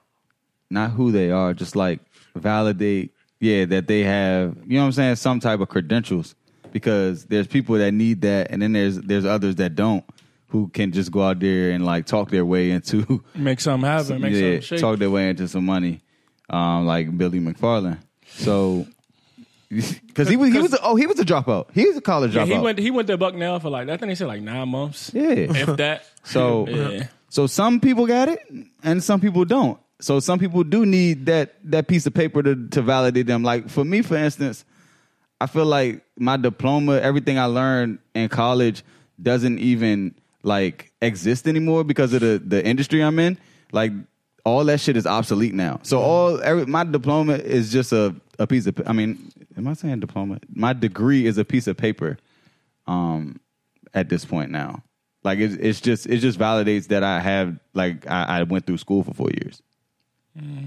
Speaker 5: not who they are, just like validate, yeah, that they have, you know what I'm saying, some type of credentials. Because there's people that need that, and then there's there's others that don't, who can just go out there and like talk their way into,
Speaker 3: Make something happen. Make
Speaker 5: yeah,
Speaker 3: something shake.
Speaker 5: talk their way into some money, um, like Billy McFarland. So, because he was he was a, oh he was a dropout, he was a college
Speaker 3: Yeah,
Speaker 5: dropout.
Speaker 3: he went. He went to Bucknell for like I think they said like nine months.
Speaker 5: yeah,
Speaker 3: if that.
Speaker 5: So
Speaker 3: Yeah.
Speaker 5: so some people got it and some people don't. So some people do need that that piece of paper to to validate them. Like for me, for instance, I feel like my diploma, everything I learned in college doesn't even like exist anymore because of the the industry I'm in. Like all that shit is obsolete now. So all every, my diploma is just a a piece of pa- I mean, am I saying diploma? My degree is a piece of paper um at this point now. Like it's it's just it just validates that I have like I, I went through school for four years.
Speaker 3: Mm-hmm.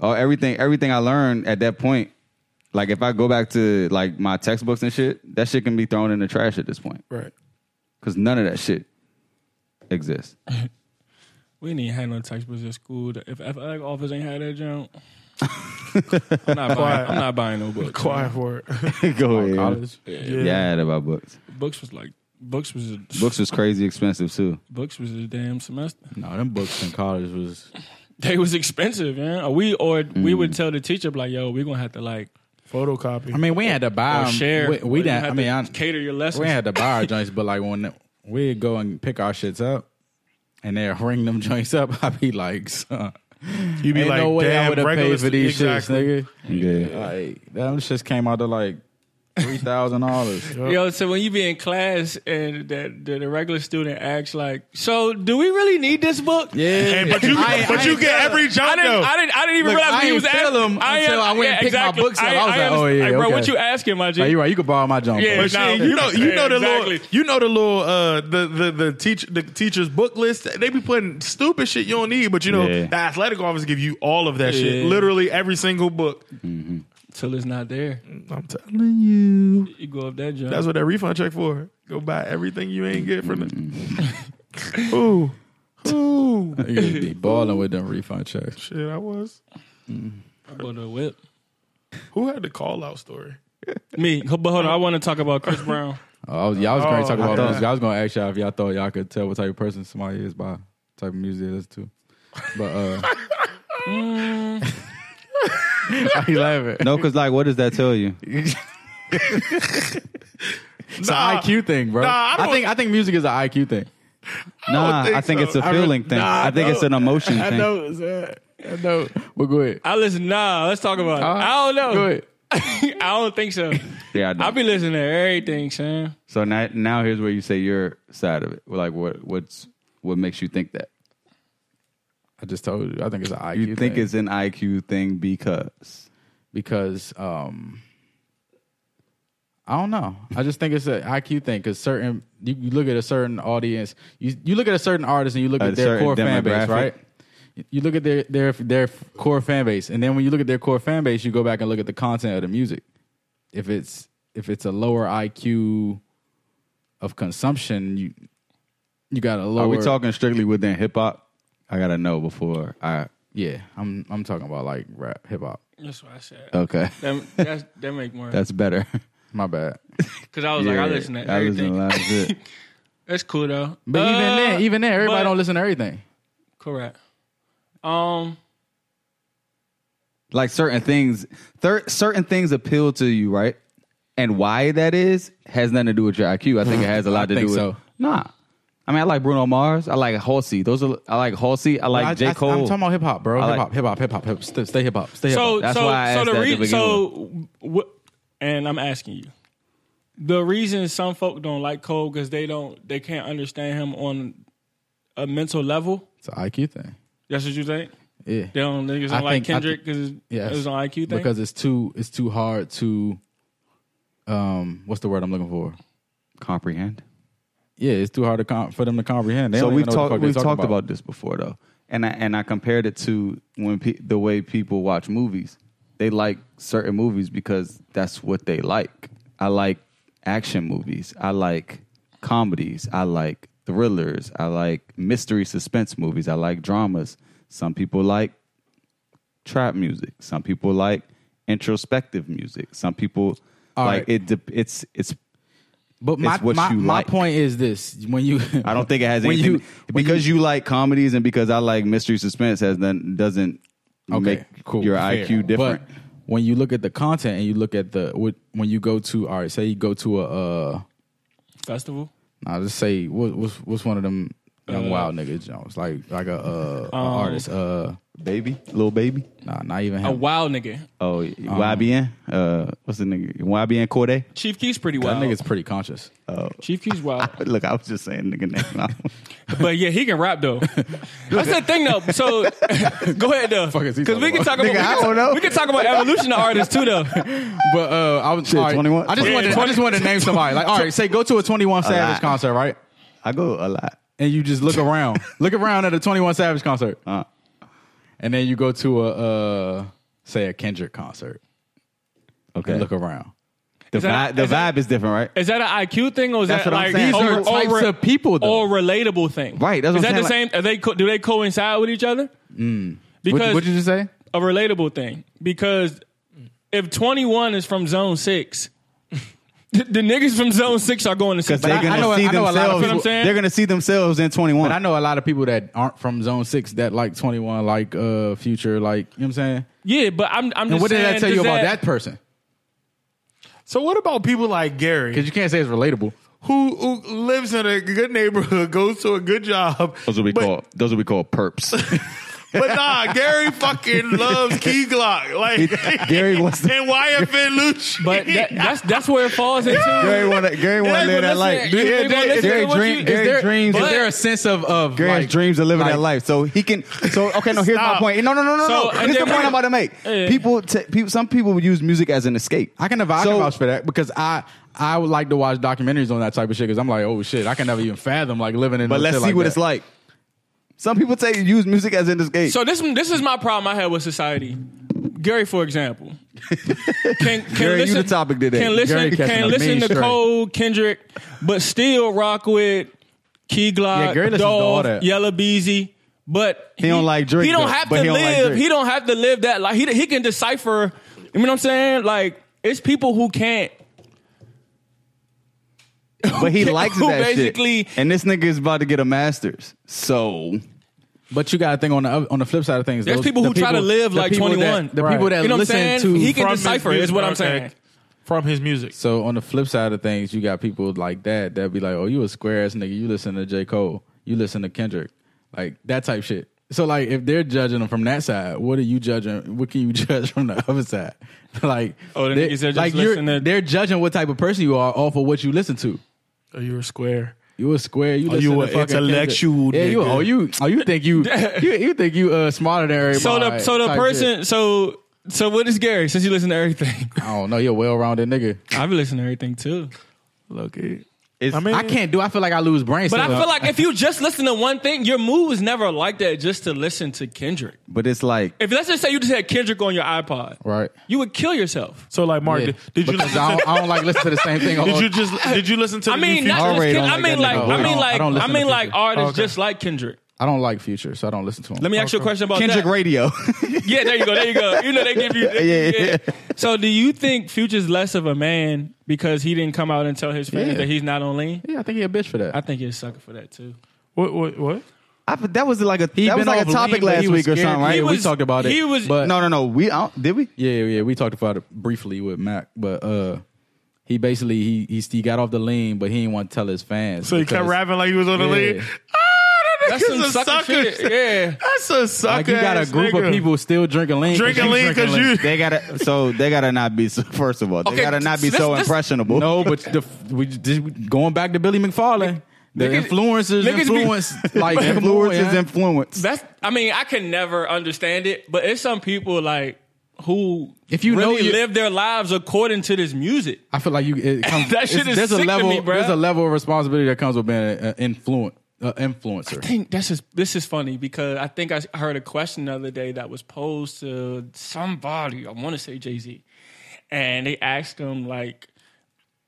Speaker 5: Oh, everything everything I learned at that point, like if I go back to like my textbooks and shit, that shit can be thrown in the trash at this point
Speaker 2: Right.
Speaker 5: because none of that shit exists.
Speaker 3: We didn't even have no textbooks at school. If athletic office ain't had that junk, I'm not buying. I'm not buying no books.
Speaker 2: Quiet for it.
Speaker 5: go ahead.
Speaker 3: College. Yeah.
Speaker 5: Yeah, I had about books.
Speaker 3: Books was like books was a,
Speaker 5: Books was crazy expensive too.
Speaker 3: books was a damn semester.
Speaker 12: No, them books in college was
Speaker 3: They was expensive, man. Or we or
Speaker 5: Mm.
Speaker 3: we would tell the teacher like, "Yo, we're gonna have to like
Speaker 2: Photocopy.
Speaker 12: I mean, we had to buy
Speaker 3: or
Speaker 12: 'em.
Speaker 3: share.
Speaker 12: Um, We, we
Speaker 3: Or you
Speaker 12: didn't.
Speaker 3: have
Speaker 12: I mean,
Speaker 3: to
Speaker 12: I,
Speaker 3: cater your lessons.
Speaker 12: we had to buy our joints, but like when we go and pick our shits up, and they ring them joints up, I'd be like, son,
Speaker 2: You be
Speaker 12: ain't
Speaker 2: like,
Speaker 12: no way I
Speaker 2: damn,
Speaker 12: would have paid
Speaker 2: regulars-
Speaker 12: for these
Speaker 2: exactly.
Speaker 12: shits, nigga.
Speaker 5: Yeah.
Speaker 12: Like them shits came out to like three thousand dollars.
Speaker 3: Yo, so when you be in class and that the, the regular student asks like, "So do we really need this book?"
Speaker 12: Yeah,
Speaker 2: Hey, but you,
Speaker 12: I ain't-
Speaker 2: but
Speaker 12: I
Speaker 2: you
Speaker 12: ain't
Speaker 2: get
Speaker 12: tell
Speaker 2: every
Speaker 3: I
Speaker 2: job
Speaker 3: didn't,
Speaker 2: though.
Speaker 3: I didn't. I didn't even
Speaker 12: Look,
Speaker 3: realize
Speaker 12: I
Speaker 3: what he
Speaker 12: ain't
Speaker 3: was
Speaker 12: tell
Speaker 3: asking.
Speaker 12: him until I went and picked my books up. I was like,
Speaker 3: understand-
Speaker 12: oh, yeah,
Speaker 3: hey, bro, what
Speaker 12: okay.
Speaker 3: you asking, my G?
Speaker 12: Like, you right. You could borrow my jump.
Speaker 3: Yeah,
Speaker 12: bro.
Speaker 2: But
Speaker 3: Now-
Speaker 2: shit, you know, you know the
Speaker 3: Exactly.
Speaker 2: little, you know the little, uh, the the the teach the teacher's book list. They be putting stupid shit you don't need, but you know
Speaker 5: Yeah.
Speaker 2: the athletic office give you all of that shit.
Speaker 3: Yeah.
Speaker 2: Literally every single book.
Speaker 3: Till it's not there.
Speaker 2: I'm telling you,
Speaker 3: You go up that jump.
Speaker 2: that's what that refund check for. Go buy everything you ain't get from it. Ooh,
Speaker 5: Niggas be balling with them refund checks.
Speaker 2: Shit, I was.
Speaker 3: But a whip.
Speaker 2: Who had the call out story?
Speaker 3: Me, but hold on. I want to talk about Chris Brown.
Speaker 5: I was, y'all was going
Speaker 2: Oh,
Speaker 5: to talk
Speaker 2: I
Speaker 5: about
Speaker 2: thought-
Speaker 5: music. I was going to ask y'all if y'all thought y'all could tell what type of person somebody is by type of music they listen to. But uh,
Speaker 4: Why you laughing? No, because like, what does that tell you?
Speaker 5: it's an IQ thing, bro.
Speaker 2: Nah, I
Speaker 5: I,
Speaker 2: don't-
Speaker 5: think I think music is an IQ thing.
Speaker 4: Nah,
Speaker 2: think
Speaker 4: I think
Speaker 2: so.
Speaker 4: it's a
Speaker 2: I re-
Speaker 4: feeling thing.
Speaker 2: Nah,
Speaker 4: I think
Speaker 2: no.
Speaker 4: it's an emotion
Speaker 5: I
Speaker 4: thing.
Speaker 5: know. It's that. I know. But go ahead.
Speaker 3: I listen. Nah, let's talk about it.
Speaker 12: Uh-huh.
Speaker 3: I
Speaker 5: Go
Speaker 3: don't know.
Speaker 5: ahead.
Speaker 3: I don't think so.
Speaker 4: Yeah, I know.
Speaker 3: I be listening to everything, Sam.
Speaker 4: so now, now here's where you say your side of it. Like, what, what's, what makes you think that?
Speaker 5: I just told you. I think it's an IQ.
Speaker 4: You think
Speaker 5: thing.
Speaker 4: it's an IQ thing because
Speaker 5: because um I don't know. I just think it's an IQ thing because certain you, you look at a certain audience, you you look at a certain artist and you look
Speaker 4: A
Speaker 5: at their
Speaker 4: certain
Speaker 5: core fan base,
Speaker 4: demographic?
Speaker 5: right? You look at their their their core fan base, and then when you look at their core fan base, you go back and look at the content of the music. If it's if it's a lower IQ of consumption, you you got a lower.
Speaker 4: are we talking strictly within hip hop? I gotta know before I.
Speaker 5: Yeah, I'm I'm talking about like rap, hip hop.
Speaker 3: That's what I said.
Speaker 4: Okay,
Speaker 3: That, that's, that make more.
Speaker 4: that's better.
Speaker 5: My bad.
Speaker 3: Because I was like, I listen to
Speaker 4: I listen
Speaker 3: everything.
Speaker 4: to a lot of shit.
Speaker 3: That's cool though.
Speaker 5: But even then, even then, everybody
Speaker 3: but-
Speaker 5: don't listen to everything.
Speaker 3: correct. Um,
Speaker 4: like certain things thir- certain things appeal to you right and why that is has nothing to do with your iq i think it has a lot to
Speaker 5: think
Speaker 4: do with
Speaker 5: so.
Speaker 4: nah i mean i like bruno mars i like halsey those are i like halsey i like
Speaker 5: I- I,
Speaker 4: j cole
Speaker 5: am talking about hip hop, bro.
Speaker 4: I
Speaker 5: Hip
Speaker 4: like-
Speaker 5: hop, hip hop, hip hop, hip. Stay, stay hip hop. Stay hip
Speaker 3: so
Speaker 5: hop.
Speaker 4: That's
Speaker 3: so
Speaker 4: why I
Speaker 3: so
Speaker 4: asked
Speaker 3: the
Speaker 4: that to
Speaker 3: reason
Speaker 4: begin
Speaker 3: so what? And I'm asking you, the reason some folk don't like Cole because they don't they can't understand him on a mental level.
Speaker 5: It's an IQ thing.
Speaker 3: That's what you think?
Speaker 5: Yeah.
Speaker 3: They don't niggas don't
Speaker 5: I think-
Speaker 3: like
Speaker 5: I
Speaker 3: Kendrick because
Speaker 5: Yes.
Speaker 3: it's an IQ thing.
Speaker 5: Because it's too it's too hard to um what's the word I'm looking for?
Speaker 4: comprehend
Speaker 5: Yeah, it's too hard to com- for them to comprehend. They
Speaker 4: so
Speaker 5: don't
Speaker 4: we've
Speaker 5: even know what the
Speaker 4: talked
Speaker 5: fuck they
Speaker 4: we've
Speaker 5: talking
Speaker 4: talked about this before though and i and i compared it to when pe- the way people watch movies they like certain movies because that's what they like i like action movies i like comedies i like thrillers i like mystery suspense movies i like dramas some people like trap music some people like introspective music some people
Speaker 5: All
Speaker 4: like
Speaker 5: right.
Speaker 4: it de- it's it's
Speaker 5: But my
Speaker 4: It's what
Speaker 5: my,
Speaker 4: you
Speaker 5: my
Speaker 4: like.
Speaker 5: point is this: when you,
Speaker 4: I don't think it has anything because you, like comedies and because I like mystery suspense has none doesn't make your
Speaker 5: fair.
Speaker 4: IQ different.
Speaker 5: But when you look at the content and you look at the what- when you go to all right, say you go to a uh,
Speaker 3: Festival.
Speaker 5: I'll just say what, what's what's one of them young
Speaker 3: Uh, um,
Speaker 5: wild niggas Jones like like a uh, a artist uh
Speaker 4: baby, little baby.
Speaker 5: nah not even him.
Speaker 3: A wild nigga.
Speaker 4: Oh,
Speaker 5: Um,
Speaker 4: YBN. Uh, what's the nigga? YBN Corday.
Speaker 3: Chief Keef's pretty
Speaker 5: That
Speaker 3: wild.
Speaker 5: nigga's pretty conscious.
Speaker 4: Uh,
Speaker 3: Chief Keef's wild.
Speaker 4: Look, I was just saying nigga name.
Speaker 3: But yeah, he can rap though. That's the thing though. So go ahead though,
Speaker 5: Fuck is he
Speaker 3: because we
Speaker 5: talking
Speaker 3: can talk about
Speaker 4: Nigga, I
Speaker 3: we,
Speaker 4: don't
Speaker 3: can,
Speaker 4: know.
Speaker 3: we can talk about evolution of artists too though.
Speaker 5: But uh, I was
Speaker 4: Shit,
Speaker 5: all right.
Speaker 4: 21?
Speaker 5: I just
Speaker 4: Yeah,
Speaker 5: wanted I just wanted to name somebody. Like all right, say go to a Twenty One
Speaker 4: lot.
Speaker 5: Savage concert, right?
Speaker 4: I go a lot.
Speaker 5: And you just look around, look around at a Twenty One Savage concert,
Speaker 4: Uh.
Speaker 5: and then you go to a uh, say a Kendrick concert.
Speaker 4: Okay.
Speaker 5: And look around.
Speaker 4: the
Speaker 3: that-
Speaker 4: vibe, the
Speaker 3: is that-
Speaker 4: vibe is different, right?
Speaker 3: Is that an IQ thing or is
Speaker 4: That's
Speaker 3: that
Speaker 4: what I'm
Speaker 3: like
Speaker 4: saying.
Speaker 5: These
Speaker 4: Or-
Speaker 5: are types
Speaker 3: or-
Speaker 5: of people, though.
Speaker 3: or relatable thing?
Speaker 4: Right, that's what
Speaker 3: is that
Speaker 4: I'm
Speaker 3: the
Speaker 4: saying,
Speaker 3: same? Are they co- do they coincide with each other?
Speaker 5: Mm. what
Speaker 3: Because
Speaker 5: would you just
Speaker 4: Uh.
Speaker 5: say?
Speaker 3: a relatable thing. Because if twenty one is from Zone Six, the, the niggas from Zone Six are going to six.
Speaker 4: They're
Speaker 5: I- I
Speaker 4: gonna
Speaker 5: know- I
Speaker 4: see
Speaker 5: know a lot of
Speaker 4: themselves.
Speaker 5: people-
Speaker 4: they're gonna see themselves in twenty one.
Speaker 5: But I know a lot of people that aren't from Zone Six that like Twenty One, like uh, Future, like you know what I'm saying.
Speaker 3: Yeah, but I'm. I'm
Speaker 5: And
Speaker 3: just
Speaker 5: what did
Speaker 3: saying,
Speaker 5: that tell you
Speaker 3: does
Speaker 5: about that person?
Speaker 2: So what about people like Gary,
Speaker 5: Because you can't say it's relatable.
Speaker 2: who, who lives in a good neighborhood, goes to a good job? but,
Speaker 4: Those what we call perps.
Speaker 2: But nah, Gary fucking loves Key Glock. Like
Speaker 4: Gary wants to-
Speaker 2: and YFN Lucci.
Speaker 3: But that, that's that's where it falls into.
Speaker 4: Gary want to. Gary want
Speaker 2: Yeah,
Speaker 4: to live
Speaker 2: but
Speaker 4: that
Speaker 2: listen,
Speaker 4: life.
Speaker 2: you-
Speaker 4: Yeah,
Speaker 2: you gonna
Speaker 4: Gary
Speaker 2: listen to what
Speaker 4: dream-
Speaker 2: you-
Speaker 4: Gary
Speaker 5: is there,
Speaker 4: dreams.
Speaker 5: is there a sense of of
Speaker 4: Graham's
Speaker 5: like,
Speaker 4: dreams of living
Speaker 5: like-
Speaker 4: that life, so he can. So okay, no, here's my
Speaker 2: Stop.
Speaker 4: point. No, no, no, no,
Speaker 3: So,
Speaker 4: no.
Speaker 3: and
Speaker 4: This is the
Speaker 3: then-
Speaker 4: point I'm about to make.
Speaker 3: Yeah.
Speaker 4: People, t- people, some people use music as an escape.
Speaker 5: I can never I
Speaker 4: So-
Speaker 5: can vouch for that because I I would like to watch documentaries on that type of shit because I'm like oh shit I can never even fathom like living in.
Speaker 4: But
Speaker 5: no
Speaker 4: let's
Speaker 5: shit
Speaker 4: see what
Speaker 5: that.
Speaker 4: it's like. Some people say use music as an escape.
Speaker 3: So this this is my problem I had with society. Gary, for example, can, can
Speaker 4: Gary, you
Speaker 3: listen,
Speaker 4: the topic today.
Speaker 3: Can listen,
Speaker 5: Gary catching
Speaker 3: can
Speaker 5: a
Speaker 3: listen
Speaker 5: mean
Speaker 3: to
Speaker 5: string.
Speaker 3: Cole Kendrick, but still rock with Key Glock,
Speaker 5: Yeah, Greatness is all
Speaker 3: Dove,
Speaker 5: that.
Speaker 3: Yellow Beezy. But
Speaker 4: He don't like Drake,
Speaker 3: He
Speaker 4: though,
Speaker 3: don't have
Speaker 4: but
Speaker 3: to
Speaker 4: he don't like
Speaker 3: live.
Speaker 4: Drake.
Speaker 3: he don't have to live that. Like he he can decipher. You know what I'm saying? Like it's people who can't.
Speaker 4: But he likes
Speaker 3: who
Speaker 4: that
Speaker 3: basically-
Speaker 4: shit. And this nigga is about to get a master's. So
Speaker 5: But you got to think on the oth- on the flip side of things.
Speaker 3: There's
Speaker 5: those-
Speaker 3: people who
Speaker 5: the
Speaker 3: try to live
Speaker 5: the
Speaker 3: like
Speaker 5: people that-
Speaker 3: 21.
Speaker 5: the
Speaker 3: Right.
Speaker 5: people that
Speaker 3: You know what I'm
Speaker 5: listen
Speaker 3: saying?
Speaker 5: to
Speaker 3: He can
Speaker 2: from his
Speaker 3: decipher. Is
Speaker 2: music,
Speaker 3: what I'm
Speaker 2: okay.
Speaker 3: saying.
Speaker 2: From his music.
Speaker 5: So on the flip side of things, you got people like that that be like, "Oh, you a square ass nigga. You listen to J Cole. You listen to Kendrick, like that type shit." So like, if they're judging them from that side, what are you judging? What can you judge from the other side? like,
Speaker 3: Oh, the
Speaker 5: they-
Speaker 3: niggas that just
Speaker 5: like you're,
Speaker 3: listen to-
Speaker 5: they're judging what type of person you are off of what you listen to.
Speaker 2: Or you were square.
Speaker 5: You a square. You
Speaker 2: Oh, you
Speaker 5: listen
Speaker 2: a
Speaker 5: to fucking
Speaker 2: intellectual
Speaker 5: Kendrick. Yeah, you.
Speaker 2: nigga.
Speaker 5: Oh, you. Oh, you think you. you, you think you uh, smarter than everybody.
Speaker 3: So the so the
Speaker 5: type
Speaker 3: person
Speaker 5: shit.
Speaker 3: so so what is Gary? Since you listen to everything,
Speaker 5: I don't know. You're a well-rounded nigga.
Speaker 3: I've been listening to everything too.
Speaker 2: Look it.
Speaker 5: It's, I,
Speaker 2: I mean-
Speaker 5: can't do. I feel like I lose brain.
Speaker 3: But I
Speaker 5: cells.
Speaker 3: feel like if you just listen to one thing, your mood was never like that just to listen to Kendrick.
Speaker 4: but it's like
Speaker 3: If let's just say you just had Kendrick on your iPod,
Speaker 5: right.
Speaker 3: you would kill yourself.
Speaker 2: So like Mark,
Speaker 5: Yeah.
Speaker 2: did, did you
Speaker 5: Because
Speaker 2: listen
Speaker 5: I
Speaker 2: to,
Speaker 5: don't, I don't like listen to the same thing.
Speaker 2: did
Speaker 5: all-
Speaker 2: you just did you listen to
Speaker 3: I
Speaker 2: the
Speaker 3: mean,
Speaker 2: new
Speaker 3: not
Speaker 2: Future?
Speaker 3: just
Speaker 5: already
Speaker 3: Kendrick.
Speaker 5: don't
Speaker 3: I
Speaker 5: like
Speaker 3: mean,
Speaker 5: that
Speaker 3: like
Speaker 5: nigga.
Speaker 3: I mean,
Speaker 5: I
Speaker 3: like
Speaker 5: don't
Speaker 3: I
Speaker 5: listen
Speaker 3: mean,
Speaker 5: to
Speaker 3: like
Speaker 5: Kendrick.
Speaker 3: artists
Speaker 2: Okay.
Speaker 3: just like Kendrick.
Speaker 5: I don't like Future, so I don't listen to him.
Speaker 3: Let me ask you a question about
Speaker 4: Kendrick
Speaker 3: that.
Speaker 4: Radio.
Speaker 3: Yeah, there you go. There you go. You know they give you.
Speaker 4: Yeah, yeah.
Speaker 3: So do you think Future's less of a man because he didn't come out and tell his fans
Speaker 5: Yeah.
Speaker 3: that he's not on lean?
Speaker 5: yeah, I think he a bitch for that.
Speaker 3: I think he's a sucker for that too.
Speaker 2: What what what?
Speaker 4: I, that was like a
Speaker 5: He
Speaker 4: that was
Speaker 5: been
Speaker 4: like a
Speaker 5: off
Speaker 4: topic
Speaker 5: lean, but
Speaker 4: last
Speaker 5: he was
Speaker 4: week or
Speaker 5: scared.
Speaker 4: something, right?
Speaker 5: Yeah,
Speaker 3: He
Speaker 5: we
Speaker 3: was-
Speaker 5: talked about it.
Speaker 3: he was-
Speaker 5: but
Speaker 4: no, no, no. We I don't- did we?
Speaker 5: yeah, yeah, we talked about it briefly with Mac, but uh, he basically he he, he got off the lean, but he didn't want to tell his fans.
Speaker 2: So he kept
Speaker 5: because-
Speaker 2: rapping like he was on the
Speaker 5: Yeah.
Speaker 2: lead. Ah, that
Speaker 3: That's some
Speaker 2: nigga's a
Speaker 3: sucker
Speaker 2: sucker.
Speaker 3: shit. Yeah.
Speaker 2: That's a sucker.
Speaker 5: Like you got a
Speaker 2: ass
Speaker 5: group
Speaker 2: nigga.
Speaker 5: of people still drinking lean,
Speaker 2: drinking
Speaker 5: you
Speaker 2: lean
Speaker 5: drinking
Speaker 2: because you.
Speaker 4: They gotta so they gotta not be so, first of all they
Speaker 3: Okay,
Speaker 4: gotta not be
Speaker 3: this-
Speaker 4: so
Speaker 3: this-
Speaker 4: impressionable.
Speaker 5: No, but the, we just going back to Billy McFarlane. The
Speaker 3: Niggas-
Speaker 5: influencers
Speaker 3: niggas be-
Speaker 5: influence like
Speaker 4: influences
Speaker 5: influence.
Speaker 4: influence.
Speaker 3: That's. I mean, I can never understand it, but it's some people like who
Speaker 5: If you know
Speaker 3: really
Speaker 5: you-
Speaker 3: live their lives according to this music.
Speaker 5: I feel like you. It comes,
Speaker 3: That shit
Speaker 5: it's-
Speaker 3: is
Speaker 5: there's
Speaker 3: sick
Speaker 5: a
Speaker 3: to
Speaker 5: level.
Speaker 3: me, bruh.
Speaker 5: There's a level of responsibility that comes with being an influent, uh, influencer.
Speaker 3: I think that's just this is funny because I think I s- I heard a question the other day that was posed to somebody. I want to say Jay Z, and they asked him like,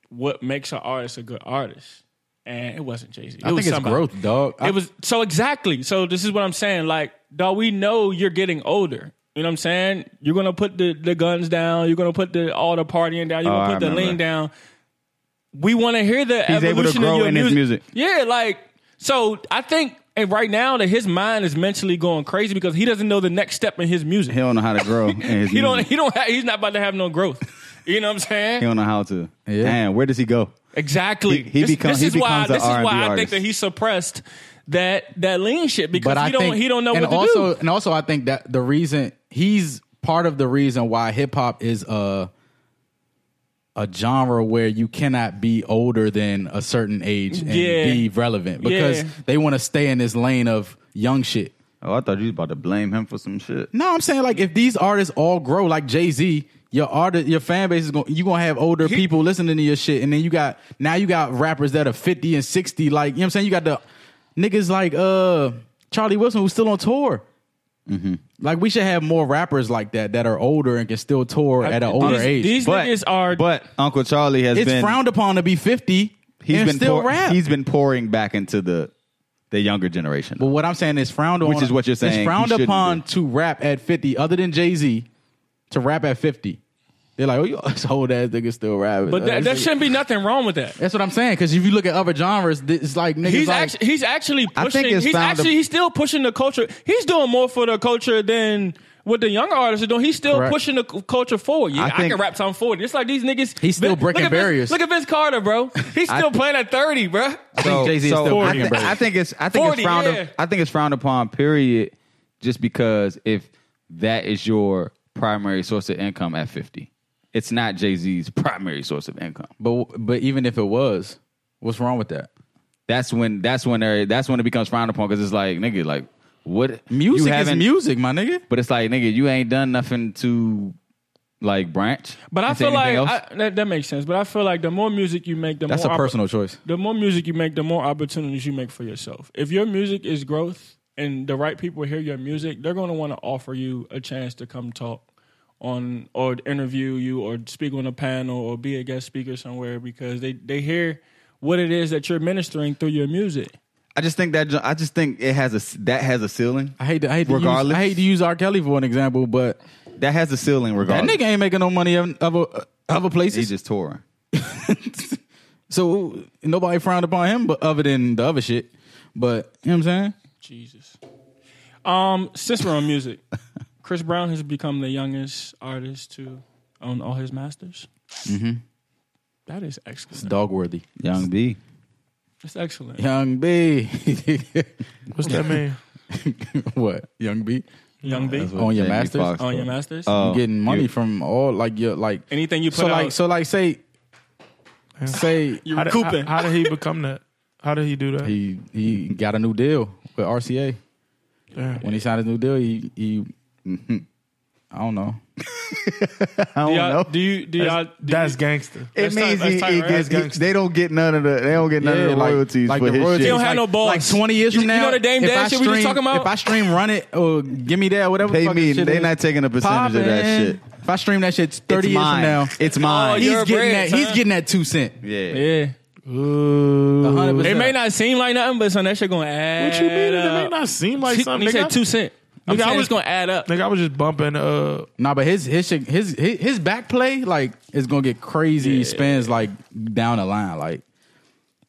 Speaker 3: "What makes an artist a good artist?" And it wasn't Jay Z.
Speaker 5: I think
Speaker 3: was
Speaker 5: it's
Speaker 3: somebody.
Speaker 5: growth, dog. I-
Speaker 3: It was so exactly. So this is what I'm saying. Like, dog, we know you're getting older. You know what I'm saying? You're gonna put the, the guns down. You're gonna put the all the partying down. You're
Speaker 4: Oh, I
Speaker 3: gonna put the
Speaker 4: remember.
Speaker 3: lean down. We want to hear the
Speaker 4: He's able to
Speaker 3: evolution
Speaker 4: grow
Speaker 3: of your
Speaker 4: in his music.
Speaker 3: Yeah, like so. I think and right now that his mind is mentally going crazy because he doesn't know the next step in his music.
Speaker 4: He don't know how to grow. in his
Speaker 3: He don't.
Speaker 4: music.
Speaker 3: He don't. Have, he's not about to have no growth. You know what I'm saying?
Speaker 4: He don't know how to.
Speaker 5: Yeah.
Speaker 4: Damn, where does he go?
Speaker 3: Exactly.
Speaker 4: He- he
Speaker 3: this,
Speaker 4: become-
Speaker 3: this
Speaker 4: he
Speaker 3: is why.
Speaker 4: becomes a
Speaker 3: This is
Speaker 4: R&B
Speaker 3: why I think
Speaker 4: artist.
Speaker 3: that he suppressed that that lean shit because
Speaker 5: but I
Speaker 3: he don't.
Speaker 5: think
Speaker 3: he don't know
Speaker 5: and
Speaker 3: what to
Speaker 5: also,
Speaker 3: do.
Speaker 5: And also, I think that the reason he's part of the reason why hip hop is a a genre where you cannot be older than a certain age and
Speaker 3: Yeah.
Speaker 5: be relevant because
Speaker 3: Yeah.
Speaker 5: they want to stay in this lane of young shit.
Speaker 4: Oh, I thought you was about to blame him for some shit.
Speaker 5: No, I'm saying like if these artists all grow like Jay Z, your artist, your fan base is going. to You gonna have older people listening to your shit, and then you got now you got rappers that are 50 and 60. Like you know what I'm saying. You got the niggas like uh Charlie Wilson who's still on tour.
Speaker 4: Mm-hmm.
Speaker 5: Like we should have more rappers like that that are older and can still tour at an older
Speaker 3: these,
Speaker 5: age.
Speaker 3: These
Speaker 4: But,
Speaker 3: niggas are.
Speaker 4: but Uncle Charlie has
Speaker 5: it's
Speaker 4: been
Speaker 5: frowned upon to be 50
Speaker 4: he's
Speaker 5: and
Speaker 4: been
Speaker 5: still
Speaker 4: pour-
Speaker 5: rap.
Speaker 4: he's been pouring back into the the younger generation.
Speaker 5: But what I'm saying is frowned on,
Speaker 4: Which is what you're saying
Speaker 5: It's
Speaker 4: he
Speaker 5: frowned
Speaker 4: shouldn't
Speaker 5: upon
Speaker 4: do.
Speaker 5: to rap at 50, other than Jay Z, to rap at 50. They're like, oh, you this old ass nigga still rapping.
Speaker 3: but
Speaker 4: uh,
Speaker 3: that,
Speaker 5: Like,
Speaker 3: there
Speaker 5: it's-
Speaker 3: shouldn't be nothing wrong with that.
Speaker 5: That's what I'm saying. Because if you look at other genres, th- it's like niggas
Speaker 3: He's
Speaker 5: like,
Speaker 3: actually he's actually
Speaker 4: I think
Speaker 3: pushing.
Speaker 4: it's
Speaker 3: He's
Speaker 4: found a-
Speaker 3: actually he's still pushing the culture. He's doing more for the culture than what the younger artists are doing. He's still
Speaker 5: Correct.
Speaker 3: pushing the c- culture forward. Yeah,
Speaker 4: I
Speaker 3: I,
Speaker 4: think-
Speaker 3: can rap something forward. It's like these niggas.
Speaker 5: He's still
Speaker 3: Vin-
Speaker 5: breaking
Speaker 3: look at Vince-
Speaker 5: barriers.
Speaker 3: look at Vince Carter, bro. He's still playing at thirty, bro.
Speaker 5: I think Jay Z is
Speaker 4: so
Speaker 5: still
Speaker 4: I,
Speaker 5: breaking
Speaker 4: thi-
Speaker 5: barriers.
Speaker 4: I think it's I think
Speaker 3: 40,
Speaker 4: it's frowned
Speaker 3: yeah.
Speaker 4: up- I think it's frowned upon. Period. Just because if that is your primary source of income at fifty, it's not Jay Z's primary source of income.
Speaker 5: but but even if it was, what's wrong with that?
Speaker 4: That's when that's when there, that's when it becomes frowned upon because it's like nigga like what
Speaker 5: Music
Speaker 4: you
Speaker 5: is
Speaker 4: haven't-
Speaker 5: music, my nigga.
Speaker 4: But it's like nigga, you ain't done nothing to like branch.
Speaker 3: But I
Speaker 4: into
Speaker 3: feel like
Speaker 4: anything else.
Speaker 3: I, that, that makes sense. But I feel like the more music you make, the
Speaker 5: That's
Speaker 3: more
Speaker 5: a
Speaker 3: oppor-
Speaker 5: personal choice.
Speaker 3: the more music you make, the more opportunities you make for yourself. If your music is growth and the right people hear your music, they're going to want to offer you a chance to come talk on or interview you or speak on a panel or be a guest speaker somewhere because they, they hear what it is that you're ministering through your music.
Speaker 4: I just think that jo- I just think it has a s- that has a ceiling.
Speaker 5: I hate to, I hate to
Speaker 4: Regardless.
Speaker 5: Use, I hate to use R. Kelly for an example, but
Speaker 4: That has a ceiling
Speaker 5: that
Speaker 4: regardless.
Speaker 5: nigga ain't making no money of other uh, other
Speaker 4: He
Speaker 5: places.
Speaker 4: just touring.
Speaker 5: so nobody frowned upon him, but other than the other shit. But you know what I'm saying?
Speaker 3: Jesus. Um, since we're on music, Chris Brown has become the youngest artist to own all his masters. Mm-hmm. is excellent.
Speaker 5: Dogworthy,
Speaker 4: Young B.
Speaker 3: That's excellent.
Speaker 5: Young B.
Speaker 2: What's that mean?
Speaker 5: what? Young B.
Speaker 3: Young B
Speaker 5: On your
Speaker 4: Jamie
Speaker 5: masters.
Speaker 4: Foxx
Speaker 3: on your
Speaker 4: doing.
Speaker 3: masters.
Speaker 4: Oh,
Speaker 5: you getting money
Speaker 4: you-
Speaker 5: from all like your like
Speaker 3: Anything you put
Speaker 5: so like
Speaker 3: out.
Speaker 5: so like say say
Speaker 2: How did, how, how did he become that? How did he do that?
Speaker 5: he he got a new deal with RCA.
Speaker 2: Damn.
Speaker 5: When he signed his new deal, he he mm-hmm. I don't know.
Speaker 4: I don't
Speaker 3: do, y'all,
Speaker 4: know.
Speaker 3: do you do y'all do
Speaker 2: That's gangster.
Speaker 4: It
Speaker 3: That's tight-
Speaker 4: means
Speaker 3: that's
Speaker 4: he,
Speaker 3: tight,
Speaker 4: he
Speaker 3: right?
Speaker 4: gets,
Speaker 2: That's gangster.
Speaker 4: they don't get none of the they don't get none of the royalties for his
Speaker 3: They
Speaker 4: shit.
Speaker 3: don't have no balls.
Speaker 5: Like twenty years
Speaker 3: You-
Speaker 5: from
Speaker 3: you
Speaker 5: now,
Speaker 3: know the Dame
Speaker 5: if
Speaker 3: Dash
Speaker 5: I
Speaker 3: shit we just
Speaker 5: stream-
Speaker 3: talking about?
Speaker 5: If I stream, run it or give me that, whatever. the
Speaker 4: Pay
Speaker 5: fuck
Speaker 4: me.
Speaker 5: that shit
Speaker 4: They
Speaker 5: is.
Speaker 4: not taking a percentage of that
Speaker 5: Poppin'.
Speaker 4: shit.
Speaker 5: If I stream that shit
Speaker 4: it's
Speaker 5: thirty years
Speaker 4: mine.
Speaker 5: from now, Oh,
Speaker 4: It's mine.
Speaker 5: he's
Speaker 3: you're a
Speaker 5: getting
Speaker 3: bread,
Speaker 5: that.
Speaker 3: son.
Speaker 5: He's getting that two cent.
Speaker 4: yeah.
Speaker 5: Yeah,
Speaker 2: Ooh.
Speaker 5: hundred
Speaker 3: It
Speaker 5: percent.
Speaker 3: may not seem like nothing, but son, that shit gonna add.
Speaker 2: What you mean? It
Speaker 3: up.
Speaker 2: may not seem like
Speaker 3: He-
Speaker 2: something.
Speaker 3: He
Speaker 2: nigga.
Speaker 3: said two cent. I'm
Speaker 2: Nigga, I
Speaker 3: saying
Speaker 2: was-
Speaker 3: it's gonna add up.
Speaker 2: Nigga, I was just bumping. Uh,
Speaker 5: Nah, but his his shit, his his his back play like is gonna get crazy spins like down the line like.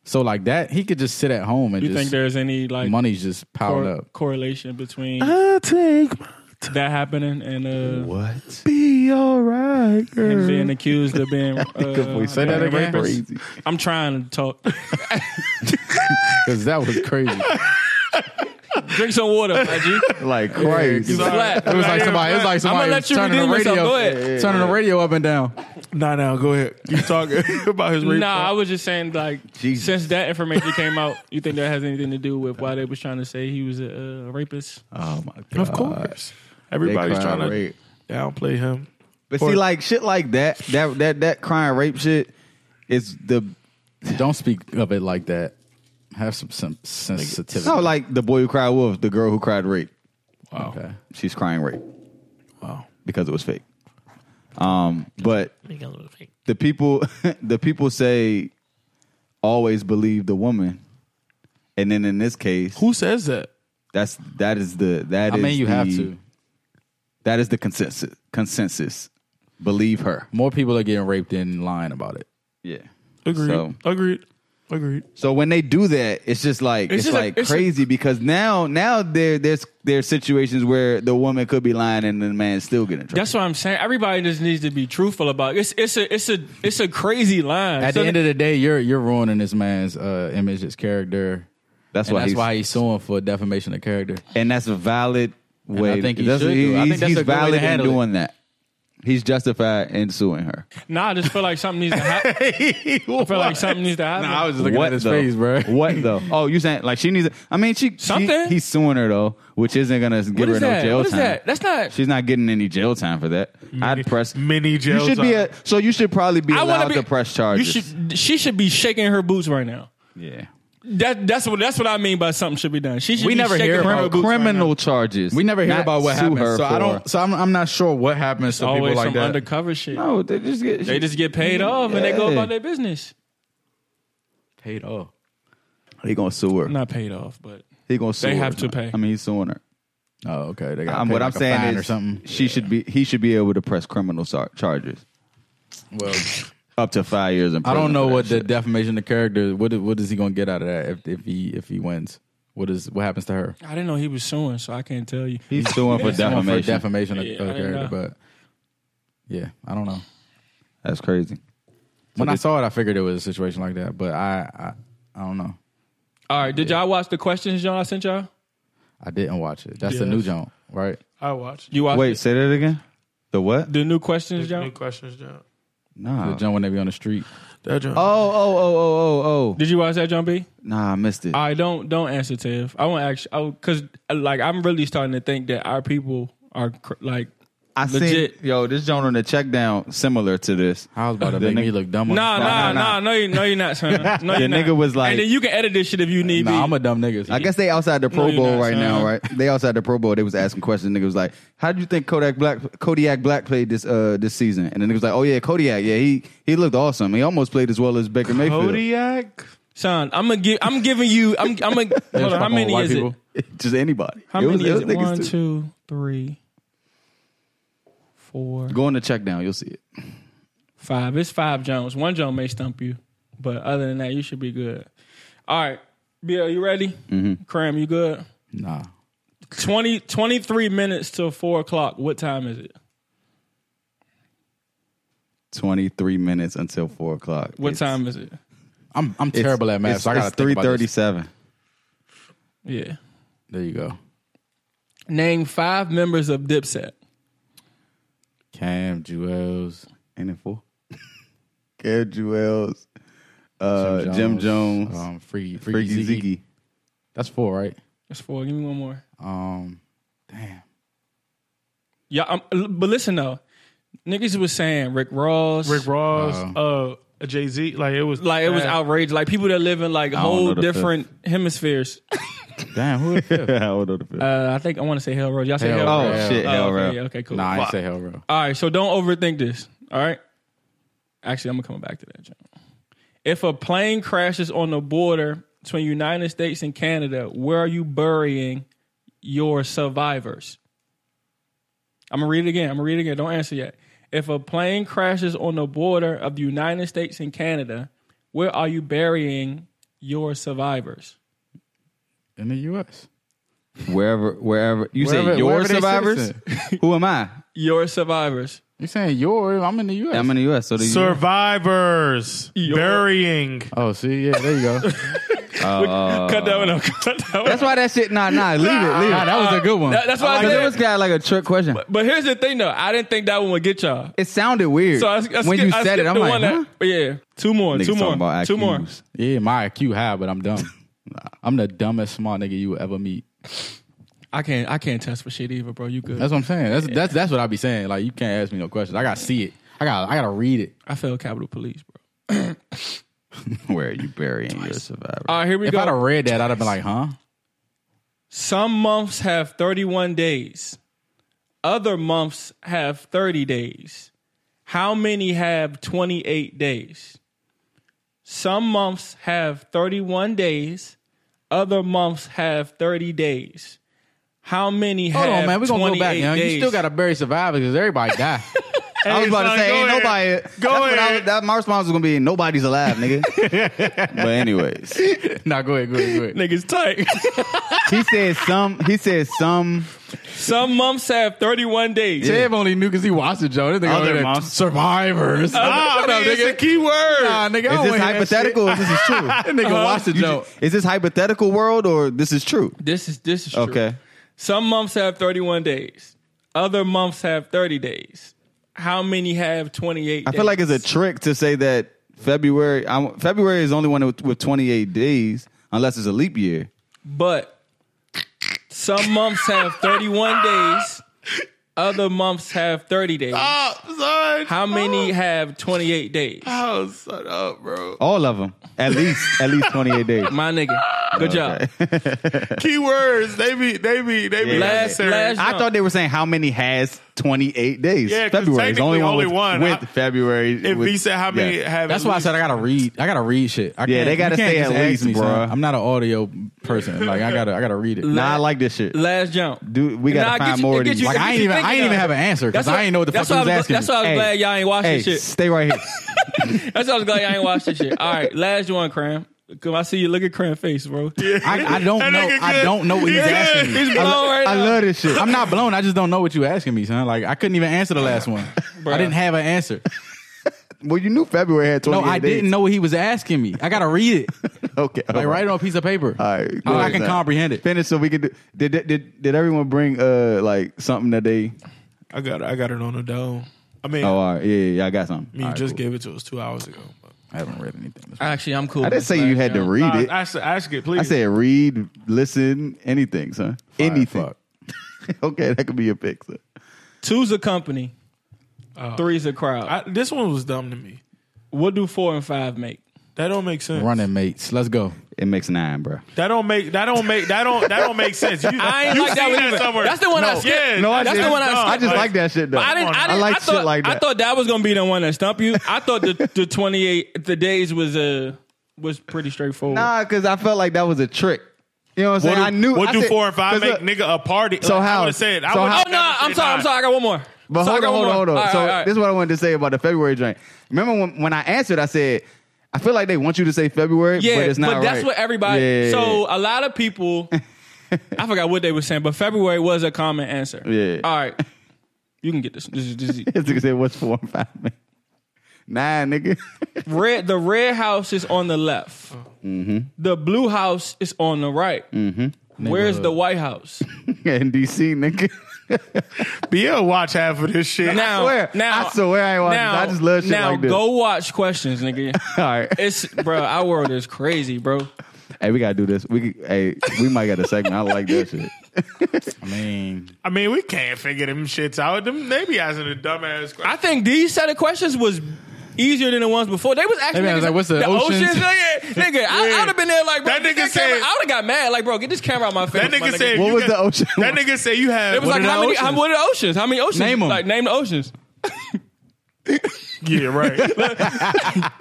Speaker 5: So like that, he could just sit at home and
Speaker 3: Do you
Speaker 5: just
Speaker 3: think there's any like
Speaker 5: money's just piled
Speaker 3: cor-
Speaker 5: up.
Speaker 3: correlation between
Speaker 2: I take my
Speaker 3: that happening and uh,
Speaker 4: What?
Speaker 2: be alright,
Speaker 3: him
Speaker 2: girl.
Speaker 3: being accused of being. Uh,
Speaker 5: Say that
Speaker 3: being a
Speaker 5: again.
Speaker 3: rapist? I'm trying to talk.
Speaker 5: Cause that was crazy.
Speaker 3: Drink some water, Reggie.
Speaker 4: Like crazy.
Speaker 3: You flat.
Speaker 5: It was like somebody. It was like somebody
Speaker 3: I'ma
Speaker 5: was
Speaker 3: let you
Speaker 5: turning the
Speaker 3: redeem
Speaker 5: radio,
Speaker 3: yourself. Go ahead.
Speaker 5: Yeah, yeah, turning the radio up and down.
Speaker 2: Nah, nah, go ahead. Keep talking about his rape.
Speaker 3: Nah, I was just saying like
Speaker 4: Jesus.
Speaker 3: since that information came out, you think that has anything to do with why they was trying to say he was a, uh rapist?
Speaker 4: Oh my god.
Speaker 2: of course. Uh, Everybody's trying to downplay him.
Speaker 4: But
Speaker 2: Or-
Speaker 4: see, like shit like that, that that that crying rape shit is the
Speaker 5: Don't speak of it like that. Have some some sensitivity.
Speaker 4: no like the boy who cried wolf, the girl who cried rape.
Speaker 2: Wow.
Speaker 5: Okay.
Speaker 4: She's crying rape
Speaker 2: Wow.
Speaker 4: because it was fake. Um, but the people the people say always believe the woman, and then in this case,
Speaker 2: Who says that?
Speaker 4: that's that is the that
Speaker 5: I
Speaker 4: is
Speaker 5: mean, you
Speaker 4: the-
Speaker 5: have to.
Speaker 4: that is the consensus consensus. Believe her.
Speaker 5: More people are getting raped than lying about it.
Speaker 4: Yeah.
Speaker 2: Agreed.
Speaker 4: So-
Speaker 2: Agreed. Agreed.
Speaker 4: So when they do that, it's just like it's,
Speaker 3: just a-
Speaker 4: like
Speaker 3: it's a-
Speaker 4: crazy because now now there there's there's situations where the woman could be lying and the man still getting in trouble.
Speaker 3: That's what I'm saying. Everybody just needs to be truthful about it. it's it's a it's a it's a crazy line.
Speaker 5: At
Speaker 3: So
Speaker 5: the end of the day, you're you're ruining this man's uh, image, his character.
Speaker 4: That's
Speaker 5: and
Speaker 4: why
Speaker 5: that's
Speaker 4: he's
Speaker 5: why he's suing for defamation of character.
Speaker 4: and that's a valid way.
Speaker 5: I think he
Speaker 4: that's,
Speaker 5: should do it. I
Speaker 4: he's,
Speaker 5: think that's
Speaker 4: he's
Speaker 5: a good way to
Speaker 4: valid in
Speaker 5: handle it.
Speaker 4: doing that. He's justified in suing her.
Speaker 3: nah, I just feel like something needs to happen. I feel like something needs to happen.
Speaker 5: was just looking
Speaker 4: what
Speaker 5: at his
Speaker 4: though?
Speaker 5: face, bro.
Speaker 4: What though? Oh, you saying like she needs? I mean, she she-
Speaker 3: Something?
Speaker 4: he's suing her though, which isn't gonna give
Speaker 3: what
Speaker 4: her
Speaker 3: is
Speaker 4: no
Speaker 3: that?
Speaker 4: jail
Speaker 3: What is
Speaker 4: time.
Speaker 3: that? That's not.
Speaker 4: She's not getting any jail time for that. I'd press.
Speaker 2: Mini
Speaker 4: You
Speaker 2: jail.
Speaker 4: should be a, so. You should probably be
Speaker 3: uh, I want
Speaker 4: allowed
Speaker 3: to be
Speaker 4: to press charges.
Speaker 3: You should. She should be shaking her boots right now.
Speaker 4: yeah.
Speaker 3: That that's what that's what I mean by something should be done. She should.
Speaker 5: We
Speaker 3: be
Speaker 5: never
Speaker 3: shaking
Speaker 5: hear
Speaker 3: her
Speaker 5: about
Speaker 3: boots right now.
Speaker 4: criminal charges.
Speaker 5: We never hear
Speaker 4: Not
Speaker 5: about what
Speaker 4: sue
Speaker 5: happens,
Speaker 4: her
Speaker 5: so I
Speaker 4: for-
Speaker 5: don't. So I'm I'm not sure what happens to people
Speaker 3: Always
Speaker 5: like
Speaker 3: some
Speaker 5: that.
Speaker 3: undercover shit.
Speaker 4: No, they just get
Speaker 3: They just get paid off and they go
Speaker 4: Yeah.
Speaker 3: about their business.
Speaker 5: Paid off.
Speaker 4: He gonna sue her.
Speaker 3: Not paid off, but
Speaker 4: He gonna sue
Speaker 3: They
Speaker 4: her.
Speaker 3: have to pay.
Speaker 4: I mean, he's suing her.
Speaker 5: Oh, okay. They got
Speaker 4: Um, what I'm saying
Speaker 5: or
Speaker 4: is,
Speaker 5: something.
Speaker 4: she should be. He should be able to press criminal sar- charges
Speaker 5: Well,
Speaker 4: up to five years in
Speaker 5: I
Speaker 4: prison.
Speaker 5: don't know
Speaker 4: for that
Speaker 5: what the
Speaker 4: shit.
Speaker 5: defamation of character. What is- what is he gonna get out of that if, if he if he wins? What is what happens to her?
Speaker 3: I didn't know he was suing, so I can't tell you.
Speaker 4: he's suing for
Speaker 5: Someone
Speaker 4: defamation.
Speaker 5: for defamation of,
Speaker 3: Yeah,
Speaker 5: of
Speaker 3: I didn't
Speaker 5: character,
Speaker 3: know.
Speaker 5: but yeah, I don't know.
Speaker 4: That's crazy.
Speaker 5: When I saw it, I figured it was a situation like that, but I I, I don't know.
Speaker 3: All right, did y'all watch the questions, John? I sent y'all.
Speaker 5: I didn't watch it. That's the new
Speaker 2: Yes.
Speaker 5: joint, right?
Speaker 2: I watched.
Speaker 3: You watched
Speaker 4: Wait,
Speaker 3: it?
Speaker 4: say that again. The what?
Speaker 3: the new questions,
Speaker 2: Any
Speaker 3: John?
Speaker 2: questions, John?
Speaker 5: The
Speaker 4: Nah. Oh,
Speaker 5: joint when they be on the street.
Speaker 2: That John.
Speaker 4: oh, oh, oh, oh, oh.
Speaker 3: Did you watch that, John B?
Speaker 4: Nah, I missed it.
Speaker 3: I don't don't answer Tiff. I won't actually because like I'm really starting to think that our people are cr- like
Speaker 4: I seen
Speaker 3: legit.
Speaker 4: yo this joint on the check down similar to this.
Speaker 5: I was about to
Speaker 4: The
Speaker 5: make
Speaker 4: nigga-
Speaker 5: me look dumb. on
Speaker 3: nah
Speaker 5: the
Speaker 4: nah,
Speaker 3: nah nah
Speaker 4: nah.
Speaker 3: no you no you're not son. No,
Speaker 4: The
Speaker 3: you're not.
Speaker 4: nigga was like-
Speaker 3: and then you can edit this shit if you need
Speaker 5: nah.
Speaker 3: be.
Speaker 5: I'm a dumb niggas.
Speaker 4: I guess they outside the Pro
Speaker 3: No, you're
Speaker 4: Bowl
Speaker 3: not,
Speaker 4: right
Speaker 3: son.
Speaker 4: now, right? They outside the Pro Bowl. They was asking questions. Nigga was like, "How do you think Kodak Black Kodiak Black played this uh this season?" And the nigga was like, "Oh yeah, Kodiak. Yeah, he he looked awesome. He almost played as well as Baker Mayfield."
Speaker 2: Kodiak.
Speaker 3: Sean, I'm gonna give. I'm giving you. I'm. I'm gonna. hold on, how many is it?
Speaker 4: Just anybody.
Speaker 3: How
Speaker 4: It was-
Speaker 3: many
Speaker 4: it
Speaker 3: is
Speaker 4: was
Speaker 3: it?
Speaker 4: niggas
Speaker 3: One,
Speaker 4: too.
Speaker 3: two, three, four,
Speaker 4: Go on the check down. You'll see it.
Speaker 3: five. It's five Jones. One Jones may stump you, but other than that, you should be good. All right, Bill, you ready? Mm-hmm. Cram, you good?
Speaker 5: Nah.
Speaker 3: 20, 23 minutes till four o'clock. What time is it?
Speaker 4: 23 minutes until 4 o'clock.
Speaker 3: What
Speaker 4: It's-
Speaker 3: time is it?
Speaker 5: I'm I'm
Speaker 4: it's-
Speaker 5: terrible at math.
Speaker 4: It's,
Speaker 5: So I gotta
Speaker 4: it's
Speaker 5: think about this.
Speaker 4: 337.
Speaker 3: Yeah.
Speaker 5: There you go.
Speaker 3: Name five members of Dipset.
Speaker 5: Cam, Jewels,
Speaker 4: Ain't it 4? Kev Jewels, uh, Jim Jones,
Speaker 5: um, Free Freaky,
Speaker 4: Freaky
Speaker 5: Ziggy.
Speaker 4: Ziggy.
Speaker 5: That's four, right?
Speaker 3: That's four. Give me one more.
Speaker 5: Um, damn.
Speaker 3: Yeah, I'm, but listen though, niggas was saying Rick Ross,
Speaker 2: Rick Ross, uh, Jay Z. Like it was
Speaker 3: like it was
Speaker 2: bad.
Speaker 3: outrageous. Like people that live in like
Speaker 4: don't
Speaker 3: whole
Speaker 4: know the fifth.
Speaker 3: different hemispheres.
Speaker 5: Damn, who the fifth?
Speaker 4: I don't know the fifth.
Speaker 3: Uh, I think I want to say Hell Road. Y'all say Hell,
Speaker 5: Hell
Speaker 3: Road.
Speaker 5: Road.
Speaker 4: Oh, shit,
Speaker 3: Oh,
Speaker 4: Hell
Speaker 3: okay,
Speaker 4: Road.
Speaker 3: yeah, okay, cool.
Speaker 5: Nah, I didn't say hell, bro.
Speaker 3: All right, so don't overthink this. All right. Actually, I'm coming back to that. John. If a plane crashes on the border between United States and Canada, where are you burying your survivors? I'm gonna read it again. I'm gonna read it again. Don't answer yet. If a plane crashes on the border of the United States and Canada, where are you burying your survivors?
Speaker 5: In the U.S.
Speaker 4: Wherever, wherever. You say
Speaker 5: Wherever-
Speaker 4: your
Speaker 5: wherever they
Speaker 4: survivors? Who am I?
Speaker 3: Your survivors.
Speaker 5: You saying your? I'm in the U.S.
Speaker 4: I'm in the U.S. So the
Speaker 2: survivors burying.
Speaker 5: oh, see, yeah, there you go.
Speaker 3: cut that one up. Cut that one
Speaker 4: That's why that shit, nah, nah, leave it, leave
Speaker 5: nah,
Speaker 4: it.
Speaker 5: that was a good one.
Speaker 3: That- that's why I,
Speaker 4: Because
Speaker 3: said.
Speaker 4: it was got like a trick question.
Speaker 3: but here's the thing, though. I didn't think that one would get y'all.
Speaker 4: It sounded weird.
Speaker 3: So I, I skipped,
Speaker 4: when you
Speaker 3: I
Speaker 4: said it,
Speaker 3: skipped
Speaker 4: I'm
Speaker 3: the
Speaker 4: like,
Speaker 3: one that-
Speaker 4: huh?
Speaker 3: yeah, two more,
Speaker 4: Niggas
Speaker 3: two
Speaker 4: talking
Speaker 3: more,
Speaker 4: about
Speaker 3: two more.
Speaker 4: IQs.
Speaker 5: yeah, my IQ high, but I'm dumb. I'm the dumbest smart nigga you will ever meet.
Speaker 3: I can't, I can't test for shit either, bro. You good?
Speaker 5: That's what I'm saying. That's that's that's what I be saying. Like you can't ask me no questions. I gotta see it. I got I gotta read it.
Speaker 3: I failed Capitol Police, bro.
Speaker 4: Where are you burying your survivors?
Speaker 3: All right, here we
Speaker 5: If
Speaker 3: go.
Speaker 5: I'd have read that, I'd have been like, huh?
Speaker 3: Some months have 31 days. Other months have 30 days. How many have 28 days? Some months have 31 days. Other months have 30 days. How many
Speaker 5: Hold
Speaker 3: have
Speaker 5: on, man. We're gonna go
Speaker 3: 28
Speaker 5: back. Now.
Speaker 3: days?
Speaker 5: You still gotta bury survivors because everybody die.
Speaker 4: I was about to
Speaker 2: son,
Speaker 4: say,
Speaker 2: go
Speaker 4: ain't
Speaker 2: ahead.
Speaker 4: nobody.
Speaker 2: Go
Speaker 4: that's what I
Speaker 2: ahead.
Speaker 4: was- that, my response was gonna be, nobody's alive, nigga. but anyways,
Speaker 5: nah, go ahead, go ahead, go ahead.
Speaker 3: Niggas tight.
Speaker 4: he said some. He said some.
Speaker 3: Some months have 31 days.
Speaker 5: Tev only knew because he watched the joke. That nigga
Speaker 4: Other
Speaker 5: over there,
Speaker 4: months.
Speaker 5: survivors.
Speaker 2: Ah,
Speaker 5: Shut up,
Speaker 2: man, it's
Speaker 5: nigga.
Speaker 2: a key word. Uh-huh.
Speaker 5: Nah, nigga, I
Speaker 4: Is
Speaker 5: don't
Speaker 4: this
Speaker 5: wanna hear Oh, that shit.
Speaker 4: hypothetical? or this is true.
Speaker 5: That nigga watched the
Speaker 4: You
Speaker 5: joke.
Speaker 4: ju- Is this hypothetical world or this is true?
Speaker 3: This is this is true.
Speaker 4: Okay.
Speaker 3: Some months have 31 days. Other months have 30 days. How many have 28
Speaker 4: I feel like it's a trick to say that February. I'm, February is the only one with, with 28 days, unless it's a leap year.
Speaker 3: but some months have 31 days. Other months have 30 days.
Speaker 2: Stop, son.
Speaker 3: How many have 28 days?
Speaker 2: Oh, shut up, bro.
Speaker 4: All of them, at least, at least 28 days.
Speaker 3: My nigga. Good job.
Speaker 2: Keywords. They be. They be. They be.
Speaker 4: Yeah.
Speaker 3: Last,
Speaker 2: necessary.
Speaker 3: last
Speaker 4: I
Speaker 3: jump.
Speaker 4: thought they were saying how many has 28 days.
Speaker 2: Yeah, 'cause
Speaker 4: February is the only
Speaker 2: technically
Speaker 4: one
Speaker 2: only
Speaker 4: with,
Speaker 2: one.
Speaker 4: with
Speaker 2: I-
Speaker 4: February.
Speaker 2: If
Speaker 4: with-
Speaker 2: he said how many
Speaker 4: yeah.
Speaker 2: have.
Speaker 5: That's
Speaker 2: at
Speaker 5: why I
Speaker 2: least-
Speaker 5: said I gotta read. I gotta read shit. I
Speaker 4: Yeah,
Speaker 5: can't-
Speaker 4: they gotta
Speaker 5: you can't
Speaker 4: say
Speaker 5: just
Speaker 4: at
Speaker 5: ask
Speaker 4: least,
Speaker 5: me, son.
Speaker 4: bruh.
Speaker 5: I'm not an audio person. Like I gotta, I gotta read it.
Speaker 4: Nah, I like this shit.
Speaker 3: Last jump.
Speaker 4: Dude, we gotta
Speaker 3: Nah, I get
Speaker 4: find
Speaker 3: you-
Speaker 4: more
Speaker 3: I
Speaker 4: of
Speaker 3: get
Speaker 4: these.
Speaker 3: you-
Speaker 5: Like I ain't even, I ain't even have an answer because
Speaker 3: That's what-
Speaker 5: I ain't know what the fuck
Speaker 3: that's
Speaker 5: you
Speaker 3: what
Speaker 5: was
Speaker 3: I was-
Speaker 5: asking.
Speaker 3: that's what I was
Speaker 4: Hey,
Speaker 3: glad y'all ain't watch
Speaker 4: hey,
Speaker 3: this shit.
Speaker 4: stay right here.
Speaker 3: That's why I was glad y'all ain't watched that shit. All right, last one, Cram. Come, I see you. Look at Cram face, bro.
Speaker 5: I, I don't
Speaker 2: That
Speaker 5: know.
Speaker 2: nigga
Speaker 5: I
Speaker 2: good.
Speaker 5: don't know what he's
Speaker 2: Yeah,
Speaker 5: asking me.
Speaker 3: He's blown right
Speaker 4: I
Speaker 3: now.
Speaker 4: love this shit.
Speaker 5: I'm not blown. I just don't know what you asking me, son. Like I couldn't even answer the last one. I didn't have an answer.
Speaker 4: Well, you knew February had 28
Speaker 5: No, I
Speaker 4: days.
Speaker 5: didn't know what he was asking me. I gotta read it.
Speaker 4: Okay,
Speaker 5: Like
Speaker 4: all
Speaker 5: write it on a piece of paper.
Speaker 4: All right,
Speaker 5: How I
Speaker 4: good.
Speaker 5: can
Speaker 4: Nah.
Speaker 5: comprehend it.
Speaker 4: Finish so we could do. Did did did everyone bring uh like something that they?
Speaker 2: I got. I got it on the dome. I mean, I
Speaker 4: Oh, all right, yeah, yeah, yeah, I got something.
Speaker 2: mean, you
Speaker 4: All right,
Speaker 2: just
Speaker 4: cool.
Speaker 2: gave it to us two hours ago.
Speaker 5: I haven't read anything.
Speaker 3: Actually, I'm cool.
Speaker 4: I didn't
Speaker 3: with
Speaker 4: say
Speaker 3: this
Speaker 4: you
Speaker 3: last
Speaker 4: had to
Speaker 3: round.
Speaker 4: read
Speaker 2: Nah,
Speaker 4: it.
Speaker 2: I, said, Uh, ask it, please.
Speaker 4: I said read, listen, anything, son. anything.
Speaker 5: fuck.
Speaker 4: okay, that could be your pick, son.
Speaker 3: Two's a company, three's a crowd.
Speaker 2: I, this one was dumb to me.
Speaker 3: what do four and five make?
Speaker 2: That don't make sense.
Speaker 5: Running mates. Let's go.
Speaker 4: It makes nine, bro.
Speaker 2: That don't make. That don't make. That don't. That don't make sense. You,
Speaker 3: I ain't
Speaker 2: you
Speaker 3: like that
Speaker 2: seen
Speaker 3: one either.
Speaker 2: somewhere.
Speaker 3: That's the one I skipped.
Speaker 2: Yeah,
Speaker 3: No, I That's didn't. the one I
Speaker 2: dumb.
Speaker 4: I just
Speaker 3: Like-
Speaker 4: like that shit though.
Speaker 3: But I didn't. I, didn't,
Speaker 4: like
Speaker 3: I thought,
Speaker 4: shit like that.
Speaker 3: I thought that was gonna be the one that stump you. I thought the, the 28 the days was a was pretty straightforward.
Speaker 4: Nah, because I felt like that was a trick. You know what I'm
Speaker 2: What
Speaker 4: saying?
Speaker 2: do,
Speaker 4: I knew.
Speaker 2: what
Speaker 4: I
Speaker 2: do
Speaker 4: said-
Speaker 2: four and five
Speaker 4: 'cause
Speaker 2: make
Speaker 4: look,
Speaker 2: nigga a party?
Speaker 4: So
Speaker 2: Like, I
Speaker 4: how-
Speaker 2: would have said. I
Speaker 4: so
Speaker 2: would
Speaker 4: how-
Speaker 3: oh no, I'm sorry, I'm sorry, I got one more.
Speaker 4: But hold
Speaker 3: Sorry, I got
Speaker 4: on,
Speaker 3: one
Speaker 4: hold on, hold on.
Speaker 3: more. All right,
Speaker 4: so
Speaker 3: all right.
Speaker 4: this is what I wanted to say about the February drink. Remember when, when I answered, I said, I feel like they want you to say February,
Speaker 3: Yeah,
Speaker 4: but it's not
Speaker 3: that's
Speaker 4: right.
Speaker 3: what everybody.
Speaker 4: Yeah.
Speaker 3: So a lot of people, I forgot what they were saying, but February was a common answer.
Speaker 4: Yeah.
Speaker 3: All right, you can get this. This is, this is
Speaker 4: This nigga said, what's four and five make? Nine, nigga.
Speaker 3: red. The red house is on the left.
Speaker 4: Mm-hmm.
Speaker 3: The blue house is on the right. Where's the White House?
Speaker 4: In DC, nigga.
Speaker 2: BL watch half of this shit.
Speaker 3: Now,
Speaker 4: swear-
Speaker 3: now,
Speaker 4: I swear I ain't watching-
Speaker 3: now-
Speaker 4: I just love shit
Speaker 3: Now
Speaker 4: like this.
Speaker 3: go watch questions, nigga.
Speaker 4: All right.
Speaker 3: It's bro, our world is crazy, bro.
Speaker 4: hey, we gotta do this. We could- hey, we might get a segment. I like that shit.
Speaker 5: I mean,
Speaker 2: I mean, we can't figure them shits out. Them they be asking a dumbass question.
Speaker 3: I think these set of questions was easier than the ones before. They was actually
Speaker 5: They was
Speaker 3: niggas-
Speaker 5: like, what's the oceans?
Speaker 3: nigga, nigga I,
Speaker 2: Yeah.
Speaker 3: I'd have been there like, bro,
Speaker 2: That
Speaker 3: get
Speaker 2: nigga
Speaker 3: camera-
Speaker 2: said-
Speaker 3: I would have got mad, like, bro, get this camera out my face.
Speaker 2: that
Speaker 3: my
Speaker 2: nigga said.
Speaker 4: What
Speaker 2: you
Speaker 4: was
Speaker 2: got-
Speaker 4: the ocean
Speaker 2: That
Speaker 4: one?
Speaker 2: nigga said you have.
Speaker 3: it was like,
Speaker 2: what
Speaker 3: how
Speaker 2: are
Speaker 3: many?
Speaker 2: the
Speaker 3: How,
Speaker 2: oceans?
Speaker 3: what are the oceans? How many oceans?
Speaker 5: Name 'em.
Speaker 3: Like, name the oceans.
Speaker 2: Yeah, right.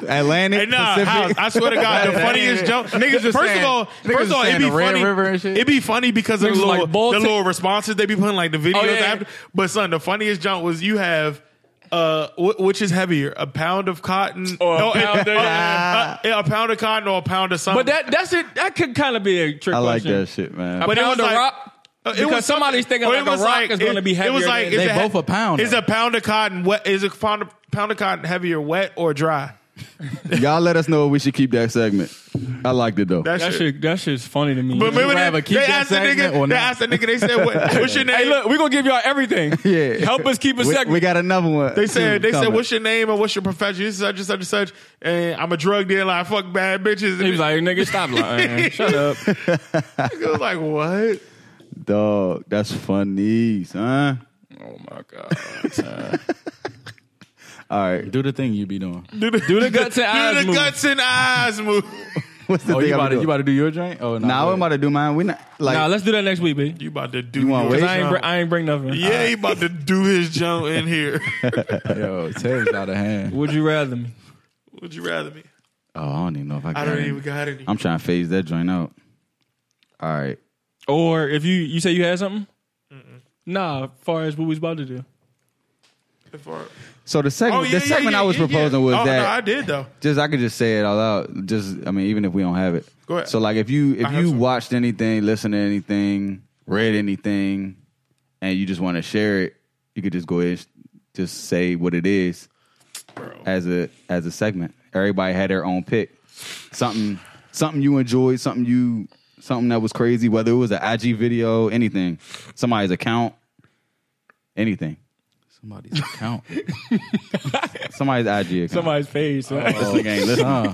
Speaker 4: Atlantic,
Speaker 2: Hey, nah,
Speaker 4: Pacific.
Speaker 2: house, I swear to God, the
Speaker 5: Yeah,
Speaker 2: funniest
Speaker 5: yeah.
Speaker 2: joke.
Speaker 5: Niggas was
Speaker 2: first
Speaker 5: saying-
Speaker 2: of all,
Speaker 5: niggas
Speaker 2: first
Speaker 5: was
Speaker 2: of all, it'd
Speaker 5: saying
Speaker 2: be
Speaker 5: the Red
Speaker 2: funny.
Speaker 5: River and shit.
Speaker 2: It'd be funny because of
Speaker 3: Niggas
Speaker 2: the
Speaker 3: was
Speaker 2: little,
Speaker 3: like, Baltic-
Speaker 2: the little responses they be putting, like the videos
Speaker 3: yeah, yeah.
Speaker 2: after. But son, the funniest joke was you have. Uh, wh- which is heavier, a pound of cotton
Speaker 3: Or a
Speaker 2: No,
Speaker 3: pound of-
Speaker 2: uh, uh, yeah, a pound of cotton or a pound of something?
Speaker 3: But that that's it. That could kind of be a trick
Speaker 4: I like
Speaker 3: question.
Speaker 4: that shit, man.
Speaker 3: But
Speaker 2: But it
Speaker 3: pound
Speaker 2: was
Speaker 3: of
Speaker 2: like-
Speaker 3: rock.
Speaker 2: Uh, it
Speaker 3: because
Speaker 2: was
Speaker 3: somebody's
Speaker 2: something-
Speaker 3: thinking
Speaker 2: but
Speaker 3: like
Speaker 2: it was
Speaker 3: a rock is gonna
Speaker 2: it-
Speaker 3: be heavier
Speaker 2: It was
Speaker 3: than-
Speaker 2: like
Speaker 3: They
Speaker 2: is
Speaker 5: both a pound,
Speaker 2: Is
Speaker 5: though.
Speaker 2: a pound of cotton wet? Is a pound of, pound of cotton heavier, wet or dry?
Speaker 4: Y'all let us know if we should keep that segment. I liked it though.
Speaker 2: That,
Speaker 3: That
Speaker 2: shit.
Speaker 3: shit, that shit's funny to me.
Speaker 2: But remember
Speaker 5: rather
Speaker 2: that,
Speaker 5: keep
Speaker 2: they
Speaker 5: that
Speaker 2: asked the
Speaker 5: segment
Speaker 2: nigga.
Speaker 5: or
Speaker 2: They
Speaker 5: not?
Speaker 2: asked the nigga. They said, what, "What's your name?"
Speaker 3: hey, look, we're gonna give y'all everything.
Speaker 4: Yeah.
Speaker 3: help us keep a
Speaker 4: we,
Speaker 3: second.
Speaker 4: we got another one.
Speaker 2: They said, they said,
Speaker 4: Coming.
Speaker 2: what's your name or what's your profession? This is such and such and such. And I'm a drug dealer. I fuck bad bitches. And
Speaker 3: he was like, nigga, stop lying. Shut up.
Speaker 2: I was like, what?
Speaker 4: Dog, that's funny, son.
Speaker 3: Oh my god.
Speaker 4: All right.
Speaker 5: do the thing you be doing.
Speaker 2: Do the,
Speaker 3: Do the guts and eyes
Speaker 2: do the
Speaker 3: move.
Speaker 2: guts and eyes move.
Speaker 4: What's the
Speaker 5: Oh,
Speaker 4: thing
Speaker 5: you
Speaker 4: I'm
Speaker 5: about, to,
Speaker 4: doing?
Speaker 5: you about to do your drink? Oh, no.
Speaker 4: Nah, we about to do mine. We not like
Speaker 3: nah, let's do that next week, B.
Speaker 2: You about to do
Speaker 4: You wanna
Speaker 2: your
Speaker 4: wait?
Speaker 3: Cause I ain't, br-
Speaker 2: jump.
Speaker 3: I ain't bring nothing.
Speaker 2: Yeah, he about to do his jump in here.
Speaker 5: Yo, Terry's out of hand.
Speaker 3: Would you rather me?
Speaker 2: Would you rather me?
Speaker 4: Oh, I don't even know if I got
Speaker 2: I don't
Speaker 4: it.
Speaker 2: even got any.
Speaker 4: I'm trying to phase that joint out. All right.
Speaker 3: Or if you you say you had something? Nah, as far as what we was about to do.
Speaker 4: So the segment,
Speaker 2: Oh, yeah,
Speaker 4: the segment
Speaker 2: yeah,
Speaker 4: I was
Speaker 2: yeah, yeah.
Speaker 4: proposing was
Speaker 2: oh,
Speaker 4: that
Speaker 2: No, I did though.
Speaker 4: just I could just say it all out. Just I mean, even if we don't have it.
Speaker 2: Go ahead.
Speaker 4: So like, if you if
Speaker 2: I have
Speaker 4: you
Speaker 2: some.
Speaker 4: watched anything, listened to anything, read anything, and you just want to share it, you could just go ahead, and sh- just say what it is as a as a segment. Everybody had their own pick. Something something you enjoyed, something you something that was crazy. Whether it was an IG video, anything, somebody's account, anything,
Speaker 5: Somebody's account.
Speaker 4: somebody's IG account.
Speaker 3: Somebody's face. A
Speaker 4: this nigga ain't listening.
Speaker 5: Huh.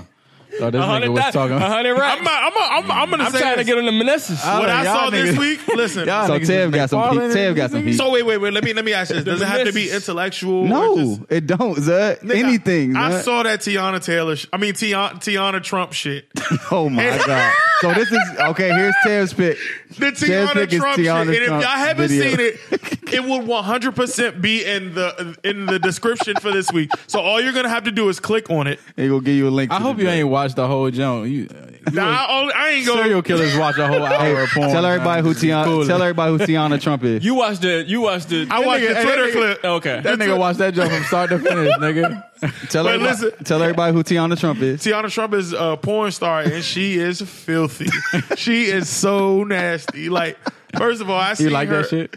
Speaker 5: Thought this nigga
Speaker 3: hundred
Speaker 5: was
Speaker 3: thousand-
Speaker 5: talking.
Speaker 3: a hundred
Speaker 2: I'm,
Speaker 3: racks.
Speaker 2: not, I'm, I'm, I'm, gonna
Speaker 3: I'm
Speaker 2: say
Speaker 3: trying to
Speaker 2: this.
Speaker 3: get on the menaces.
Speaker 2: what I
Speaker 4: Oh, y'all
Speaker 2: saw this
Speaker 4: niggas-
Speaker 2: week. Listen,
Speaker 4: So Tev got some heat. Tev got some heat.
Speaker 2: So wait, wait, wait. Let me let me ask you this. Does it have to be
Speaker 3: meniscus.
Speaker 2: intellectual? or just-
Speaker 4: No, it don't. Zuh. Anything.
Speaker 2: I, I
Speaker 4: Zuh.
Speaker 2: saw that Tiana Taylor. Sh- I mean Tiana, Tiana Trump shit.
Speaker 4: Oh my god. So this is okay. Here's Tev's pick.
Speaker 2: The
Speaker 4: Tev's
Speaker 2: Tiana
Speaker 4: pick is
Speaker 2: Trump shit.
Speaker 4: Tiana
Speaker 2: And if y'all
Speaker 4: Trump
Speaker 2: haven't
Speaker 4: video.
Speaker 2: seen it, it will 100 percent be in the in the description for this week. So all you're gonna have to do is click on it.
Speaker 4: It gonna give you a link.
Speaker 5: I
Speaker 4: to
Speaker 5: hope
Speaker 4: the
Speaker 5: you
Speaker 4: joint.
Speaker 5: ain't watched the whole joint. You, you
Speaker 2: Now, I, only, I ain't
Speaker 5: a- serial
Speaker 2: gonna.
Speaker 5: killers watch a whole hour of porn.
Speaker 4: Tell everybody who Tiana.
Speaker 5: Cool.
Speaker 4: Tell everybody who Tiana Trump is.
Speaker 3: you watched the you watched the
Speaker 2: I watched the
Speaker 5: nigga-
Speaker 2: Twitter
Speaker 5: that nigga-
Speaker 2: clip.
Speaker 3: Okay.
Speaker 5: That nigga watched that joint from start to finish, nigga.
Speaker 4: tell,
Speaker 2: Wait,
Speaker 4: everybody,
Speaker 2: listen.
Speaker 4: tell everybody who Tiana Trump is.
Speaker 2: Tiana Trump is a porn star and she is filthy. she is so nasty. Like, first of all, I see
Speaker 5: You like
Speaker 2: her.
Speaker 5: that shit?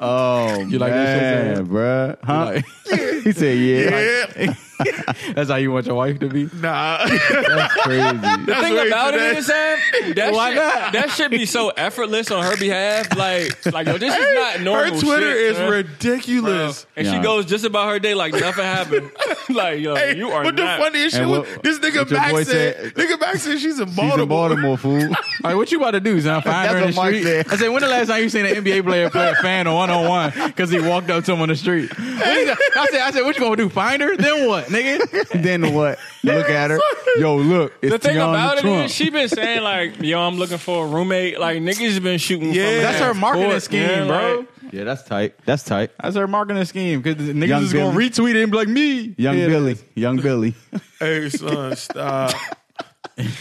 Speaker 4: Oh,
Speaker 5: You like that shit,
Speaker 4: man, bruh? Huh?
Speaker 5: Like,
Speaker 4: he said, "Yeah."
Speaker 2: Yeah,
Speaker 5: that's how you want your wife to be.
Speaker 2: nah.
Speaker 4: That's crazy.
Speaker 3: The thing
Speaker 2: way
Speaker 3: about it
Speaker 2: today.
Speaker 3: is, Sam, that shit, that should be so effortless on her behalf. Like, like yo, this is not normal.
Speaker 2: Her Twitter
Speaker 3: shit,
Speaker 2: is
Speaker 3: man. Bro.
Speaker 2: ridiculous.
Speaker 3: And she
Speaker 4: Yeah.
Speaker 3: goes just about her day like nothing happened. like, yo,
Speaker 2: Hey,
Speaker 3: you are
Speaker 2: but
Speaker 3: not.
Speaker 2: the funniest shit
Speaker 4: And
Speaker 2: was
Speaker 4: what-
Speaker 2: this
Speaker 4: what
Speaker 2: nigga
Speaker 4: your boy
Speaker 2: Max said,
Speaker 4: said-
Speaker 2: nigga Max said she's in
Speaker 4: She's in
Speaker 2: Baltimore.
Speaker 4: Baltimore, fool.
Speaker 5: All right, what you about to do, son? Find
Speaker 4: That's
Speaker 5: her in the
Speaker 4: what Mark
Speaker 5: street.
Speaker 4: said.
Speaker 5: I said, when the last time you seen an NBA player play a fan on one on one because he walked up to him on the street? What you got- I said, I said, what you gonna do? Find her? Then what, nigga?
Speaker 4: then what? Look at her. Yo, look. It's
Speaker 3: The thing
Speaker 4: Tiana
Speaker 3: about it
Speaker 4: Trump.
Speaker 3: is, she been saying like, "Yo, I'm looking for a roommate." Like niggas been shooting.
Speaker 2: Yeah.
Speaker 3: from
Speaker 5: That's her marketing
Speaker 3: court,
Speaker 5: scheme,
Speaker 3: man,
Speaker 5: bro.
Speaker 3: like-
Speaker 4: yeah, that's tight. That's tight.
Speaker 5: That's her marketing scheme because niggas
Speaker 4: Young
Speaker 5: is gonna
Speaker 4: Billy.
Speaker 5: retweet it and be like me,
Speaker 4: Young
Speaker 5: Yeah.
Speaker 4: Billy. Young Billy.
Speaker 2: Hey son, stop.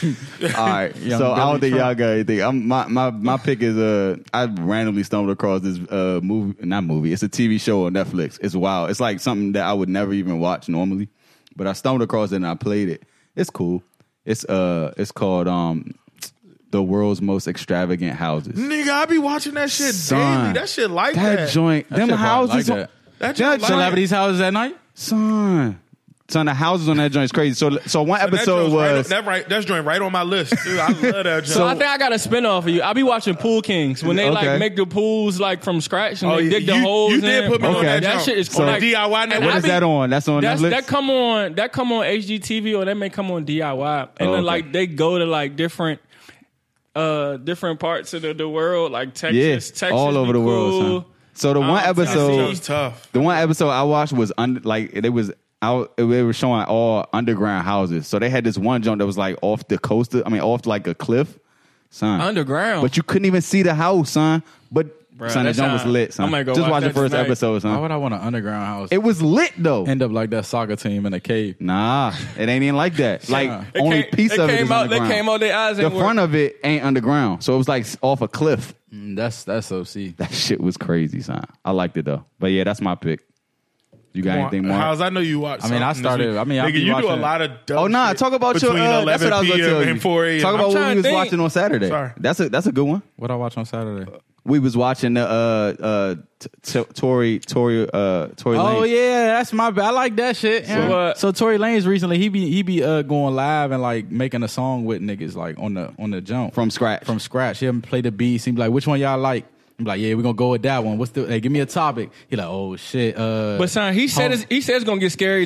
Speaker 4: All right.
Speaker 5: Young
Speaker 4: so I
Speaker 5: Billy
Speaker 4: don't think
Speaker 5: Trump.
Speaker 4: y'all got anything. I'm, my my my pick is uh I randomly stumbled across this uh movie not movie. It's a TV show on Netflix. It's wild. It's like something that I would never even watch normally, but I stumbled across it and I played it. It's cool. It's uh it's called um the world's most extravagant houses.
Speaker 2: Nigga, I be watching that shit
Speaker 4: Son,
Speaker 2: daily. Mm, That shit like
Speaker 4: that
Speaker 2: that.
Speaker 4: joint, them
Speaker 5: shit probably
Speaker 4: houses,
Speaker 5: like
Speaker 4: on-
Speaker 2: That shit
Speaker 4: that
Speaker 2: like-
Speaker 5: Celebrities' houses at night.
Speaker 4: son, son, the houses on that joint is crazy. So so one
Speaker 2: That
Speaker 4: episode
Speaker 2: joint's right
Speaker 4: was
Speaker 2: on- that right. That's joint right on my list. Dude, I love that joint.
Speaker 3: So I think I got a spinoff of you. I be watching Pool Kings when they
Speaker 4: Okay.
Speaker 3: like make the pools like from scratch and
Speaker 2: Oh,
Speaker 3: they
Speaker 2: yeah.
Speaker 3: dig the
Speaker 2: You-
Speaker 3: holes.
Speaker 2: you did
Speaker 3: in.
Speaker 2: put me
Speaker 4: on Okay. that
Speaker 3: That
Speaker 2: jump.
Speaker 3: shit is
Speaker 2: So-
Speaker 3: cool. like,
Speaker 2: DIY
Speaker 3: and
Speaker 2: network.
Speaker 3: I
Speaker 4: what is
Speaker 3: be-
Speaker 4: that on? That's on
Speaker 3: That's,
Speaker 4: Netflix.
Speaker 3: that come on that come on HGTV or that may come on DIY and
Speaker 4: Oh,
Speaker 3: then
Speaker 4: okay.
Speaker 3: like they go to like different uh different parts of the, the world like Texas,
Speaker 4: Yeah,
Speaker 3: Texas
Speaker 4: all over
Speaker 3: be
Speaker 4: the world.
Speaker 3: cool.
Speaker 4: Son. So the one
Speaker 3: Um,
Speaker 2: That
Speaker 4: episode,
Speaker 2: shit's tough.
Speaker 4: the one episode I watched was under like it was out. It was showing all underground houses. So they had this one joint that was like off the coast. of- I mean, off like a cliff, son.
Speaker 3: Underground?
Speaker 4: but you couldn't even see the house, son. But
Speaker 3: Bruh,
Speaker 4: son, that
Speaker 3: that
Speaker 4: joint was
Speaker 3: sound-
Speaker 4: lit, son.
Speaker 3: I might go
Speaker 4: Just
Speaker 3: watch
Speaker 4: watch the
Speaker 3: that
Speaker 4: first
Speaker 3: tonight.
Speaker 4: episode,
Speaker 5: Why
Speaker 4: son.
Speaker 5: would I want an underground house?
Speaker 4: It was lit though.
Speaker 5: end up like that soccer team in a cave.
Speaker 4: nah, it ain't even like that. Like
Speaker 3: It
Speaker 4: only
Speaker 3: came-
Speaker 4: piece
Speaker 3: it
Speaker 4: of it
Speaker 3: came
Speaker 4: is
Speaker 3: out- they
Speaker 4: underground.
Speaker 3: came out their eyes
Speaker 4: The
Speaker 3: ain't work.
Speaker 4: front of it ain't underground, so it was like s- off a cliff.
Speaker 5: Mm, That's that's OC.
Speaker 4: That shit was crazy, son. I liked it though. But yeah, that's my pick. You got anything more?
Speaker 2: How's I know you watch?
Speaker 5: I mean, I
Speaker 2: something this
Speaker 5: started-
Speaker 2: week.
Speaker 5: I mean, I
Speaker 2: nigga,
Speaker 5: be
Speaker 2: you do a
Speaker 5: watching-
Speaker 2: lot of dumb.
Speaker 4: Oh nah,
Speaker 2: shit
Speaker 4: talk about your.
Speaker 2: between
Speaker 4: Uh,
Speaker 2: 11
Speaker 4: that's what I was
Speaker 2: p.m.
Speaker 4: gonna tell you.
Speaker 2: and 4 a.m.
Speaker 4: Talk about what
Speaker 3: trying
Speaker 4: we
Speaker 3: to
Speaker 4: was
Speaker 3: think.
Speaker 4: watching on Saturday.
Speaker 2: Sorry.
Speaker 4: That's a that's a good one.
Speaker 5: What I watch on Saturday?
Speaker 4: We was watching the uh uh t- t- Tory Tory uh Tory
Speaker 5: Oh
Speaker 4: Lanez.
Speaker 5: yeah, that's my. Ba- I like that shit.
Speaker 3: So what?
Speaker 5: so Tory Lanez recently he be he be uh, going live and like making a song with niggas like on the on the jump
Speaker 4: From scratch.
Speaker 5: from scratch. He haven't played the beat. Seems like which one y'all like. I'm like, yeah, we're gonna go with that one. What's the? Hey, give me a topic. He like, oh shit. Uh,
Speaker 3: But son, he said
Speaker 5: Oh.
Speaker 3: it's, he said it's gonna get scary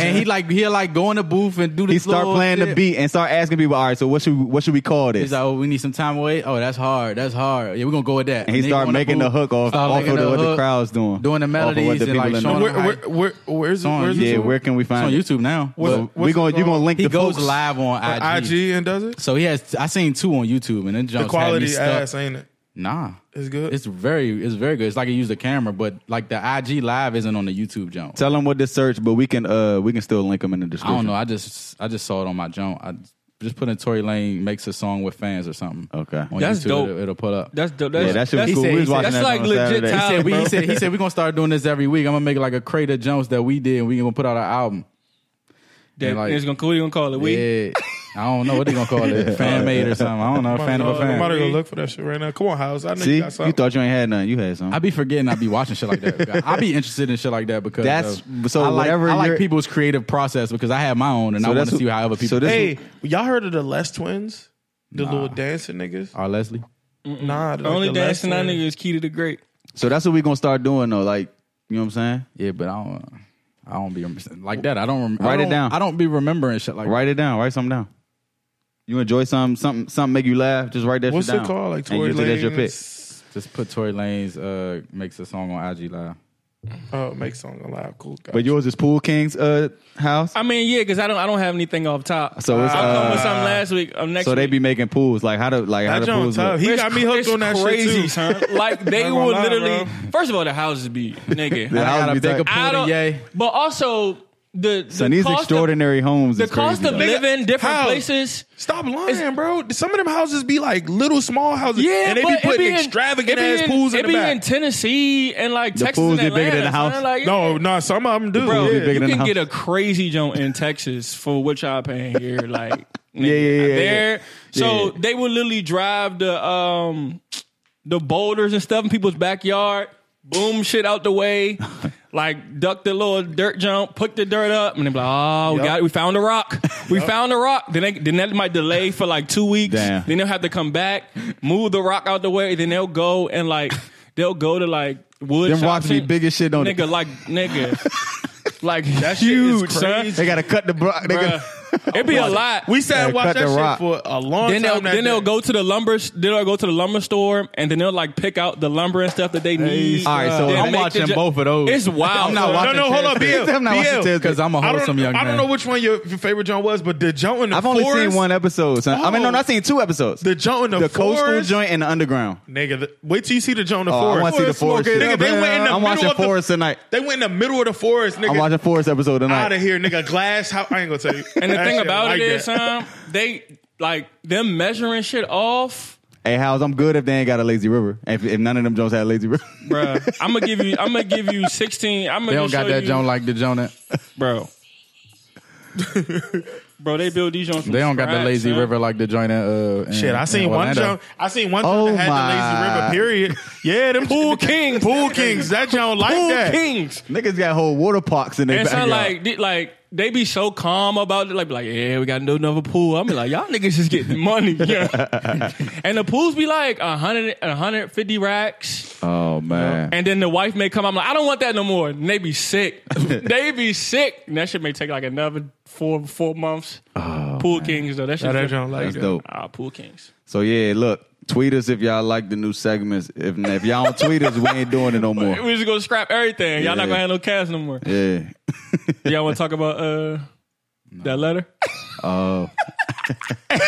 Speaker 5: and he
Speaker 3: like,
Speaker 5: like he like go in the booth and do the.
Speaker 4: He start playing the beat and start asking people. All right, so what should we, what should we call this?
Speaker 5: He's like, oh, we need some time away. Oh, that's hard. That's hard. Yeah, we're gonna go with that.
Speaker 4: and he
Speaker 5: Nigga
Speaker 4: start
Speaker 5: on
Speaker 4: making the
Speaker 5: booth,
Speaker 4: hook off
Speaker 5: start
Speaker 4: off
Speaker 5: making
Speaker 4: of the, what the
Speaker 5: hook,
Speaker 4: crowd's doing,
Speaker 5: doing the
Speaker 4: Off of what
Speaker 5: melodies and,
Speaker 4: people
Speaker 5: like,
Speaker 4: in the-
Speaker 5: showing
Speaker 2: Where,
Speaker 5: them-
Speaker 2: where, where, where's
Speaker 5: It's on-
Speaker 2: where's
Speaker 4: Yeah,
Speaker 2: this
Speaker 4: where can we
Speaker 5: It's on
Speaker 4: find? it?
Speaker 5: YouTube now.
Speaker 2: What's-
Speaker 4: So
Speaker 2: what's
Speaker 4: we gonna
Speaker 2: it
Speaker 4: you gonna
Speaker 2: called?
Speaker 4: link
Speaker 5: he
Speaker 4: the
Speaker 5: goes
Speaker 4: folks.
Speaker 5: live on IG.
Speaker 2: on IG and does it?
Speaker 5: So he has. I seen two on YouTube, and then
Speaker 2: The
Speaker 5: Jones
Speaker 2: quality
Speaker 5: had me stuck.
Speaker 2: ass ain't it?
Speaker 5: Nah,
Speaker 2: It's good?
Speaker 5: It's very, it's very good. It's like you use the camera, but like the IG live isn't on the YouTube Jones.
Speaker 4: Tell them what to search, but we can uh we can still link them in the
Speaker 5: I
Speaker 4: description.
Speaker 5: don't know. I just, I just saw it on my Jones. I just put in Tory Lane makes a song with fans or something.
Speaker 4: Okay.
Speaker 5: on
Speaker 3: That's
Speaker 5: YouTube,
Speaker 3: dope.
Speaker 5: It'll, it'll pull up.
Speaker 3: that's dope. That's,
Speaker 4: Yeah, that shit was
Speaker 3: that's,
Speaker 4: cool. we
Speaker 5: said-
Speaker 4: was
Speaker 5: he said-
Speaker 4: watching
Speaker 3: that's
Speaker 4: that
Speaker 3: like
Speaker 4: on
Speaker 3: legit
Speaker 4: Saturday.
Speaker 5: he said, we, he
Speaker 3: bro.
Speaker 5: said, he said, we're gonna start doing this every week. I'm gonna make like a crater Jones that we did. and We gonna put out an album.
Speaker 3: that,
Speaker 5: like-
Speaker 3: it's gonna cool. You gonna call it we?
Speaker 5: Yeah. I don't know what they gonna call it. fan made or something. I don't know. Fan of a
Speaker 2: I'm
Speaker 5: fan.
Speaker 2: about to go look for that shit right now. Come on, House. I know
Speaker 4: See,
Speaker 2: you got something.
Speaker 4: you thought you ain't had none. You had some.
Speaker 5: I be forgetting I be watching shit like that. I be interested in shit like that because
Speaker 4: That's-
Speaker 5: of-
Speaker 4: so
Speaker 5: I like,
Speaker 4: whatever
Speaker 5: I like
Speaker 4: you're-
Speaker 5: people's creative process because I have my own and
Speaker 4: So
Speaker 5: I want
Speaker 4: that's
Speaker 5: to
Speaker 4: who-
Speaker 5: see how other people.
Speaker 4: so this-
Speaker 2: Hey, y'all heard of the Les Twins? The little dancing niggas?
Speaker 5: are Leslie.
Speaker 2: Nah, the,
Speaker 3: Only
Speaker 2: the Les
Speaker 3: dancing that
Speaker 2: Twins.
Speaker 3: nigga is key to the great.
Speaker 4: so that's what we gonna start doing though. Like you know what I'm saying?
Speaker 5: Yeah, but I don't. I don't be rem- like that. I don't rem- I
Speaker 4: Write it
Speaker 5: don't-
Speaker 4: down.
Speaker 5: I don't be remembering shit like
Speaker 4: Write it down. Write something down. You enjoy something, something, something make you laugh. Just write that.
Speaker 2: What's
Speaker 4: shit
Speaker 2: it
Speaker 4: down.
Speaker 2: called? Like
Speaker 4: And
Speaker 2: Tory
Speaker 4: use it as your pick.
Speaker 2: Lanez.
Speaker 5: that. Just put Tory Lanez uh, makes a song on IG live.
Speaker 2: Oh, make song alive. Cool. Guys.
Speaker 4: But yours is Pool King's uh house.
Speaker 3: I mean, yeah, because I don't I don't have anything off top.
Speaker 4: So it's,
Speaker 3: I'll come with
Speaker 4: uh,
Speaker 3: something last week. Um, next
Speaker 4: so they
Speaker 3: week.
Speaker 4: be making pools. Like how to like how
Speaker 2: that
Speaker 4: to
Speaker 2: John
Speaker 4: pools.
Speaker 2: tough. He
Speaker 3: It's
Speaker 2: got me
Speaker 3: cr-
Speaker 2: hooked
Speaker 3: it's
Speaker 2: on that
Speaker 3: crazy,
Speaker 2: shit too.
Speaker 3: Son. Like they
Speaker 2: Not gonna
Speaker 3: would
Speaker 2: lie,
Speaker 3: literally.
Speaker 2: bro.
Speaker 3: First of all, the houses be nigga.
Speaker 4: The house
Speaker 5: I gotta
Speaker 4: be
Speaker 5: take
Speaker 4: tight.
Speaker 5: a pull
Speaker 3: I
Speaker 5: to
Speaker 3: don't.
Speaker 5: yay.
Speaker 3: But also the, the
Speaker 4: So these
Speaker 3: cost
Speaker 4: extraordinary homes.
Speaker 3: Of, the
Speaker 4: is crazy,
Speaker 3: cost
Speaker 4: though.
Speaker 3: of
Speaker 2: Nigga,
Speaker 3: living different
Speaker 2: how?
Speaker 3: places.
Speaker 2: Stop lying, bro. Some of them houses be like little small houses.
Speaker 3: Yeah,
Speaker 2: and they
Speaker 3: but
Speaker 2: be
Speaker 3: it
Speaker 2: putting
Speaker 3: in-
Speaker 2: extravagant
Speaker 3: it be
Speaker 2: ass
Speaker 3: in-
Speaker 2: pools in
Speaker 3: it
Speaker 2: the
Speaker 3: be
Speaker 2: back.
Speaker 3: in Tennessee and like Texas.
Speaker 4: pools be
Speaker 3: and
Speaker 4: bigger than the
Speaker 3: Atlanta,
Speaker 4: house.
Speaker 3: son. Like,
Speaker 2: no, no, some of them do.
Speaker 3: bro,
Speaker 4: be bigger
Speaker 3: you
Speaker 4: than the
Speaker 3: can get
Speaker 4: house.
Speaker 3: a crazy joint in Texas for what y'all paying here. Like, nigga,
Speaker 4: yeah, yeah, yeah.
Speaker 3: there. So
Speaker 4: Yeah.
Speaker 3: they would literally drive the um the boulders and stuff in people's backyard, boom shit out the way, like duck the little dirt jump, put the dirt up, and they be like, oh, we
Speaker 2: Yup.
Speaker 3: got it, we found the rock, we found the rock. Then they, then that might delay for like two weeks.
Speaker 4: Damn.
Speaker 3: Then they'll have to come back, move the rock out the way. Then they'll go and like they'll go to like wood.
Speaker 4: Them
Speaker 3: shops
Speaker 4: rocks be
Speaker 3: and-
Speaker 4: big as shit, don't they?
Speaker 3: nigga? Like nigga, like that
Speaker 2: shit is
Speaker 3: huge, son.
Speaker 4: They gotta cut the block. They gotta,
Speaker 3: Bruh. It be a lot.
Speaker 2: We sat and
Speaker 4: Gotta cut
Speaker 2: watched that
Speaker 4: the
Speaker 2: shit
Speaker 4: rock.
Speaker 2: for a long
Speaker 3: then
Speaker 2: time.
Speaker 3: they'll
Speaker 2: that
Speaker 3: then they'll
Speaker 2: day.
Speaker 3: go to the lumber s- then they'll go to the lumber store and then they'll like pick out the lumber and stuff that they need.
Speaker 4: All right, so
Speaker 3: Then
Speaker 4: I'm
Speaker 3: make the
Speaker 5: watching
Speaker 3: ju-
Speaker 5: both of those.
Speaker 3: It's wild.
Speaker 5: I'm not
Speaker 3: son.
Speaker 5: watching
Speaker 2: No, no, hold on, BL.
Speaker 4: I'm not watching
Speaker 2: BL.
Speaker 4: Terrence
Speaker 5: Because I'm a
Speaker 2: I don't,
Speaker 5: wholesome young
Speaker 2: I
Speaker 5: man.
Speaker 2: don't know which one your, your favorite joint was, but the joint in the
Speaker 4: I've only
Speaker 2: forest,
Speaker 4: seen one episode. Son. I mean, no, not seen two episodes.
Speaker 2: The joint in the,
Speaker 4: the coastal
Speaker 2: forest,
Speaker 4: joint and the underground.
Speaker 2: Nigga, the, wait till you see the joint in the
Speaker 4: Oh,
Speaker 2: forest.
Speaker 4: I want to see the forest.
Speaker 2: Nigga,
Speaker 4: shit.
Speaker 2: they went in the middle
Speaker 4: I'm watching
Speaker 2: of the-
Speaker 4: forest tonight.
Speaker 2: They went in the middle of the forest, nigga.
Speaker 4: I'm watching forest episode tonight.
Speaker 2: out of here, nigga. Glass house. I ain't gonna tell you.
Speaker 3: And the
Speaker 2: that
Speaker 3: thing
Speaker 2: shit
Speaker 3: about
Speaker 2: like
Speaker 3: it is,
Speaker 2: that.
Speaker 3: Sam, they like them measuring shit off.
Speaker 4: Hey, House, I'm good if they ain't got a lazy river. If, if none of them Jones had a lazy river,
Speaker 3: Bruh, I'm gonna give you. I'm gonna give you 16. I'm gonna
Speaker 5: They don't got that
Speaker 3: you,
Speaker 5: Joan like the Jonah.
Speaker 3: bro. bro, they build these joints. from
Speaker 5: They don't got the
Speaker 3: scratch,
Speaker 5: lazy
Speaker 3: son.
Speaker 5: river like the joint. Uh, in-
Speaker 2: Shit, I
Speaker 5: in
Speaker 2: seen one
Speaker 5: Orlando.
Speaker 2: jump. I seen one
Speaker 4: Oh
Speaker 2: jump that had the
Speaker 4: my.
Speaker 2: lazy river. Period. Yeah, them
Speaker 3: Pool kings.
Speaker 2: pool kings. That don't like
Speaker 3: Pool
Speaker 2: that.
Speaker 3: kings.
Speaker 4: niggas got whole water parks in their
Speaker 3: And
Speaker 4: backyard.
Speaker 3: son, like, they, like they be so calm about it. Like, be like, yeah, we got to do another pool. I be like, y'all niggas just getting money. Yeah. and the pools be like 100, 150 racks.
Speaker 5: Oh man,
Speaker 3: And then the wife may come. I'm like, I don't want that no more. And they be sick. they be sick. And that shit may take like another four four months.
Speaker 4: Oh,
Speaker 3: pool kings though. That shit.
Speaker 2: Nah, that don't like
Speaker 4: That's
Speaker 2: that.
Speaker 4: dope.
Speaker 3: Ah, pool kings.
Speaker 4: So yeah, look, tweet us if y'all like the new segments. If if y'all don't tweet us, we ain't doing it no more.
Speaker 3: We just gonna scrap everything. Y'all not gonna have no cash no more.
Speaker 4: Yeah.
Speaker 3: Y'all want to talk about uh that letter?
Speaker 4: My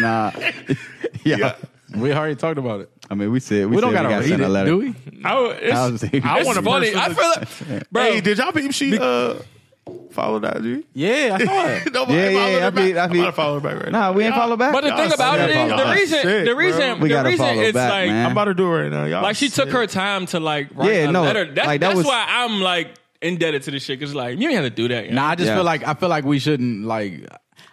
Speaker 4: God, nah. Yeah.
Speaker 5: we already talked about it.
Speaker 4: I mean, we said we,
Speaker 5: We
Speaker 4: said
Speaker 5: don't gotta
Speaker 4: got
Speaker 5: read
Speaker 4: sent a
Speaker 5: it,
Speaker 4: letter.
Speaker 5: do we?
Speaker 3: I, would- it's,
Speaker 4: I was thinking-
Speaker 2: I
Speaker 3: it's
Speaker 2: want to
Speaker 3: funny. I feel like, bro.
Speaker 2: Hey, did y'all peep she uh followed IG?
Speaker 5: Yeah, I saw it.
Speaker 2: Nobody
Speaker 4: Yeah,
Speaker 2: followed
Speaker 4: yeah,
Speaker 2: her
Speaker 4: I be,
Speaker 2: back.
Speaker 4: I
Speaker 2: I'm
Speaker 4: be.
Speaker 2: about to follow her back right now.
Speaker 4: Nah, we ain't follow back.
Speaker 3: but the thing
Speaker 2: Y'all
Speaker 3: about
Speaker 2: sick,
Speaker 3: it is the
Speaker 2: bro.
Speaker 3: reason,
Speaker 2: Sick,
Speaker 3: the
Speaker 2: bro.
Speaker 3: reason,
Speaker 4: We
Speaker 3: the
Speaker 4: gotta
Speaker 3: reason
Speaker 4: follow
Speaker 3: it's
Speaker 4: back,
Speaker 3: like,
Speaker 4: man.
Speaker 2: I'm about to do it right now. Y'all
Speaker 3: like she took
Speaker 2: sick.
Speaker 3: her time to like write
Speaker 4: Yeah,
Speaker 3: a
Speaker 4: no,
Speaker 3: letter. That,
Speaker 4: like, that
Speaker 3: that's
Speaker 4: was-
Speaker 3: why I'm like indebted to this shit. Cause like you ain't have to do that. you know?
Speaker 5: Nah, I just
Speaker 4: Yeah.
Speaker 5: feel like I feel like we shouldn't like.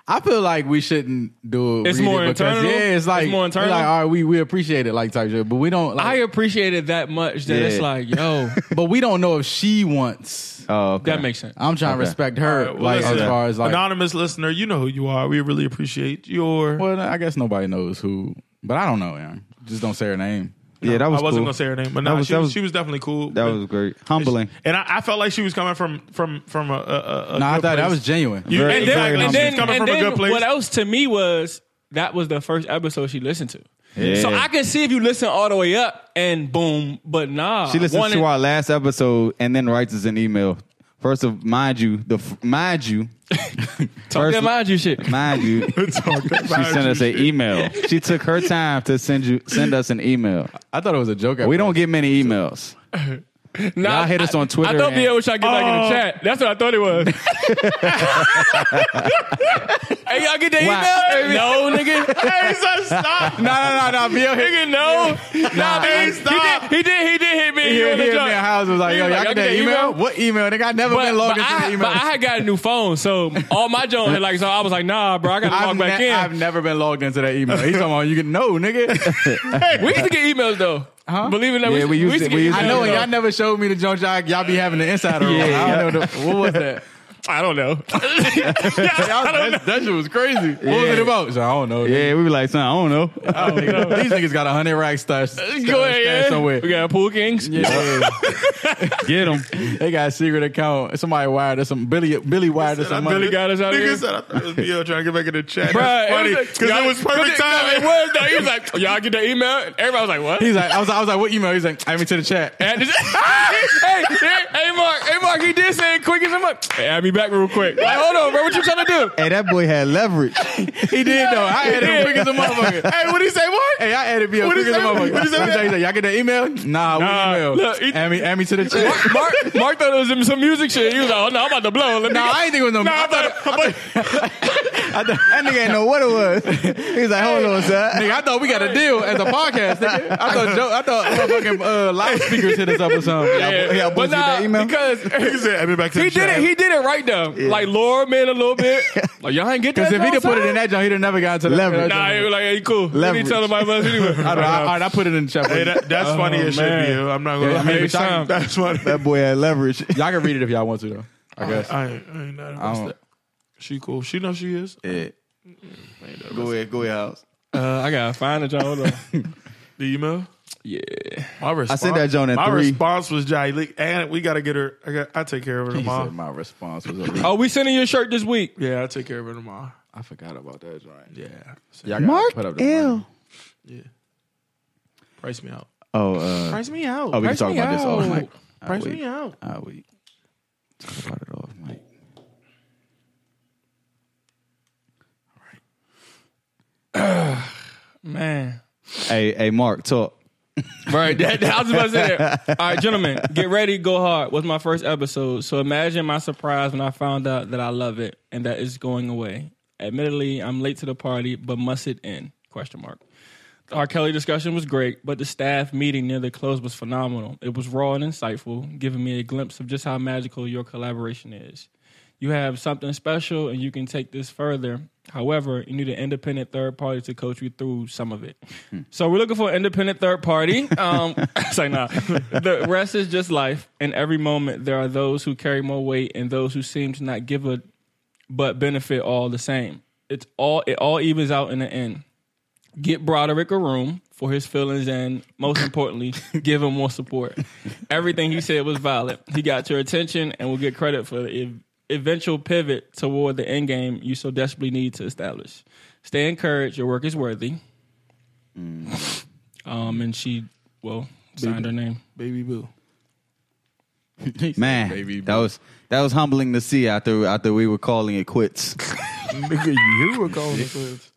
Speaker 5: I feel like we shouldn't do it.
Speaker 3: It's
Speaker 5: read
Speaker 3: more
Speaker 5: it because,
Speaker 3: internal?
Speaker 5: Yeah,
Speaker 3: It's
Speaker 5: it's like
Speaker 3: more
Speaker 5: we're
Speaker 3: internal?
Speaker 5: Like, all right, we we appreciate it, like type shit, but we don't.
Speaker 3: I
Speaker 5: Like,
Speaker 3: appreciate it that much that it's
Speaker 4: Yeah.
Speaker 3: like, yo,
Speaker 5: but we don't know if she wants.
Speaker 4: Oh, okay.
Speaker 3: that makes sense.
Speaker 5: I'm trying to
Speaker 4: Okay.
Speaker 5: respect her,
Speaker 2: Well,
Speaker 5: like
Speaker 2: listen,
Speaker 5: as far as like.
Speaker 2: anonymous listener, you know who you are. We really appreciate your.
Speaker 5: Well, I guess nobody knows who, but I don't know. Aaron. Just don't say her name.
Speaker 4: yeah, that was.
Speaker 2: I wasn't
Speaker 4: cool.
Speaker 2: gonna say her name, but
Speaker 4: That
Speaker 2: no,
Speaker 4: was-
Speaker 2: she,
Speaker 4: that
Speaker 2: was,
Speaker 4: was-
Speaker 2: she was definitely cool.
Speaker 4: That
Speaker 2: But-
Speaker 4: was great. Humbling.
Speaker 2: and I, I felt like she was coming from from from a. a, a
Speaker 5: No, I thought that was
Speaker 2: Jane.
Speaker 5: genuine.
Speaker 2: You,
Speaker 4: Very-
Speaker 2: and
Speaker 4: very
Speaker 2: then, and
Speaker 4: humble.
Speaker 2: then, coming
Speaker 3: and
Speaker 2: from a
Speaker 3: then
Speaker 2: good place.
Speaker 3: What else to me was that was the first episode she listened to. So
Speaker 4: Yeah.
Speaker 3: I can see if you listen all the way up and boom, but nah.
Speaker 4: She listens
Speaker 3: one
Speaker 4: to
Speaker 3: and-
Speaker 4: our last episode and then writes us an email. First of mind you, the f- mind you,
Speaker 3: Talk
Speaker 4: first-
Speaker 3: that mind you shit.
Speaker 4: mind you, she sent us an email. She took her time to send you send us an email.
Speaker 5: I thought it was a joke. at
Speaker 4: We don't
Speaker 5: first.
Speaker 4: get many emails.
Speaker 3: Nah,
Speaker 4: Y'all hit us
Speaker 3: I-
Speaker 4: on Twitter
Speaker 3: I thought
Speaker 4: and-
Speaker 3: Bia was trying to get back in the chat. That's what I thought it was. hey, y'all get that email? No, nigga.
Speaker 2: hey, so stop.
Speaker 5: No, no, no, no. Bill hit
Speaker 3: nigga, no. Nah,
Speaker 2: Hey,
Speaker 3: man.
Speaker 2: stop.
Speaker 3: He did, he did hit me.
Speaker 5: me.
Speaker 3: on the
Speaker 5: Hit me.
Speaker 3: joint.
Speaker 5: House was like,
Speaker 3: He
Speaker 5: yo,
Speaker 3: was
Speaker 5: y'all get that email? What email? Nigga, I never
Speaker 3: But,
Speaker 5: been logged
Speaker 3: but
Speaker 5: into
Speaker 3: I,
Speaker 5: the email.
Speaker 3: but I had got a new phone, so all my Jones had like so I was like, nah, bro, I gotta log
Speaker 5: I've,
Speaker 3: back
Speaker 5: ne-
Speaker 3: in.
Speaker 5: I've never been logged into that email. He's talking about you can know, nigga.
Speaker 3: we used to get emails though.
Speaker 5: Huh?
Speaker 3: Believe it or not,
Speaker 4: Yeah, we used to-
Speaker 3: get
Speaker 4: we used
Speaker 5: I
Speaker 4: to-
Speaker 3: emails,
Speaker 5: know, and
Speaker 3: though.
Speaker 5: y'all never showed me the junk y'all, y'all be having the insider. on. I don't know the, what was that.
Speaker 3: I don't know.
Speaker 5: Y'all- that, that shit was crazy. What was it about? So, I don't know.
Speaker 4: Yeah, we were like, son, I don't know.
Speaker 5: I don't know. These niggas got a hundred rack stash.
Speaker 3: Go ahead. yeah.
Speaker 5: somewhere.
Speaker 3: We got pool kings.
Speaker 5: Yeah.
Speaker 4: Get them.
Speaker 5: they got a secret account. Somebody wired us some Billy Billy wired us some money.
Speaker 3: Billy got us out of
Speaker 2: Nigga
Speaker 3: here.
Speaker 2: said I thought it was Bill trying to get back in the chat.
Speaker 3: Bruh,
Speaker 2: That's funny
Speaker 3: like-
Speaker 2: because
Speaker 3: y'all-
Speaker 2: it was
Speaker 3: but
Speaker 2: perfect
Speaker 3: it- no, It
Speaker 2: timing.
Speaker 3: was though. He was like, y'all get the email. Everybody was like, what?
Speaker 5: He's like, I was, I was like, what email? He's like, add me to the chat.
Speaker 3: And this- hey, hey, hey, Mark, hey, Mark, he did say it quick as a muck. Hey, add me back real quick. Like, hold on, bro, what you trying to
Speaker 4: Hey, that boy had leverage.
Speaker 5: He did though. I added him quick as a motherfucker.
Speaker 2: Hey, what did he say, Mark?
Speaker 5: Hey, I added Bill quick
Speaker 2: he
Speaker 5: as
Speaker 2: say?
Speaker 5: a motherfucker.
Speaker 2: What he say?
Speaker 5: Let me tell you something. Y'all get that email? Nah,
Speaker 3: Nah,
Speaker 5: what email?
Speaker 3: look, he-
Speaker 5: add me, add me to the
Speaker 3: do?
Speaker 5: chat.
Speaker 3: Mark, Mark, Mark thought it was in some music shit. He was like, oh no, I'm about to blow. Let me
Speaker 5: Nah, I ain't think it was no.
Speaker 3: Nah,
Speaker 5: I
Speaker 3: I'm
Speaker 5: thought,
Speaker 3: about, I'm about,
Speaker 5: I thought,
Speaker 4: That nigga ain't know what it was. He's like, hold on, son.
Speaker 5: nigga, I thought we got a deal as a podcast. Nigga. I thought Joe, I thought motherfucking uh, loudspeakers hit us up or something.
Speaker 3: yeah.
Speaker 4: y'all
Speaker 3: but
Speaker 4: boys read
Speaker 3: nah,
Speaker 4: that email?
Speaker 3: because
Speaker 2: He said, "Add me back to
Speaker 3: he
Speaker 2: the
Speaker 3: did
Speaker 2: chat."
Speaker 3: it, he did it right though. Like, Laura man a little bit. Like, y'all ain't get that.
Speaker 5: Because if he'd have put it in that joint, he'd have never gotten to the
Speaker 4: Leverage.
Speaker 3: Nah, he was like, hey, cool. Let me
Speaker 4: Leverage.
Speaker 3: tell him about us anyway.
Speaker 5: I don't know. I, all right, I put it in the chat.
Speaker 2: Hey, that, that's funny as shit,
Speaker 3: man.
Speaker 2: Bill. I'm not gonna.
Speaker 5: Yeah, I
Speaker 2: lie.
Speaker 5: mean,
Speaker 2: Hey,
Speaker 5: but y'all-
Speaker 2: Sean, that's funny.
Speaker 4: That boy had leverage.
Speaker 5: y'all can read it if y'all want to though. I guess.
Speaker 2: I ain't, I ain't not
Speaker 5: I
Speaker 2: about
Speaker 5: don't,
Speaker 2: that. She cool. She knows she is.
Speaker 4: Yeah. Go ahead, go ahead, house.
Speaker 3: Uh, I gotta find it, y'all. Hold on.
Speaker 2: The email.
Speaker 3: Yeah.
Speaker 2: My response.
Speaker 4: sent that joint at
Speaker 2: My
Speaker 4: three.
Speaker 2: response was Jai. Lee, And we gotta get her. I got. I take care of her
Speaker 5: he
Speaker 2: tomorrow.
Speaker 5: said my response was. A
Speaker 3: Oh, we sending you a shirt this week.
Speaker 2: yeah, I take care of her tomorrow.
Speaker 5: I forgot about that joint.
Speaker 2: Yeah. So
Speaker 5: Y'all Mark put up the money.
Speaker 2: price me out.
Speaker 4: Oh, uh,
Speaker 2: Price me out.
Speaker 4: oh, we can
Speaker 2: price
Speaker 4: talk
Speaker 2: me
Speaker 4: about this off
Speaker 2: out.
Speaker 4: mic. Ah,
Speaker 2: Price
Speaker 4: wait.
Speaker 2: me out.
Speaker 4: Ah, wait. Talk about it off mic.
Speaker 3: Man.
Speaker 4: Hey, hey, Mark, talk.
Speaker 3: Right. That, I was about to say that. All right, gentlemen, get ready, go hard. Was my first episode. So imagine my surprise when I found out that I love it and that it's going away. Admittedly, I'm late to the party, but must it end? Question mark. The R. Kelly discussion was great, but the staff meeting near the close was phenomenal. It was raw and insightful, giving me a glimpse of just how magical your collaboration is. You have something special and you can take this further. However, you need an independent third party to coach you through some of it. So we're looking for an independent third party. Um, it's like, nah. The rest is just life. In every moment, there are those who carry more weight and those who seem to not give a but benefit all the same. It's all it all evens out in the end. Get Broderick a room for his feelings and most importantly, give him more support. Everything he said was valid. He got your attention and will get credit for the ev- eventual pivot toward the end game you so desperately need to establish. Stay encouraged, your work is worthy.
Speaker 4: Mm.
Speaker 3: Um and she well signed her name.
Speaker 2: Baby Boo.
Speaker 4: Man, that was that was humbling to see after after we were calling it quits.
Speaker 2: Nigga, you were calling the clips.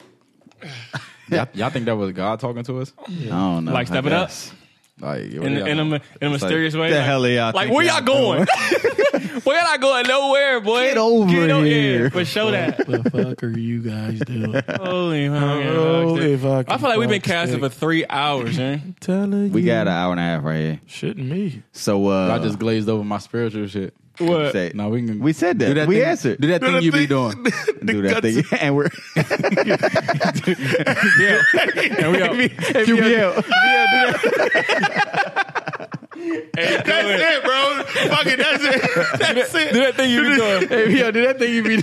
Speaker 5: y'all, y'all think that was God talking to us?
Speaker 4: I don't know.
Speaker 3: Like step
Speaker 4: I
Speaker 3: it up.
Speaker 4: guess. Like what
Speaker 3: In,
Speaker 4: y'all
Speaker 3: in, a,
Speaker 4: know?
Speaker 3: in a mysterious way.
Speaker 4: the
Speaker 3: like-
Speaker 4: hell are y'all
Speaker 3: Like,
Speaker 4: thinking
Speaker 3: where y'all
Speaker 4: I'm
Speaker 3: going? where y'all going? Nowhere, boy.
Speaker 4: Get over
Speaker 3: o-
Speaker 4: here.
Speaker 3: yeah, but show that.
Speaker 2: What the fuck are you guys doing?
Speaker 3: Holy
Speaker 2: Holy fucking
Speaker 3: I feel like we've been
Speaker 2: fuck
Speaker 3: casting
Speaker 2: stick.
Speaker 3: for three hours, eh? man.
Speaker 2: Telling
Speaker 4: We
Speaker 2: you.
Speaker 4: got an hour and a half right here.
Speaker 2: Shitting me.
Speaker 4: So uh,
Speaker 5: I just glazed over my spiritual shit.
Speaker 3: What?
Speaker 4: say,
Speaker 5: No, we can.
Speaker 4: we said that.
Speaker 5: do that
Speaker 4: we
Speaker 5: thing-
Speaker 4: answered.
Speaker 5: Do that
Speaker 2: Do
Speaker 5: thing
Speaker 2: that
Speaker 5: you be
Speaker 2: thing.
Speaker 4: do
Speaker 5: doing.
Speaker 4: that thing, and we're
Speaker 3: Yeah. and we are.
Speaker 4: QBL.
Speaker 2: That's it, bro. Fuck it, that's it. That's it.
Speaker 3: Do that thing you be doing.
Speaker 4: Hey, yo, do that thing you be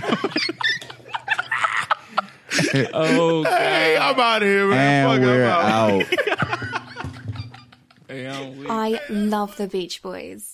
Speaker 4: doing.
Speaker 3: Oh,
Speaker 2: Hey, I'm out of here, man. Fuck,
Speaker 4: And we're
Speaker 2: I'm out.
Speaker 4: out.
Speaker 3: damn.
Speaker 13: I love the Beach Boys.